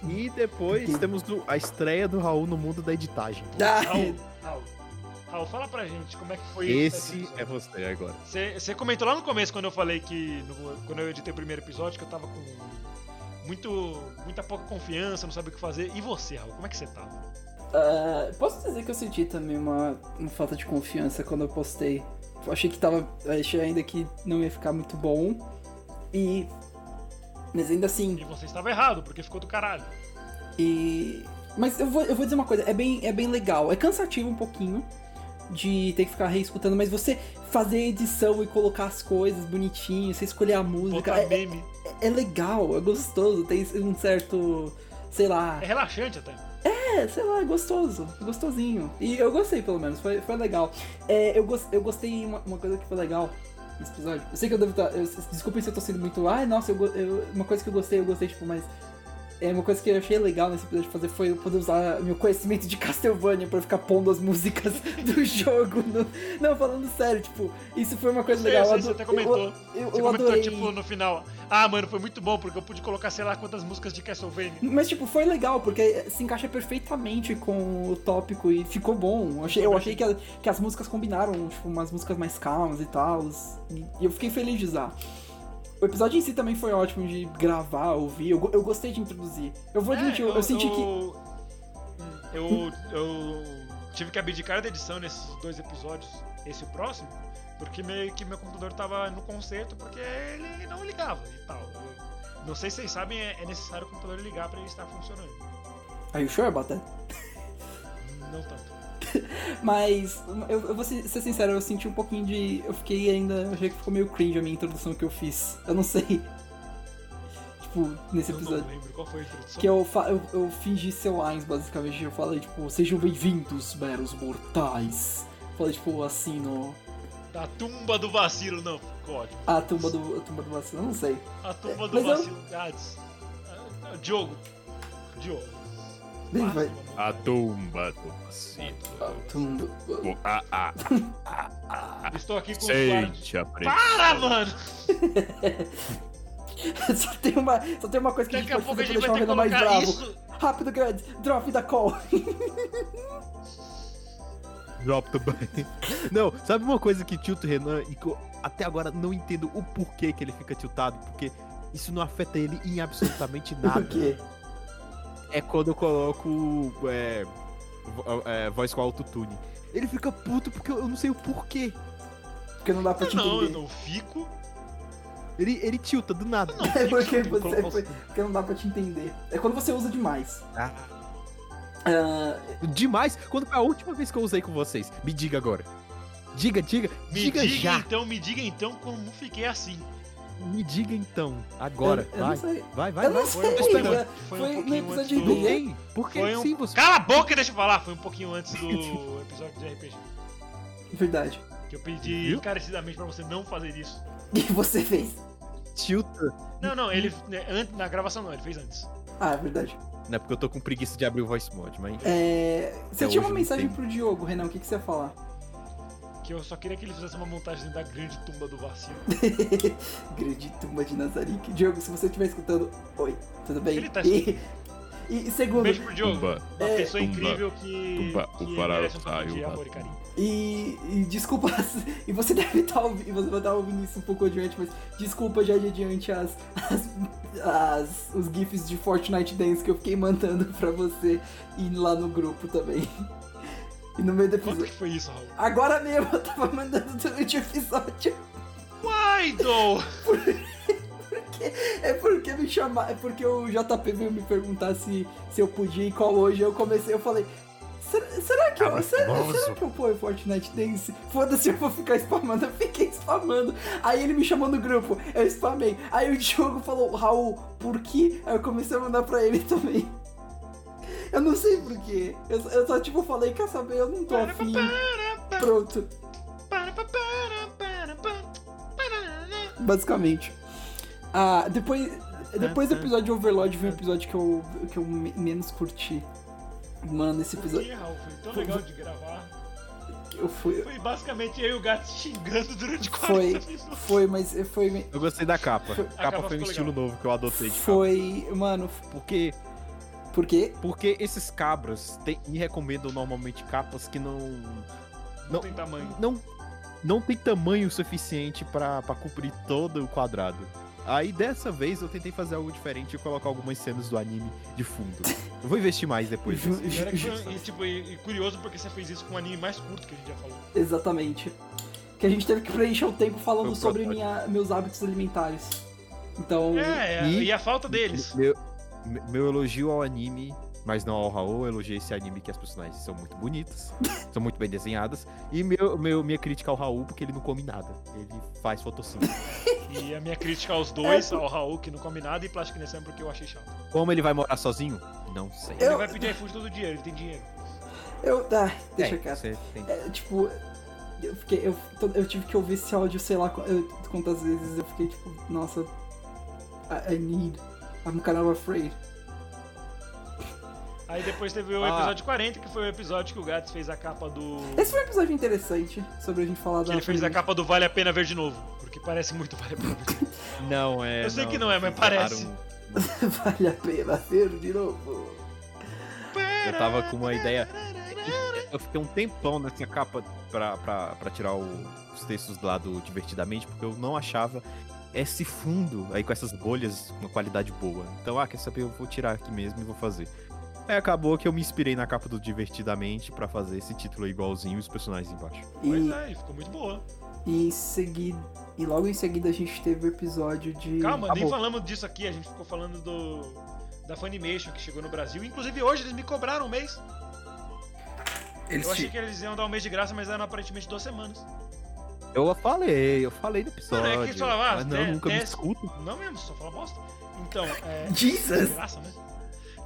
Speaker 2: E depois temos o- a estreia do Raul no mundo da editagem.
Speaker 3: Ah,
Speaker 1: Raul, Raul, Raul, fala pra gente como é que foi
Speaker 2: Esse é você agora.
Speaker 1: Você você comentou lá no começo quando eu falei que. no- quando eu editei o primeiro episódio, que eu tava com muito. muita pouca confiança, não sabia o que fazer. E você, Raul, como é que você tava?
Speaker 3: ah, [LAUGHS] posso dizer que eu senti também uma, uma falta de confiança quando eu postei. Eu achei que tava. Achei ainda que não ia ficar muito bom. E. Mas ainda assim,
Speaker 1: E você estava errado, porque ficou do caralho.
Speaker 3: E. Mas eu vou, eu vou dizer uma coisa, é bem, é bem legal. É cansativo um pouquinho de ter que ficar reescutando, mas você fazer a edição e colocar as coisas bonitinho, você escolher a música,
Speaker 1: Botar
Speaker 3: é, é,
Speaker 1: tá meme.
Speaker 3: é legal, é gostoso, tem um certo. Sei lá.
Speaker 1: É relaxante até.
Speaker 3: É, sei lá, é gostoso, gostosinho. E eu gostei pelo menos, foi, foi legal. É, eu, gos- eu gostei uma, uma coisa que foi legal nesse episódio. Eu sei que eu devo estar. eu- Desculpem se eu tô sendo muito. Ai, nossa, eu, go- eu- uma coisa que eu gostei, eu gostei, tipo, mas. É, uma coisa que eu achei legal nesse episódio fazer foi eu poder usar meu conhecimento de Castlevania pra eu ficar pondo as músicas [LAUGHS] do jogo. no- Não, falando sério, tipo, isso foi uma coisa
Speaker 1: Sei,
Speaker 3: legal.
Speaker 1: sei,
Speaker 3: eu
Speaker 1: você
Speaker 3: ado-
Speaker 1: até comentou.
Speaker 3: Eu, eu,
Speaker 1: Você
Speaker 3: eu
Speaker 1: comentou,
Speaker 3: adorei.
Speaker 1: tipo, no final. Ah, mano, foi muito bom, porque eu pude colocar sei lá quantas músicas de Castlevania.
Speaker 3: Mas, tipo, foi legal, porque se encaixa perfeitamente com o tópico e ficou bom. Eu achei, eu achei que, a- que as músicas combinaram, tipo, umas músicas mais calmas e tal. E eu fiquei feliz de usar. O episódio em si também foi ótimo de gravar, ouvir. Eu, go- eu gostei de introduzir. Eu vou admitir, É, eu, eu senti que.
Speaker 1: que. É, Eu, eu tive que abdicar da edição nesses dois episódios, esse e o próximo, porque meio que meu computador tava no conserto, porque ele não ligava e tal. Eu- não sei se vocês sabem, é é necessário o computador ligar pra ele estar funcionando.
Speaker 3: Are you sure about that?
Speaker 1: Não tanto.
Speaker 3: Mas, eu, eu vou ser, ser sincero, eu senti um pouquinho de. Eu fiquei ainda. Eu achei que ficou meio cringe a minha introdução que eu fiz. Eu não sei. [LAUGHS] tipo, nesse
Speaker 1: Eu
Speaker 3: episódio.
Speaker 1: não lembro qual foi a introdução.
Speaker 3: Que eu, fa- eu, eu fingi ser o Ainz, basicamente. Eu falei, tipo, sejam bem-vindos, meros mortais. Falei, tipo, assim, no.
Speaker 1: Da tumba do vacilo, não, ficou ótimo.
Speaker 3: A tumba do, a tumba do vacilo, eu não sei.
Speaker 1: A tumba do
Speaker 3: Mas eu-
Speaker 1: vacilo. Gades. Ah, Diogo. Diogo.
Speaker 3: Bem,
Speaker 1: Passa,
Speaker 3: vai.
Speaker 1: mano.
Speaker 2: tumba do Ah, vacilo.
Speaker 3: A tumba.
Speaker 2: A, a,
Speaker 1: Ah, Estou aqui com o guarda.
Speaker 2: a
Speaker 3: Ah!
Speaker 1: Para, mano!
Speaker 3: [LAUGHS] só, tem uma, só tem uma coisa que
Speaker 1: Daqui
Speaker 3: a
Speaker 1: a
Speaker 3: gente pode
Speaker 1: pouco a
Speaker 3: fazer
Speaker 1: gente
Speaker 3: pra
Speaker 1: vai ter
Speaker 3: deixar o
Speaker 1: que
Speaker 3: Renan mais
Speaker 1: colocar
Speaker 3: bravo.
Speaker 1: isso.
Speaker 3: Rápido, Guts, drop
Speaker 2: [LAUGHS]
Speaker 3: da call.
Speaker 2: Drop the button. [LAUGHS] Não, sabe uma coisa que tilta o Renan e que eu até agora não entendo o porquê que ele fica tiltado? Porque isso não afeta ele em absolutamente nada.
Speaker 3: Por quê?
Speaker 2: É quando eu coloco é, vo- é, voz com autotune. Ele fica puto porque eu não sei o porquê.
Speaker 3: Porque não dá pra te
Speaker 1: Não, eu
Speaker 3: [LAUGHS] entender.
Speaker 1: não fico.
Speaker 2: Ele, ele tilta do nada.
Speaker 3: É porque
Speaker 1: Colocou-
Speaker 3: você
Speaker 1: colocou-
Speaker 3: foi- porque não dá pra te entender. É quando você usa demais.
Speaker 2: Ah.
Speaker 3: Ah,
Speaker 2: Demais. Quando foi a última vez que eu usei com vocês? Me diga agora. Diga, diga.
Speaker 1: Me
Speaker 2: diga,
Speaker 1: diga
Speaker 2: já.
Speaker 1: então, me diga então como fiquei assim.
Speaker 2: Me diga então. Agora.
Speaker 3: eu, eu
Speaker 2: vai.
Speaker 3: não sei.
Speaker 2: vai, vai,
Speaker 3: eu não
Speaker 2: vai.
Speaker 3: sei,
Speaker 1: Foi um pouquinho,
Speaker 3: né?
Speaker 1: antes- foi
Speaker 3: Foi
Speaker 1: um
Speaker 3: no
Speaker 1: pouquinho antes
Speaker 3: episódio
Speaker 1: do...
Speaker 3: de-
Speaker 2: Ninguém. Por que
Speaker 1: Foi um-
Speaker 2: sim, você...
Speaker 1: Cala a boca e deixa eu falar. Foi um pouquinho antes
Speaker 3: [LAUGHS]
Speaker 1: do episódio de RPG.
Speaker 3: Verdade.
Speaker 1: Que eu pedi
Speaker 2: Viu?
Speaker 1: encarecidamente pra você não fazer isso.
Speaker 3: E você fez.
Speaker 2: tilta.
Speaker 1: Não, não, ele. né, an- Na gravação não, ele fez antes.
Speaker 3: Ah, é verdade.
Speaker 2: Não é porque eu tô com preguiça de abrir o voice mod, mas...
Speaker 3: É, Você
Speaker 2: Até
Speaker 3: tinha
Speaker 2: hoje
Speaker 3: uma
Speaker 2: não
Speaker 3: mensagem
Speaker 2: tem.
Speaker 3: pro Diogo, Renan, o que, que você ia falar?
Speaker 1: Que eu só queria que ele fizesse uma montagem da grande tumba do vacilo.
Speaker 3: [LAUGHS] Grande tumba de Nazarick. Diogo, se você estiver escutando, oi, tudo bem?
Speaker 1: Ele tá
Speaker 3: e, e- e segundo,
Speaker 1: Beijo pro Diogo.
Speaker 7: Tumba.
Speaker 1: Uma
Speaker 3: É.
Speaker 1: pessoa
Speaker 7: Tumba.
Speaker 1: incrível que.
Speaker 7: Tumba. O
Speaker 1: que
Speaker 7: farol
Speaker 1: merece um pouco de
Speaker 7: saiu né? da
Speaker 1: amor e carinho.
Speaker 3: e, e desculpa, [LAUGHS] e você deve estar ouvindo, você vai estar ouvindo isso um pouco adiante, mas desculpa já de adiante as, as- as- os GIFs de Fortnite Dance que eu fiquei mandando [LAUGHS] pra você e lá no grupo também. [LAUGHS] E no meio do
Speaker 1: Quanto
Speaker 3: episódio.
Speaker 1: que foi isso, Raul?
Speaker 3: Agora mesmo [LAUGHS] eu tava mandando durante o episódio.
Speaker 1: Uai, do!
Speaker 3: É porque me chamar, é porque o JP veio me perguntar se, se eu podia e qual hoje. Eu comecei, eu falei, será, será que eu, será, será que eu pôr Fortnite Dance? Foda-se, eu vou ficar spamando. Eu fiquei spamando. Aí ele me chamou no grupo, eu spamei. Aí o Diogo falou, Raul, por quê? Aí eu comecei a mandar pra ele [LAUGHS] também. Eu não sei por quê. Eu, eu só tipo falei, quer saber, eu não tô afim. Pronto, basicamente. Ah, depois,
Speaker 2: É,
Speaker 3: depois do
Speaker 2: tá.
Speaker 3: episódio de Overlord veio um episódio que eu, que eu me- menos curti. Mano, esse
Speaker 1: Por
Speaker 3: episódio.
Speaker 1: que, Raul? Foi tão legal de gravar.
Speaker 3: Eu fui.
Speaker 1: Foi basicamente eu e o gato xingando durante 40
Speaker 3: Foi.
Speaker 1: minutos.
Speaker 3: Foi, mas foi. me-
Speaker 2: Eu gostei da capa. A capa,
Speaker 1: capa
Speaker 2: foi um
Speaker 1: ficou
Speaker 2: estilo novo que eu adotei de
Speaker 3: Foi. Mano,
Speaker 2: capa. Porque,
Speaker 3: porque
Speaker 2: porque esses cabras te- me recomendam normalmente capas que não...
Speaker 1: Não tem tamanho.
Speaker 2: Não, não tem tamanho suficiente pra pra cobrir todo o quadrado. Aí dessa vez eu tentei fazer algo diferente e colocar algumas cenas do anime de fundo. Eu vou investir mais [LAUGHS] depois.
Speaker 3: Ju-
Speaker 2: disso.
Speaker 1: E, olha que foi-
Speaker 2: Justo.
Speaker 1: e, tipo, e- e curioso porque você fez isso com um anime mais curto que a gente já falou.
Speaker 3: Exatamente. Que a gente teve que preencher o tempo falando
Speaker 2: Foi um
Speaker 3: sobre
Speaker 2: protótipo.
Speaker 3: minha, meus hábitos alimentares. Então.
Speaker 1: É, e,
Speaker 2: e-
Speaker 1: e a falta deles.
Speaker 2: Meu, me- meu elogio ao anime, mas não ao Raul, eu elogiei esse anime que as personagens são muito [LAUGHS] bonitas, são muito bem desenhadas. E meu, meu, minha crítica ao Raul, porque ele não come nada. Ele faz fotossíntese.
Speaker 1: E a minha crítica aos dois, ao Raul que não come nada e Plastic Nessam porque eu achei chato.
Speaker 2: Como ele vai morar sozinho? Não sei.
Speaker 3: Eu-
Speaker 1: Ele vai pedir iFood todo dia, ele tem dinheiro.
Speaker 3: Eu. Ah, deixa
Speaker 2: É,
Speaker 3: quieto.
Speaker 2: você tem-
Speaker 3: É, tipo. Eu, fiquei, eu, to- eu tive que ouvir esse áudio, sei lá qu- eu- quantas vezes. Eu fiquei tipo, nossa. I, I need. I'm kind of afraid.
Speaker 1: Aí depois teve o
Speaker 2: Ah.
Speaker 1: episódio 40, que foi o episódio que o Gats fez a capa do.
Speaker 3: Esse foi um episódio interessante sobre a gente falar
Speaker 1: Que
Speaker 3: da.
Speaker 1: ele fez a capa do Vale a Pena Ver de novo. Porque parece muito Vale a Pena Ver. de Novo.
Speaker 2: Não, é.
Speaker 1: Eu sei que não é, mas parece.
Speaker 3: [LAUGHS] Vale a pena ver de novo.
Speaker 2: Eu tava com uma ideia. Eu fiquei um tempão nessa capa pra, pra, pra tirar o- os textos lá do Divertidamente, porque eu não achava esse fundo aí com essas bolhas com uma qualidade boa. Então, ah, quer saber? Eu vou tirar aqui mesmo e vou fazer. Aí acabou que eu me inspirei na capa do Divertidamente pra fazer esse título igualzinho e os personagens embaixo.
Speaker 1: Pois
Speaker 3: E,
Speaker 1: é, e ficou muito boa.
Speaker 3: e em seguida. E logo em seguida a gente teve o episódio de.
Speaker 1: Calma, nem
Speaker 2: Acabou.
Speaker 1: falamos disso aqui, a gente ficou falando do. Da Funimation que chegou no Brasil. Inclusive hoje eles me cobraram um mês. Eu achei que eles iam dar um mês de graça, mas eram aparentemente duas semanas.
Speaker 2: Eu falei, eu falei no episódio.
Speaker 1: Mano, é que eles falavam, ah,
Speaker 2: mas não,
Speaker 1: é-
Speaker 2: nunca me
Speaker 1: é-
Speaker 2: escuto.
Speaker 1: Não mesmo, só fala bosta. Então, é.
Speaker 3: [LAUGHS]
Speaker 1: De
Speaker 3: Jesus!
Speaker 1: graça, né?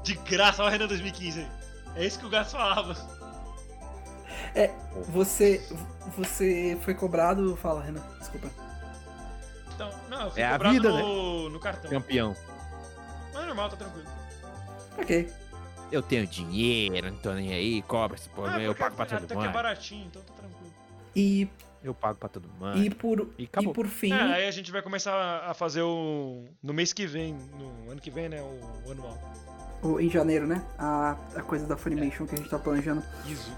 Speaker 1: De graça, olha o Renan 2015 aí. É isso que o Gats falava.
Speaker 3: Você. Você foi cobrado. Fala, Renan. Desculpa.
Speaker 1: Então, não, eu fui
Speaker 2: É a
Speaker 1: cobrado
Speaker 2: vida,
Speaker 1: no, no cartão.
Speaker 2: Campeão.
Speaker 1: Mas é normal, tá tranquilo.
Speaker 3: Ok.
Speaker 2: Eu tenho dinheiro, não tô nem aí, cobra esse porra,
Speaker 1: Ah,
Speaker 2: eu
Speaker 1: porque
Speaker 2: pago pra
Speaker 1: até
Speaker 2: todo
Speaker 1: que é
Speaker 2: mundo.
Speaker 1: baratinho, então tá tranquilo.
Speaker 3: E,
Speaker 2: Eu pago pra todo mundo.
Speaker 3: e, por,
Speaker 2: e
Speaker 3: e
Speaker 2: Ah. acabou.
Speaker 3: por fim.
Speaker 1: É, aí a gente vai começar a fazer o. No mês que vem, no ano que vem, né? O anual. é.
Speaker 3: o- Em janeiro, né? A, a coisa da Funimation que a gente tá planejando.
Speaker 1: Isso.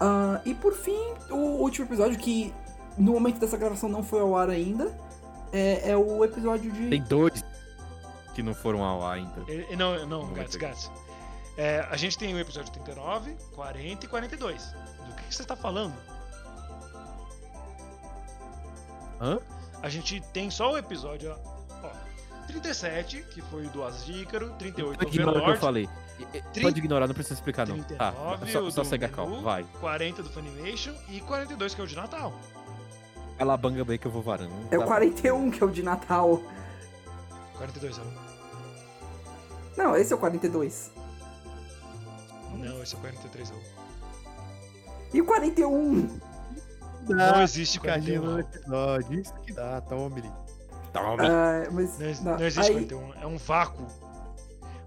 Speaker 3: Ah, e por fim, o último episódio que no momento dessa gravação não foi ao ar ainda. É, é o episódio de.
Speaker 2: Tem dois que não foram ao ar ainda.
Speaker 1: E- e É, Não, não,
Speaker 2: Não vai
Speaker 1: Gats,
Speaker 2: pegar.
Speaker 1: Gats. É, a gente tem o episódio 39, 40 e 42. Do que, que você tá falando?
Speaker 2: Hã?
Speaker 1: A gente tem só o episódio 37, que foi do Asas de Ícaro. 38 do
Speaker 2: Pode ignorar o que eu
Speaker 1: Overlord.
Speaker 2: falei. Pode ignorar, não precisa explicar, não. Tá,
Speaker 1: 39
Speaker 2: só, só
Speaker 1: do
Speaker 2: segue a calma,
Speaker 1: Menu.
Speaker 2: vai.
Speaker 1: 40 do Funimation e 42, que é o de Natal.
Speaker 2: Vai lá, banga bem que eu vou varando.
Speaker 6: É o
Speaker 2: Tá
Speaker 6: 41 que é o de Natal.
Speaker 1: 42 não.
Speaker 6: Não, esse é o 42.
Speaker 1: Não, esse é o 43 não.
Speaker 6: E o 41?
Speaker 2: bom.
Speaker 1: Não existe
Speaker 2: Cadê
Speaker 1: 41
Speaker 2: o
Speaker 1: não.
Speaker 2: episódio? Isso que dá, tá, tome. Tome.
Speaker 6: Ah, mas.
Speaker 1: Não, ex-
Speaker 6: não,
Speaker 1: não existe
Speaker 6: aí,
Speaker 1: 41, é um vácuo.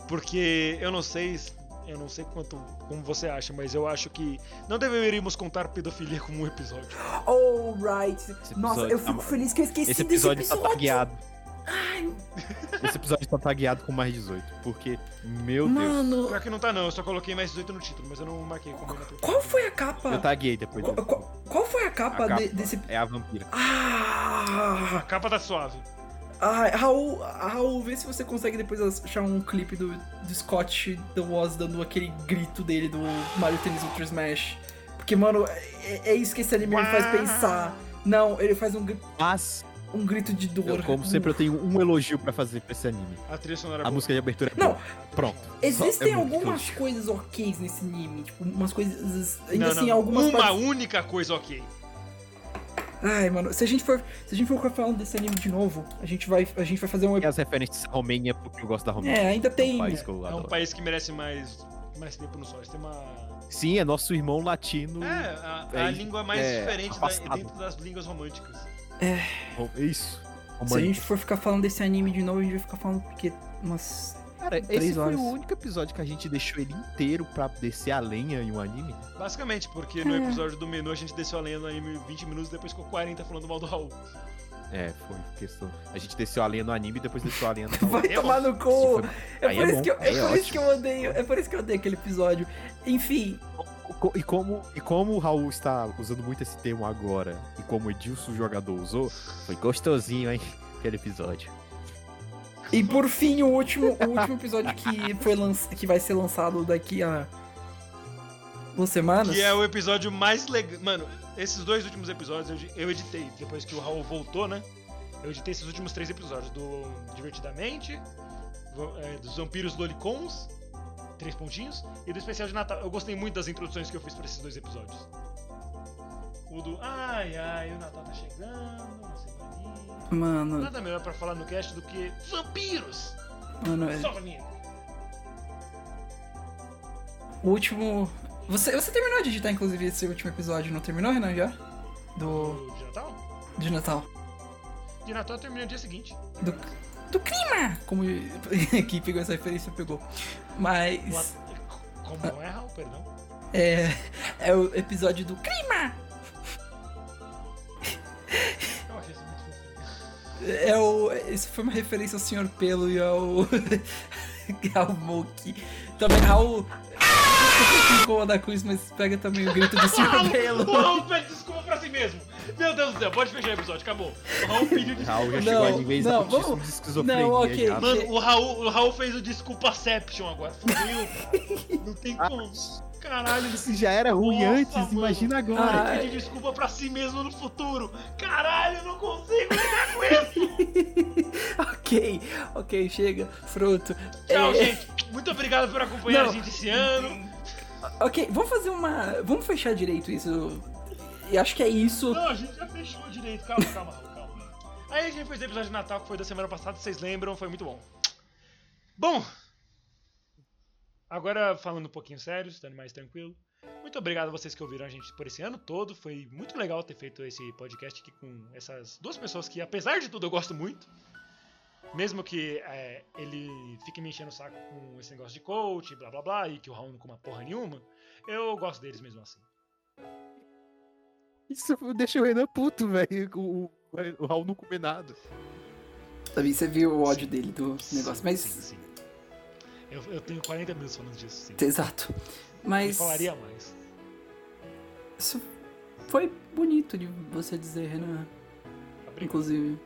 Speaker 1: Porque eu não sei, s- eu não sei quanto como você acha, mas eu acho que não deveríamos contar pedofilia como um episódio.
Speaker 6: Alright.
Speaker 2: Esse
Speaker 6: Nossa,
Speaker 2: episódio
Speaker 6: eu
Speaker 2: tá
Speaker 6: fico
Speaker 2: mal.
Speaker 6: feliz que eu esqueci
Speaker 2: Esse
Speaker 6: desse
Speaker 2: episódio tá tagueado. Esse episódio tá tagueado com mais 18, porque, meu Deus.
Speaker 6: Mano,
Speaker 1: Pior que não tá não, eu só coloquei mais 18 no título, mas eu não marquei como na tua.
Speaker 3: Qual foi a capa?
Speaker 2: Eu taguei depois.
Speaker 3: Qual,
Speaker 2: disso.
Speaker 3: qual- qual foi a capa,
Speaker 2: A capa.
Speaker 3: de- desse.
Speaker 2: É a vampira.
Speaker 1: A
Speaker 3: Ah!
Speaker 1: capa tá suave.
Speaker 3: ah Raul, Raul, vê se você consegue depois achar um clipe do, do Scott The Woz dando aquele grito dele do Mario Tennis Ultra Smash. Porque, mano, é, é isso que esse anime me faz pensar. Não, ele faz um, gri-
Speaker 2: Mas,
Speaker 3: um grito de dor.
Speaker 2: eu, como
Speaker 3: Um-
Speaker 2: sempre, eu tenho um elogio pra fazer pra esse anime.
Speaker 1: A trilha sonora é
Speaker 2: A
Speaker 1: boa.
Speaker 2: música de abertura é
Speaker 3: Não,
Speaker 2: boa. Pronto.
Speaker 3: Existem
Speaker 2: Só- é muito
Speaker 3: algumas
Speaker 2: close.
Speaker 3: coisas ok nesse anime, tipo, umas coisas. Ainda
Speaker 1: Não,
Speaker 3: assim,
Speaker 1: não,
Speaker 3: algumas.
Speaker 1: Uma
Speaker 3: partes-
Speaker 1: única coisa ok.
Speaker 3: Ai, mano, se a gente for. Se a gente for ficar falando desse anime de novo, a gente vai, a gente vai fazer um.
Speaker 2: E as referências à Romênia, porque eu gosto da Romênia.
Speaker 3: É, ainda tem.
Speaker 2: um país que eu
Speaker 1: É um
Speaker 2: adoro.
Speaker 1: país que merece mais, mais tempo no sol. Esse tem uma.
Speaker 2: Sim, é nosso irmão latino.
Speaker 1: É, a, a
Speaker 2: é,
Speaker 1: língua mais
Speaker 2: é,
Speaker 1: diferente da-
Speaker 2: afastado.
Speaker 1: dentro das línguas românticas.
Speaker 2: Ro- é Isso.
Speaker 3: Se a
Speaker 2: Romani.
Speaker 3: gente for ficar falando desse anime de novo, a gente vai ficar falando porque. Umas.
Speaker 2: Cara, esse
Speaker 3: Três
Speaker 2: foi
Speaker 3: horas.
Speaker 2: o único episódio que a gente deixou ele inteiro pra descer a lenha em um anime.
Speaker 1: Basicamente, porque no
Speaker 3: É.
Speaker 1: episódio do menu a gente desceu a lenha no anime 20 minutos depois ficou 40 falando mal do Raul.
Speaker 2: É, foi questão. A gente desceu a lenha no anime e depois desceu a lenha
Speaker 3: [LAUGHS]
Speaker 2: no
Speaker 3: Vai
Speaker 1: É
Speaker 3: tomar no
Speaker 2: Isso
Speaker 3: cu!
Speaker 2: foi-
Speaker 3: É
Speaker 2: Aí
Speaker 3: por
Speaker 2: é
Speaker 3: isso
Speaker 2: bom,
Speaker 3: que eu-
Speaker 2: aí é
Speaker 3: é por isso que eu
Speaker 2: ótimo.
Speaker 3: odeio. É por isso que eu odeio aquele episódio. Enfim.
Speaker 2: Co- E como, e como o Raul está usando muito esse termo agora, e como o Edilson o jogador usou, foi gostosinho, hein? Aquele episódio.
Speaker 3: E por fim, o último, o último episódio que, foi lança, que vai ser lançado daqui a. duas semanas.
Speaker 1: Que é o episódio mais legal. Mano, esses dois últimos episódios eu, eu editei. Depois que o Raul voltou, né? Eu editei esses últimos três episódios: do Divertidamente, vo- é, dos Vampiros Lolicons, três pontinhos, e do especial de Natal. Eu gostei muito das introduções que eu fiz pra esses dois episódios. O do Ai, ai, o Natal tá chegando, uma semaninha.
Speaker 3: Mano,
Speaker 1: Nada melhor pra falar no cast do que Vampiros!
Speaker 3: mano, é-
Speaker 1: Só pra mim! né?
Speaker 3: o último. Você, você terminou de editar, inclusive, esse último episódio, não terminou, Renan, já? Do.
Speaker 1: Do- De Natal?
Speaker 3: De Natal.
Speaker 1: De Natal eu terminei no dia seguinte.
Speaker 3: Do. Do clima! Como. [LAUGHS] Quem pegou essa referência pegou. Mas.
Speaker 1: What- Como não é, Raul, perdão?
Speaker 3: É. É o episódio do clima!
Speaker 1: Eu achei isso muito fofinho.
Speaker 3: É o. Isso foi uma referência ao Sr. Pelo e ao. [LAUGHS] ao Moki. Também ao. [LAUGHS] Desculpa se incomodar com isso, mas pega também o grito do Sr. Pelo.
Speaker 1: O Raul pede desculpa pra si mesmo. Meu Deus do céu, pode fechar o episódio, acabou. O Raul pediu
Speaker 2: O [LAUGHS]
Speaker 1: desculpa.
Speaker 2: Raul já
Speaker 3: Não,
Speaker 2: chegou a níveis
Speaker 3: não,
Speaker 2: altíssimos
Speaker 3: vamos-
Speaker 2: de esquizofrenia.
Speaker 3: não, ok.
Speaker 2: já.
Speaker 1: Mano, o Raul, o Raul fez o desculpaception agora. Fudeu, cara. Não tem como. Caralho, ele
Speaker 2: Se já era ruim
Speaker 1: Nossa,
Speaker 2: antes,
Speaker 1: mano.
Speaker 2: imagina agora.
Speaker 1: vai pedir desculpa pra si mesmo no futuro. Caralho, eu não consigo lidar com isso.
Speaker 3: ok, ok, chega, fruto.
Speaker 1: Tchau,
Speaker 3: É,
Speaker 1: gente. Muito obrigado por acompanhar
Speaker 3: Não.
Speaker 1: a gente esse ano.
Speaker 3: Ok, vamos fazer uma. Vamos fechar direito isso. E acho que é isso.
Speaker 1: Não, a gente já fechou direito. Calma, calma, Raul, calma. Aí a gente fez o episódio de Natal que foi da semana passada, vocês lembram, foi muito bom. Bom, agora falando um pouquinho sério, estando mais tranquilo. Muito obrigado a vocês que ouviram a gente por esse ano todo. Foi muito legal ter feito esse podcast aqui com essas duas pessoas que, apesar de tudo, eu gosto muito. Mesmo que é, ele fique me enchendo o saco com esse negócio de coach, blá blá blá, e que o Raul não coma porra nenhuma, eu gosto deles mesmo assim.
Speaker 2: Isso deixa o Renan puto, velho. O, o- o Raul não comer nada.
Speaker 6: Davi, você viu o ódio dele do negócio,
Speaker 1: Sim,
Speaker 6: mas.
Speaker 1: sim. Eu, eu tenho 40 minutos falando disso, sim.
Speaker 6: Exato.
Speaker 1: Eu
Speaker 6: Mas.
Speaker 1: falaria mais.
Speaker 6: Isso foi bonito de você dizer, Renan. Inclusive.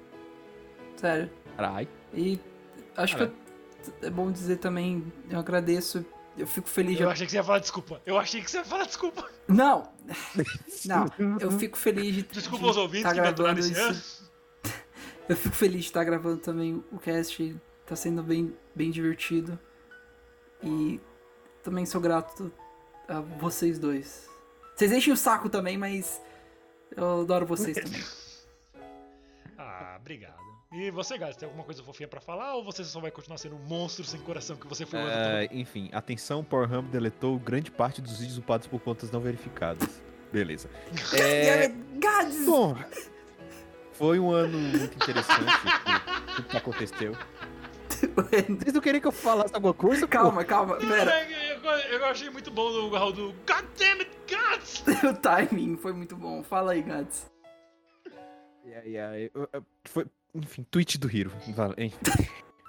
Speaker 6: Sério.
Speaker 2: Carai.
Speaker 6: E acho
Speaker 2: Cara.
Speaker 6: que eu- é bom dizer também, eu agradeço. Eu fico feliz de
Speaker 1: Eu achei que você ia falar desculpa. Eu achei que você ia falar
Speaker 2: [LAUGHS]
Speaker 1: desculpa. [LAUGHS]
Speaker 6: Não! Não, eu fico feliz de.
Speaker 1: Desculpa
Speaker 6: de
Speaker 1: aos ouvintes
Speaker 6: tá
Speaker 1: que me aturaram
Speaker 6: gravando
Speaker 1: esse ano.
Speaker 6: isso. Eu fico feliz de estar gravando também o cast. Tá sendo bem, bem divertido. E também sou grato a vocês dois. Vocês enchem o saco também, mas eu adoro vocês também.
Speaker 1: Ah, obrigado. E você, Gás, tem alguma coisa fofinha pra falar ou você só vai continuar sendo um monstro sem coração que você foi o ano todo?
Speaker 2: Ah, enfim, atenção, Pornhub deletou grande parte dos vídeos upados por contas não verificadas. Beleza. É,
Speaker 6: Gads! [LAUGHS]
Speaker 2: bom, foi um ano muito interessante [LAUGHS] tudo- tudo que aconteceu. Vocês não queriam que eu falasse alguma coisa? pô?
Speaker 6: Calma, calma,
Speaker 2: É,
Speaker 6: pera. [LAUGHS]
Speaker 1: Cara, eu, eu- eu achei muito bom do Raul do God damn it, Gats!
Speaker 6: O timing foi muito bom. Fala aí, Gads.
Speaker 2: Yeah, yeah, eu- eu- Foi, enfim, tweet do Hiro. Vale, enfim.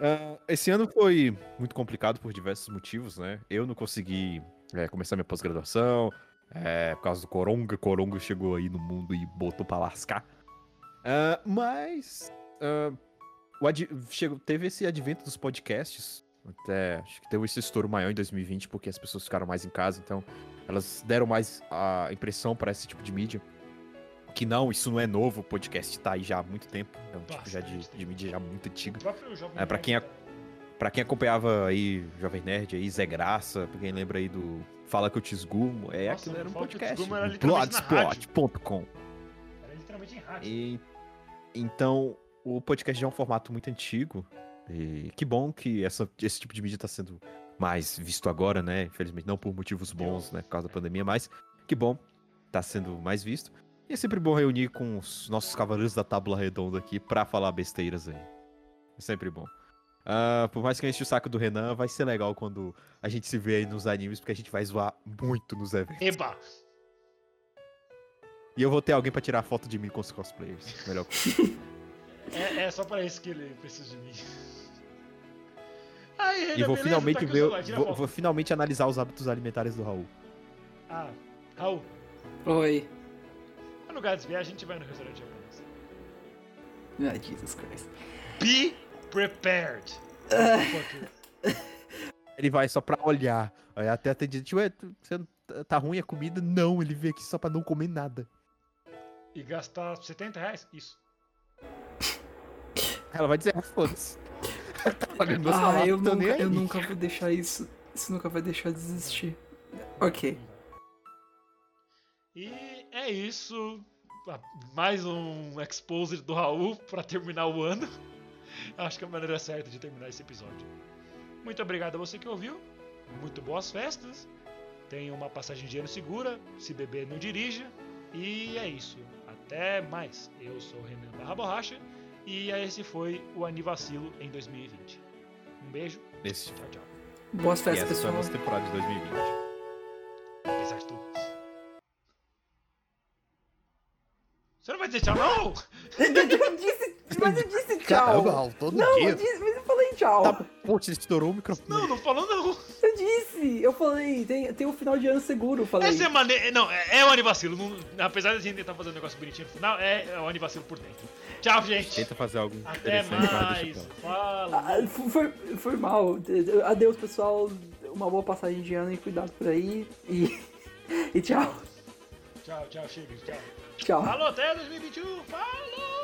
Speaker 2: Ah, esse ano foi muito complicado por diversos motivos, né? Eu não consegui é, começar minha pós-graduação, é, por causa do Coronga. Coronga chegou aí no mundo e botou pra lascar. Ah, mas ah, o ad- chegou- teve esse advento dos podcasts. Até, acho que teve esse estouro maior em 2020, porque as pessoas ficaram mais em casa, então elas deram mais a impressão para esse tipo de mídia que não, isso não é novo, o podcast tá aí já há muito tempo, é um tipo já de,
Speaker 1: Bastante
Speaker 2: de mídia já muito antiga.
Speaker 1: O próprio Jovem
Speaker 2: É, pra
Speaker 1: Nerd
Speaker 2: quem é-
Speaker 1: tá-
Speaker 2: Pra quem acompanhava aí Jovem Nerd aí, Zé Graça, pra quem lembra aí do Fala que eu te esgumo, é
Speaker 1: Nossa,
Speaker 2: aquilo era um
Speaker 1: Fala Que Eu Te
Speaker 2: podcast,
Speaker 1: Esgumo era
Speaker 2: um
Speaker 1: literalmente na
Speaker 2: blogspot.com.
Speaker 1: Era literalmente em rádio.
Speaker 2: E então o podcast já é um formato muito antigo. E que bom que essa- esse tipo de mídia tá sendo mais visto agora, né? Infelizmente não por motivos bons, né, por causa da pandemia, mas que bom tá sendo mais visto. E é sempre bom reunir com os nossos cavaleiros da tábua redonda aqui pra falar besteiras aí. É sempre bom. Ah, por mais que eu enche o saco do Renan, vai ser legal quando a gente se vê aí nos animes, porque a gente vai zoar muito nos eventos.
Speaker 1: Eba!
Speaker 2: E eu vou ter alguém pra tirar foto de mim com os cosplayers. Melhor
Speaker 1: É, é só pra isso que ele precisa de mim. [LAUGHS] Aí,
Speaker 2: E
Speaker 1: Renan,
Speaker 2: vou
Speaker 1: beleza? Tá
Speaker 2: finalmente
Speaker 1: aqui o
Speaker 2: ver,
Speaker 1: celular, tira a
Speaker 2: vou,
Speaker 1: foto.
Speaker 2: vou finalmente analisar os hábitos alimentares do Raul.
Speaker 1: Ah, Raul,
Speaker 6: Oi.
Speaker 1: quando o Gats vier, a gente vai no restaurante japonês.
Speaker 6: Ah, Jesus Christ.
Speaker 1: Be prepared!
Speaker 2: Ele vai só pra olhar. Aí até atendida, tipo, "Ué, tu- você não- tá- tá ruim a comida? Não, ele veio aqui só pra não comer nada.
Speaker 1: E gastar 70 reais? Isso.
Speaker 2: Ela vai dizer, "Ah, foda-se. [LAUGHS] tá pagando meu
Speaker 6: ah,
Speaker 2: salário,
Speaker 6: eu
Speaker 2: tô nem
Speaker 6: nunca, eu
Speaker 2: aí."
Speaker 6: nunca vou deixar isso. Isso nunca vai deixar de existir. Ok.
Speaker 1: E é isso. Ah, Mais um exposer do Raul pra terminar o ano. [LAUGHS] Acho que é a maneira certa de terminar esse episódio. Muito obrigado a você que ouviu. Muito boas festas. Tenha uma passagem de ano segura. Se beber, não dirija. E é isso. Até mais. Eu sou o Renan Barra Borracha. E esse foi o Anivacilo em 2020. Um beijo.
Speaker 2: Esse,
Speaker 1: Tchau, tchau.
Speaker 6: Boas
Speaker 2: e
Speaker 6: festas,
Speaker 2: essa foi a
Speaker 6: pessoal.
Speaker 2: [LAUGHS] nossa temporada de 2020.
Speaker 1: Apesar de tudo. Você não vai dizer tchau, não?
Speaker 3: eu disse, mas eu disse tchau.
Speaker 2: Raul, todo
Speaker 3: não, eu disse, mas eu falei tchau.
Speaker 2: Tá, putz, estourou o microfone.
Speaker 1: Não, não falou não.
Speaker 3: Eu disse, eu falei, tem, tem um final de ano seguro, eu falei.
Speaker 1: Essa é maneira. Não, é, é o anivacilo. Não, apesar de a gente tentar fazer um negócio bonitinho no final, é, é o anivacilo por dentro. Tchau, gente.
Speaker 2: Tenta fazer algo
Speaker 1: Até
Speaker 2: interessante, mas deixa
Speaker 1: mais.
Speaker 2: pra lá.
Speaker 1: Fala.
Speaker 3: Ah, f- foi, foi mal. Adeus, pessoal. Uma boa passagem de ano e cuidado por aí. E, [LAUGHS] e tchau.
Speaker 1: Tchau, tchau, chega. Tchau.
Speaker 3: Tchau.
Speaker 1: Falou, até 2021. Falou!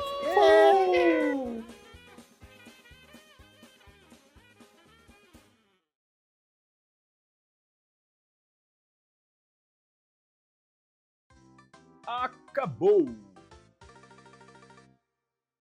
Speaker 4: Acabou!